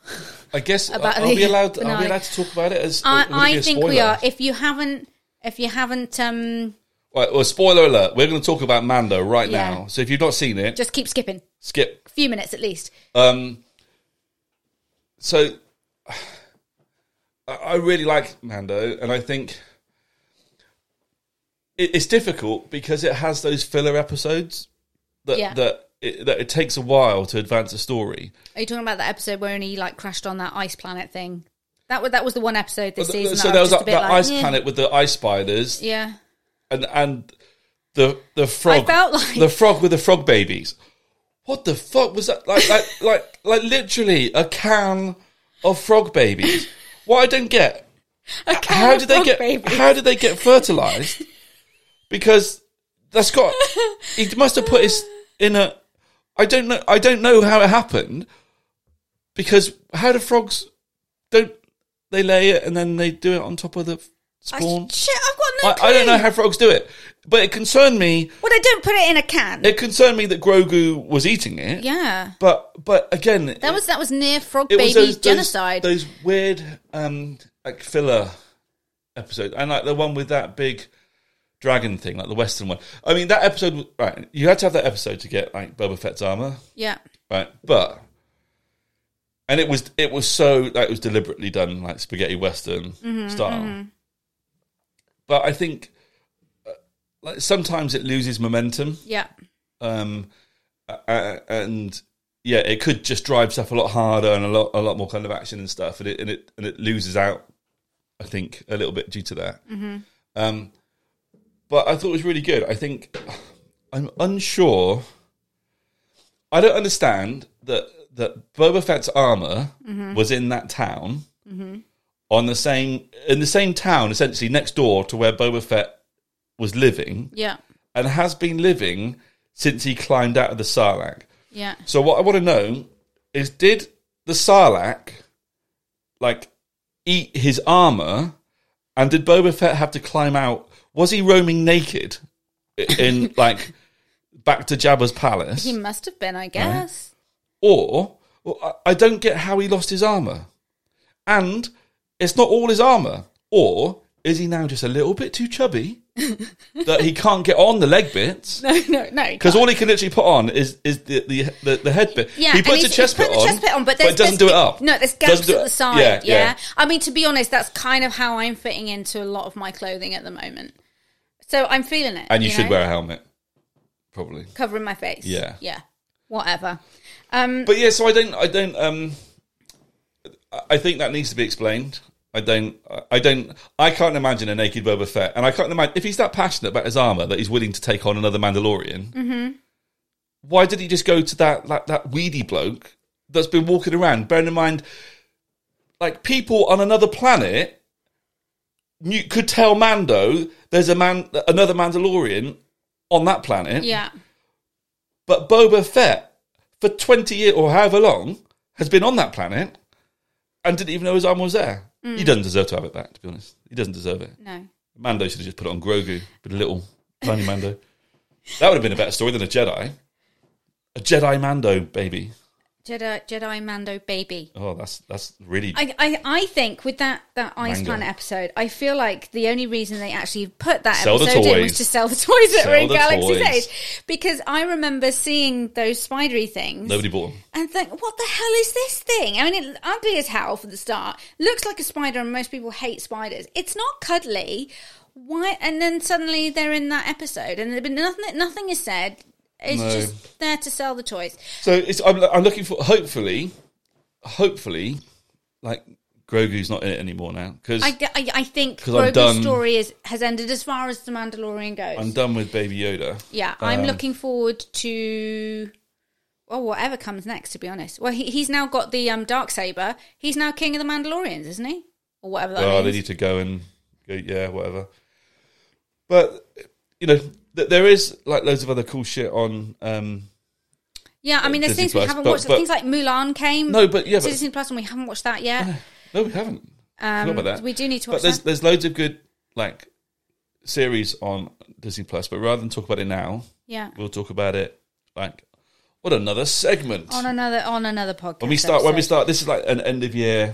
Speaker 2: I guess are,
Speaker 1: About
Speaker 2: are we
Speaker 1: the (laughs)
Speaker 2: allowed are we
Speaker 1: finale.
Speaker 2: allowed to talk about it as
Speaker 1: I,
Speaker 2: would it be
Speaker 1: I
Speaker 2: a
Speaker 1: think we
Speaker 2: spoiler?
Speaker 1: are. If you haven't, if you haven't, um,
Speaker 2: Right, well, spoiler alert, we're going to talk about Mando right
Speaker 1: Yeah.
Speaker 2: now. So if you've not seen it,
Speaker 1: just keep skipping.
Speaker 2: skip.
Speaker 1: A few minutes at least.
Speaker 2: Um so (sighs) I- I really like Mando and I think it, it's difficult because it has those filler episodes that
Speaker 1: Yeah.
Speaker 2: that it, that it takes a while to advance a story.
Speaker 1: Are you talking about the episode where he like crashed on that ice planet thing? That was that was the one episode this season.
Speaker 2: so
Speaker 1: that
Speaker 2: there
Speaker 1: I
Speaker 2: was
Speaker 1: was just
Speaker 2: that,
Speaker 1: a bit
Speaker 2: that
Speaker 1: like,
Speaker 2: ice
Speaker 1: "Eh."
Speaker 2: planet with the ice spiders
Speaker 1: Yeah,
Speaker 2: and and the the frog.
Speaker 1: felt like-
Speaker 2: the frog with the frog babies. What the fuck was that? Like
Speaker 1: (laughs)
Speaker 2: like like like literally a can of frog babies. What I don't get
Speaker 1: a can
Speaker 2: how
Speaker 1: of
Speaker 2: did they
Speaker 1: frog
Speaker 2: get
Speaker 1: babies.
Speaker 2: how did they get fertilized? Because that's got he must have put his in a I don't know I don't know how it happened because how do frogs don't they lay it and then they do it on top of the spawn?
Speaker 3: Shit, I've got no
Speaker 2: I,
Speaker 3: clue.
Speaker 2: I don't know how frogs do it, but it concerned me.
Speaker 3: Well, they don't put it in a can.
Speaker 2: It concerned me that Grogu was eating it.
Speaker 1: Yeah,
Speaker 2: But but again, it-
Speaker 1: that was that was near frog
Speaker 2: it
Speaker 1: baby
Speaker 2: was those, those-
Speaker 1: genocide.
Speaker 2: Those, weird um like filler episodes, and like the one with that big dragon thing, like the Western one. I mean, that episode. was- Right, you had to have that episode to get like Boba Fett's armor,
Speaker 1: yeah,
Speaker 2: right? But and it was it was so like it was deliberately done like spaghetti western style. But I think uh, like sometimes it loses momentum
Speaker 1: yeah,
Speaker 2: um, uh, uh, and yeah, it could just drive stuff a lot harder and a lot a lot more kind of action and stuff, and it and it and it loses out, I think, a little bit due to that. Um, but I thought it was really good. I think I'm unsure. I don't understand that that Boba Fett's armor was in that town. On the same in the same town, essentially next door to where Boba Fett was living,
Speaker 1: yeah,
Speaker 2: and has been living since he climbed out of the Sarlacc.
Speaker 1: yeah.
Speaker 2: So what I want to know is did the Sarlacc like eat his armor and did Boba Fett have to climb out was he roaming naked i- in (laughs) like back to Jabba's palace
Speaker 1: He must have been, I guess. (laughs)
Speaker 2: or well, I- I don't get how he lost his armor. And it's not all his armor. Or is he now just a little bit too chubby that he can't get on the leg bits?
Speaker 1: No, no, he
Speaker 2: Because
Speaker 1: can't.
Speaker 2: all he can literally put on is is the the, the, the head bit.
Speaker 1: Yeah,
Speaker 2: he
Speaker 1: and
Speaker 2: puts
Speaker 1: he's-
Speaker 2: a chest
Speaker 1: he's
Speaker 2: bit
Speaker 1: putting
Speaker 2: on,
Speaker 1: the chest bit on, but, there's,
Speaker 2: it doesn't do
Speaker 1: there's
Speaker 2: it
Speaker 1: ga-
Speaker 2: up.
Speaker 1: No, there's
Speaker 2: Doesn't
Speaker 1: gaps
Speaker 2: do
Speaker 1: at
Speaker 2: it-
Speaker 1: the side.
Speaker 2: Yeah,
Speaker 1: Yeah,
Speaker 2: yeah.
Speaker 1: I mean, to be honest, that's kind of how I'm fitting into a lot of my clothing at the moment. So I'm feeling it.
Speaker 2: And you, should
Speaker 1: know?
Speaker 2: wear a helmet, probably.
Speaker 1: covering my face.
Speaker 2: Yeah.
Speaker 1: yeah, whatever. Um,
Speaker 2: But yeah, so I don't, I don't. Um, I- I think that needs to be explained. I don't, I don't, I can't imagine a naked Boba Fett, and I can't imagine if he's that passionate about his armor that he's willing to take on another Mandalorian. Why did he just go to that that, that weedy bloke that's been walking around? Bearing in mind, like people on another planet knew, could tell Mando there's a man, another Mandalorian on that planet.
Speaker 1: yeah,
Speaker 2: But Boba Fett, for 20 years or however long, has been on that planet and didn't even know his arm was there.
Speaker 1: Mm.
Speaker 2: He doesn't deserve to have it back, to be honest. He doesn't deserve it.
Speaker 1: no.
Speaker 2: Mando should have just put it on Grogu, but a little tiny Mando. That would have been a better story than a Jedi. A Jedi Mando baby.
Speaker 1: Jedi Jedi Mando baby.
Speaker 2: Oh, that's that's really.
Speaker 1: I, I, I think with that, that Ice
Speaker 2: Mango.
Speaker 1: Planet episode, I feel like the only reason they actually put that
Speaker 2: Sell the
Speaker 1: episode in was
Speaker 2: toys.
Speaker 1: to sell the toys that
Speaker 2: Sell
Speaker 1: were in
Speaker 2: the
Speaker 1: Galaxy's
Speaker 2: toys.
Speaker 1: Edge. Because I remember seeing those spidery things
Speaker 2: nobody bought him.
Speaker 1: and think, what the hell is this thing? I mean, it ugly as hell for the start. Looks like a spider, and most people hate spiders. It's not cuddly. Why? And then suddenly they're in that episode, and there's been nothing. Nothing is said. It's
Speaker 2: No.
Speaker 1: just there to sell the toys.
Speaker 2: So it's, I'm, I'm looking for, hopefully, hopefully, like Grogu's not in it anymore now. Because
Speaker 1: I, I, I think
Speaker 2: 'Cause I'm
Speaker 1: Grogu's
Speaker 2: done.
Speaker 1: story is has ended as far as the Mandalorian goes.
Speaker 2: I'm done with Baby Yoda.
Speaker 1: yeah, I'm
Speaker 2: Um,
Speaker 1: looking forward to. Well, whatever comes next, to be honest. Well, he, he's now got the um, dark saber. He's now king of the Mandalorians, isn't he? Or whatever that
Speaker 2: oh, they
Speaker 1: means.
Speaker 2: need to go and go, yeah, whatever. But you know, th- there is like loads of other cool shit on. Um,
Speaker 1: Yeah, I mean, there's
Speaker 2: Disney
Speaker 1: things
Speaker 2: Plus,
Speaker 1: we haven't
Speaker 2: but-
Speaker 1: watched.
Speaker 2: but-
Speaker 1: things like Mulan came.
Speaker 2: No, but yeah,
Speaker 1: to
Speaker 2: but-
Speaker 1: Disney Plus, and we haven't watched that yet.
Speaker 2: (laughs) no, we haven't.
Speaker 1: Um,
Speaker 2: about that.
Speaker 1: We do need to watch
Speaker 2: But there's
Speaker 1: that.
Speaker 2: there's loads of good like series on Disney Plus. But rather than talk about it now,
Speaker 1: Yeah,
Speaker 2: we'll talk about it like what another segment
Speaker 1: on another on another podcast.
Speaker 2: when we start. When we
Speaker 1: episode.
Speaker 2: start, this is like an end of year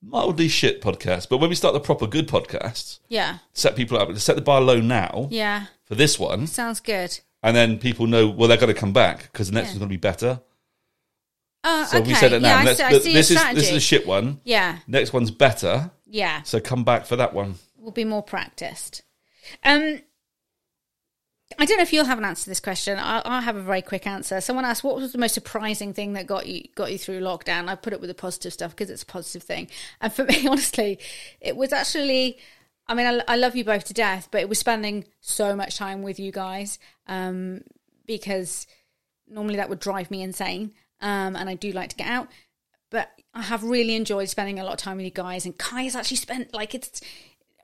Speaker 2: mildly shit podcast. But when we start the proper good podcast,
Speaker 1: yeah,
Speaker 2: set people up, set the bar low now
Speaker 1: yeah,
Speaker 2: for this one.
Speaker 1: sounds good.
Speaker 2: and then people know well they're going to come back because the next
Speaker 1: Yeah.
Speaker 2: one's going to be better.
Speaker 1: Oh,
Speaker 2: So
Speaker 1: okay.
Speaker 2: we said it now.
Speaker 1: Yeah, I
Speaker 2: Let's-
Speaker 1: see, I
Speaker 2: th-
Speaker 1: see
Speaker 2: this
Speaker 1: your
Speaker 2: is
Speaker 1: strategy.
Speaker 2: this is a shit one.
Speaker 1: yeah,
Speaker 2: Next one's better,
Speaker 1: yeah,
Speaker 2: so come back for that one.
Speaker 1: we'll be more practiced. Um, I don't know if you'll have an answer to this question. I'll, I'll have a very quick answer. Someone asked, "What was the most surprising thing that got you got you through lockdown?" I put it with the positive stuff because it's a positive thing. And for (laughs) me, honestly, it was actually. I mean, I, I love you both to death, but it was spending so much time with you guys um, because normally that would drive me insane, um, and I do like to get out. But I have really enjoyed spending a lot of time with you guys, and Kai has actually spent like it's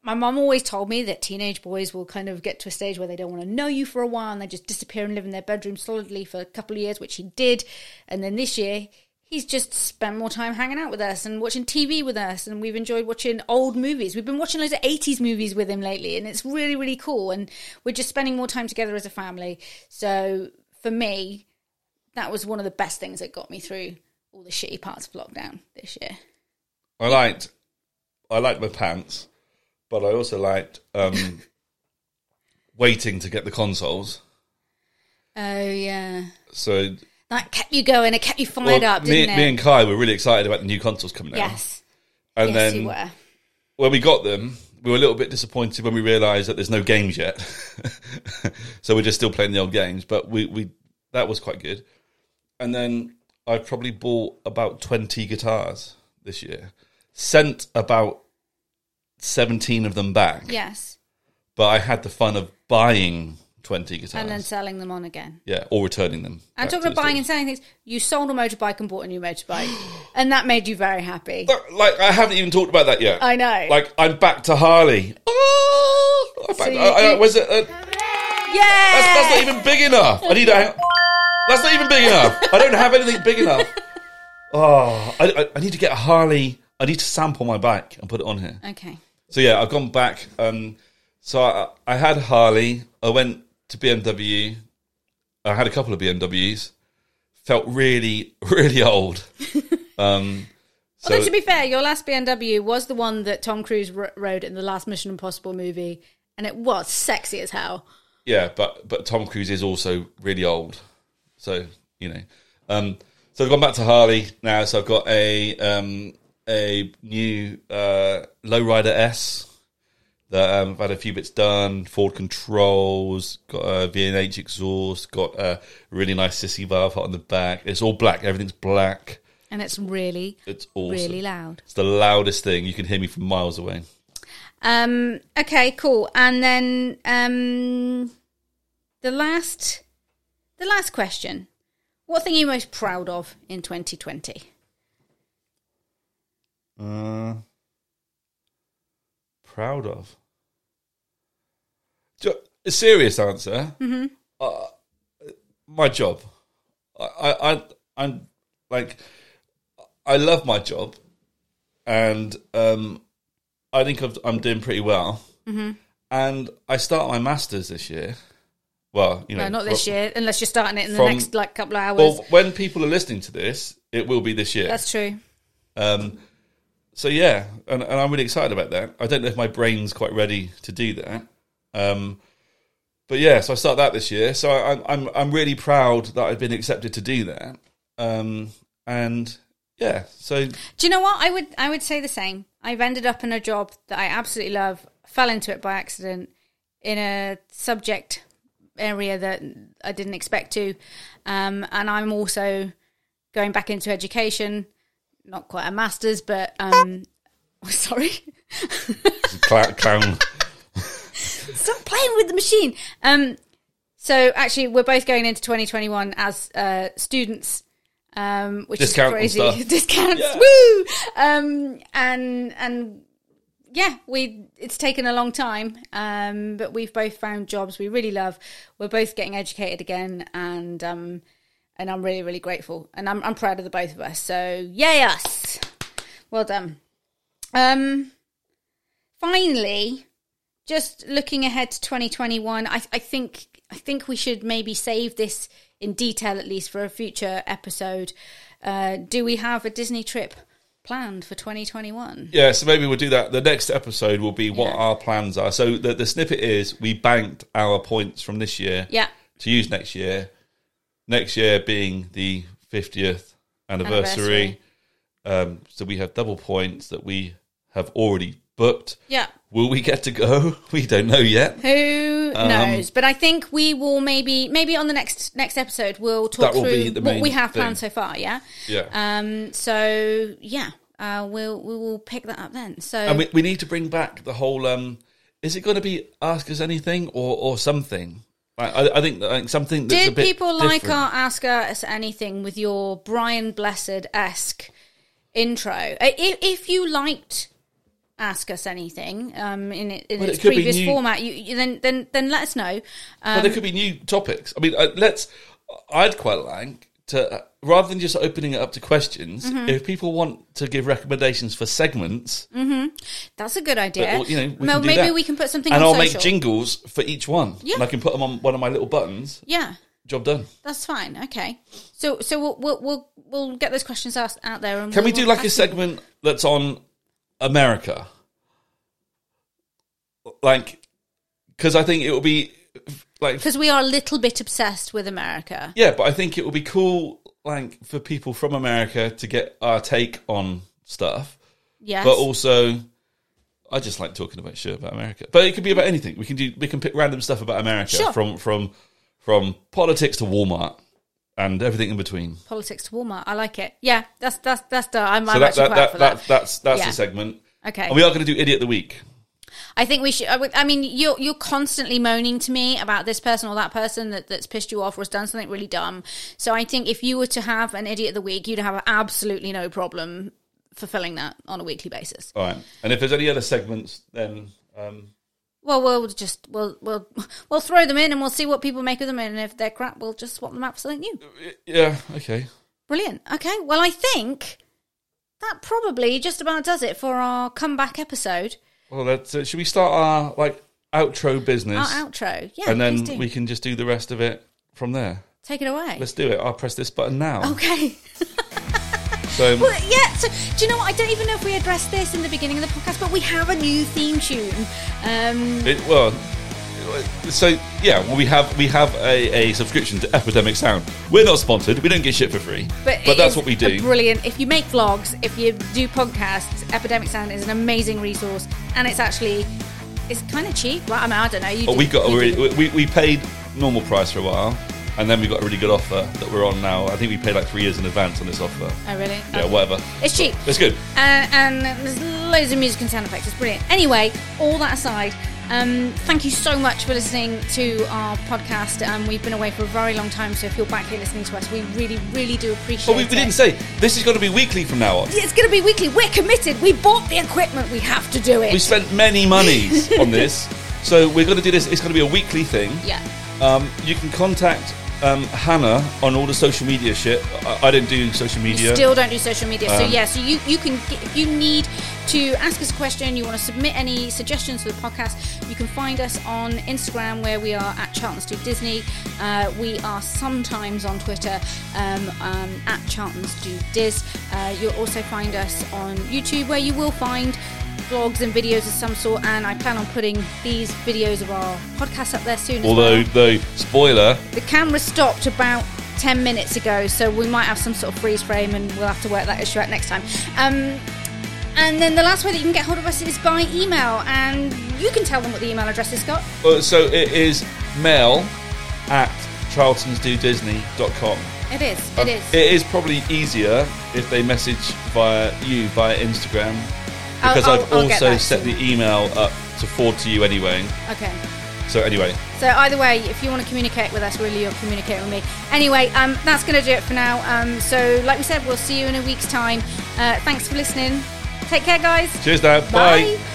Speaker 1: my mum always told me that teenage boys will kind of get to a stage where they don't want to know you for a while and they just disappear and live in their bedroom solidly for a couple of years, which he did. And then this year, he's just spent more time hanging out with us and watching TV with us. And we've enjoyed watching old movies. We've been watching loads of 80s movies with him lately, and it's really, really cool. And we're just spending more time together as a family. So for me, that was one of the best things that got me through all the shitty parts of lockdown this year.
Speaker 2: I liked, I liked my pants, but I also liked
Speaker 1: (laughs)
Speaker 2: um, waiting to get the consoles.
Speaker 1: Oh, yeah.
Speaker 2: So
Speaker 1: That kept you going. It kept you fired
Speaker 2: well,
Speaker 1: up,
Speaker 2: me,
Speaker 1: didn't it?
Speaker 2: me and Kai were really excited about the new consoles coming out.
Speaker 1: yes.
Speaker 2: and
Speaker 1: yes,
Speaker 2: then
Speaker 1: you were.
Speaker 2: when we got them, we were a little bit disappointed when we realised that there's no games yet. (laughs) so we're just still playing the old games, but we, we that was quite good. And then I probably bought about 20 guitars this year, sent about 17 of them back,
Speaker 1: Yes.
Speaker 2: but I had the fun of buying 20 guitars.
Speaker 1: And then selling them on again.
Speaker 2: yeah, or returning them.
Speaker 1: And
Speaker 2: back to
Speaker 1: talking
Speaker 2: the
Speaker 1: about buying
Speaker 2: stores.
Speaker 1: and selling things, you sold a motorbike and bought a new motorbike.
Speaker 2: (gasps)
Speaker 1: and that made you very happy.
Speaker 2: But, like, I haven't even talked about that yet.
Speaker 1: I know.
Speaker 2: Like, I'm back to Harley. (laughs) Oh, I'm
Speaker 1: So
Speaker 2: back to-
Speaker 1: you-
Speaker 2: I- I-
Speaker 1: you-
Speaker 2: was it? uh,
Speaker 1: yeah.
Speaker 2: That's, that's not even big enough. I need. A, that's not even big enough. I don't have anything big enough. (laughs) Oh, I, I, I need to get a Harley. I need to sample my bike and put it on here.
Speaker 1: okay.
Speaker 2: So yeah, I've gone back. Um, so I, I had Harley. I went to BMW. I had a couple of BMWs. Felt really, (laughs) really old. Um, so
Speaker 1: Although, to be fair, your last BMW was the one that Tom Cruise ro- rode in the last Mission Impossible movie. And it was sexy as hell.
Speaker 2: yeah, but but Tom Cruise is also really old, so you know. Um, so I've gone back to Harley now. So I've got a um, a new uh, Lowrider S that um, I've had a few bits done. Ford controls, got a VNH exhaust, got a really nice sissy valve on the back. It's all black. Everything's black.
Speaker 1: And it's really,
Speaker 2: It's awesome.
Speaker 1: really loud.
Speaker 2: It's the loudest thing you can hear me from miles away.
Speaker 1: Um, okay, cool. And then um, the last, the last question: What thing are you most proud of in 2020?
Speaker 2: Uh, proud of? Jo- A serious answer. Mm-hmm. Uh, my job. I, I, I, I'm like, I love my job, and um, I think I've, I'm doing pretty well. Mm-hmm. And I start my masters this year. Well, you know,
Speaker 1: No, not this
Speaker 2: fro-
Speaker 1: year, unless you're starting it in the
Speaker 2: from-
Speaker 1: next like couple of hours.
Speaker 2: Well, when people are listening to this, it will be this year.
Speaker 1: That's true.
Speaker 2: Um, so yeah, and, and I'm really excited about that. I don't know if my brain's quite ready to do that, um, but yeah. So I start that this year. So I, I'm I'm I'm really proud that I've been accepted to do that. Um, and yeah, so
Speaker 1: Do you know what? I would I would say the same. I've ended up in a job that I absolutely love. Fell into it by accident in a subject area that I didn't expect to, um, and I'm also going back into education. Not quite a master's, but um, (laughs) sorry,
Speaker 2: clown, clown
Speaker 1: stop playing with the machine. Um, so actually, we're both going into 2021 as uh, students, um, which
Speaker 2: Discount and
Speaker 1: is crazy. (laughs)
Speaker 2: stuff.
Speaker 1: Discounts,
Speaker 2: Yeah.
Speaker 1: woo! Um, and and yeah, we it's taken a long time, um, but we've both found jobs we really love. We're both getting educated again, and um, and I'm really really grateful, and I'm I'm proud of the both of us. So yay us! Well done. Um, finally, just looking ahead to 2021, I, I think I think we should maybe save this in detail at least for a future episode. Uh, do we have a Disney trip planned for 2021?
Speaker 2: yeah. So maybe we'll do that. The next episode will be what
Speaker 1: Yeah.
Speaker 2: our plans are. So the the snippet is we banked our points from this year
Speaker 1: Yeah,
Speaker 2: to use next year. Next year being the 50th anniversary.
Speaker 1: Anniversary.
Speaker 2: Um, so we have double points that we have already booked.
Speaker 1: Yeah.
Speaker 2: Will we get to go? (laughs) We don't
Speaker 1: (laughs)
Speaker 2: know yet.
Speaker 1: Who
Speaker 2: Um,
Speaker 1: knows? But I think we will maybe maybe on the next next episode we'll talk
Speaker 2: That will be
Speaker 1: through
Speaker 2: the
Speaker 1: what
Speaker 2: main
Speaker 1: we have
Speaker 2: thing.
Speaker 1: planned so far. Yeah.
Speaker 2: Yeah.
Speaker 1: Um. So yeah, uh, we'll we will pick that up then. So
Speaker 2: and we, we need to bring back the whole um is it going to be ask us anything or or something like, I, I think I think something that's a
Speaker 1: did
Speaker 2: bit
Speaker 1: people like
Speaker 2: different.
Speaker 1: our ask us anything with your Brian Blessed esque intro? I- If, if you liked ask us anything um, in, it, in
Speaker 2: Well,
Speaker 1: its
Speaker 2: it could be
Speaker 1: previous
Speaker 2: new-
Speaker 1: format, you, you then then then let us know.
Speaker 2: Well,
Speaker 1: Um,
Speaker 2: there could be new topics i mean uh, let's i'd quite like to rather than just opening it up to questions
Speaker 1: Mm-hmm.
Speaker 2: if people want to give recommendations for segments
Speaker 1: That's a good idea.
Speaker 2: well, you know we
Speaker 1: Well,
Speaker 2: can do
Speaker 1: maybe
Speaker 2: that.
Speaker 1: we can put something
Speaker 2: and
Speaker 1: on
Speaker 2: i'll
Speaker 1: social.
Speaker 2: make jingles for each one
Speaker 1: Yeah.
Speaker 2: and i can put them on one of my little buttons
Speaker 1: yeah,
Speaker 2: job done
Speaker 1: that's fine. Okay, so so we'll we'll we'll, we'll get those questions asked out there. And
Speaker 2: can we
Speaker 1: we'll
Speaker 2: do like a
Speaker 1: ask-
Speaker 2: segment that's on America? Like, because I think it will be like,
Speaker 1: because we are a little bit obsessed with America.
Speaker 2: yeah, but I think it will be cool, like, for people from America to get our take on stuff,
Speaker 1: Yes.
Speaker 2: but also. I just like talking about shit about America, but it could be about anything. We can do we can pick random stuff about America
Speaker 1: Sure.
Speaker 2: from from from politics to Walmart and everything in between.
Speaker 1: politics to Walmart. I like it. Yeah, that's that's that's the I'm,
Speaker 2: So
Speaker 1: I'm
Speaker 2: that,
Speaker 1: actually quite
Speaker 2: that,
Speaker 1: up
Speaker 2: that,
Speaker 1: for that.
Speaker 2: that that's that's
Speaker 1: Yeah.
Speaker 2: the segment.
Speaker 1: Okay.
Speaker 2: And we are going to do idiot of the week.
Speaker 1: I think we should. I, would, I mean, you're you're constantly moaning to me about this person or that person that, that's pissed you off or has done something really dumb. So I think if you were to have an idiot of the week, you'd have absolutely no problem fulfilling that on a weekly basis.
Speaker 2: All right. And if there's any other segments, then um,
Speaker 1: Well, we'll just we'll we'll we'll throw them in and we'll see what people make of them. And if they're crap, we'll just swap them out for something new.
Speaker 2: yeah, okay.
Speaker 1: Brilliant. Okay. Well, I think that probably just about does it for our comeback episode.
Speaker 2: Well, that's it. Should we start our like outro
Speaker 1: Our
Speaker 2: business,
Speaker 1: outro. Yeah.
Speaker 2: and
Speaker 1: please
Speaker 2: then
Speaker 1: do.
Speaker 2: we can just do the rest of it from there?
Speaker 1: Take it away.
Speaker 2: Let's do it. I'll press this button now.
Speaker 1: okay.
Speaker 2: So um,
Speaker 1: Well, yeah. So, do you know what? I don't even know if we addressed this in the beginning of the podcast, but we have a new theme tune. Um,
Speaker 2: it well. So yeah, well, we have we have a, a subscription to Epidemic Sound. We're not sponsored. We don't get shit for free.
Speaker 1: but it
Speaker 2: that's
Speaker 1: is
Speaker 2: what we
Speaker 1: a
Speaker 2: do.
Speaker 1: Brilliant. If you make vlogs, if you do podcasts, Epidemic Sound is an amazing resource, and it's actually it's kind of cheap. Well, I mean, I don't know. You
Speaker 2: But
Speaker 1: do-
Speaker 2: Oh, we got a
Speaker 1: you do.
Speaker 2: really, we we paid normal price for a while, and then we got a really good offer that we're on now. I think we paid like three years in advance on this offer.
Speaker 1: Oh, really?
Speaker 2: Yeah, whatever.
Speaker 1: It's cheap.
Speaker 2: It's good.
Speaker 1: uh, and there's loads of music and sound effects. It's brilliant. Anyway, all that aside, um, thank you so much for listening to our podcast. Um, we've been away for a very long time, so if you're back here listening to us, we really, really do appreciate
Speaker 2: Well, Oh, we,
Speaker 1: it.
Speaker 2: we didn't say this is going to be weekly from now on.
Speaker 1: It's going to be weekly. We're committed. We bought the equipment. We have to do it.
Speaker 2: We spent many monies
Speaker 1: (laughs)
Speaker 2: on this, so we're going to do this. It's going to be a weekly thing.
Speaker 1: yeah.
Speaker 2: Um, you can contact um, Hannah on all the social media shit. I, I don't do social
Speaker 1: You
Speaker 2: media.
Speaker 1: still don't do social media. so
Speaker 2: Um,
Speaker 1: yeah, so you you can get- if you need to ask us a question, you want to submit any suggestions for the podcast, you can find us on Instagram where we are at Charlton Stu Disney. Uh, we are sometimes on Twitter um, um, at Charlton Stu Dis. Uh, you'll also find us on YouTube where you will find vlogs and videos of some sort. And I plan on putting these videos of our podcast up there soon. as
Speaker 2: Although,
Speaker 1: well.
Speaker 2: though, spoiler,
Speaker 1: The camera stopped about 10 minutes ago, so we might have some sort of freeze frame and we'll have to work that issue out next time. Um, and then the last way that you can get hold of us is by email, and you can tell them what the email address is, Scott.
Speaker 2: uh, so it is mail at charltonsdodisney.com.
Speaker 1: It is,
Speaker 2: Um,
Speaker 1: it is.
Speaker 2: It is probably easier if they message via you via Instagram
Speaker 1: I'll-
Speaker 2: because
Speaker 1: I'll-
Speaker 2: have
Speaker 1: I'll get
Speaker 2: also
Speaker 1: that
Speaker 2: set
Speaker 1: to
Speaker 2: the
Speaker 1: you.
Speaker 2: email up to forward to you anyway.
Speaker 1: Okay.
Speaker 2: So anyway,
Speaker 1: So either way, if you want to communicate with us, really, you're communicating with me. Anyway, um, that's going to do it for now. Um, so, like we said, we'll see you in a week's time. Uh, thanks for listening. Take care, guys.
Speaker 2: cheers now. Bye.
Speaker 1: Bye.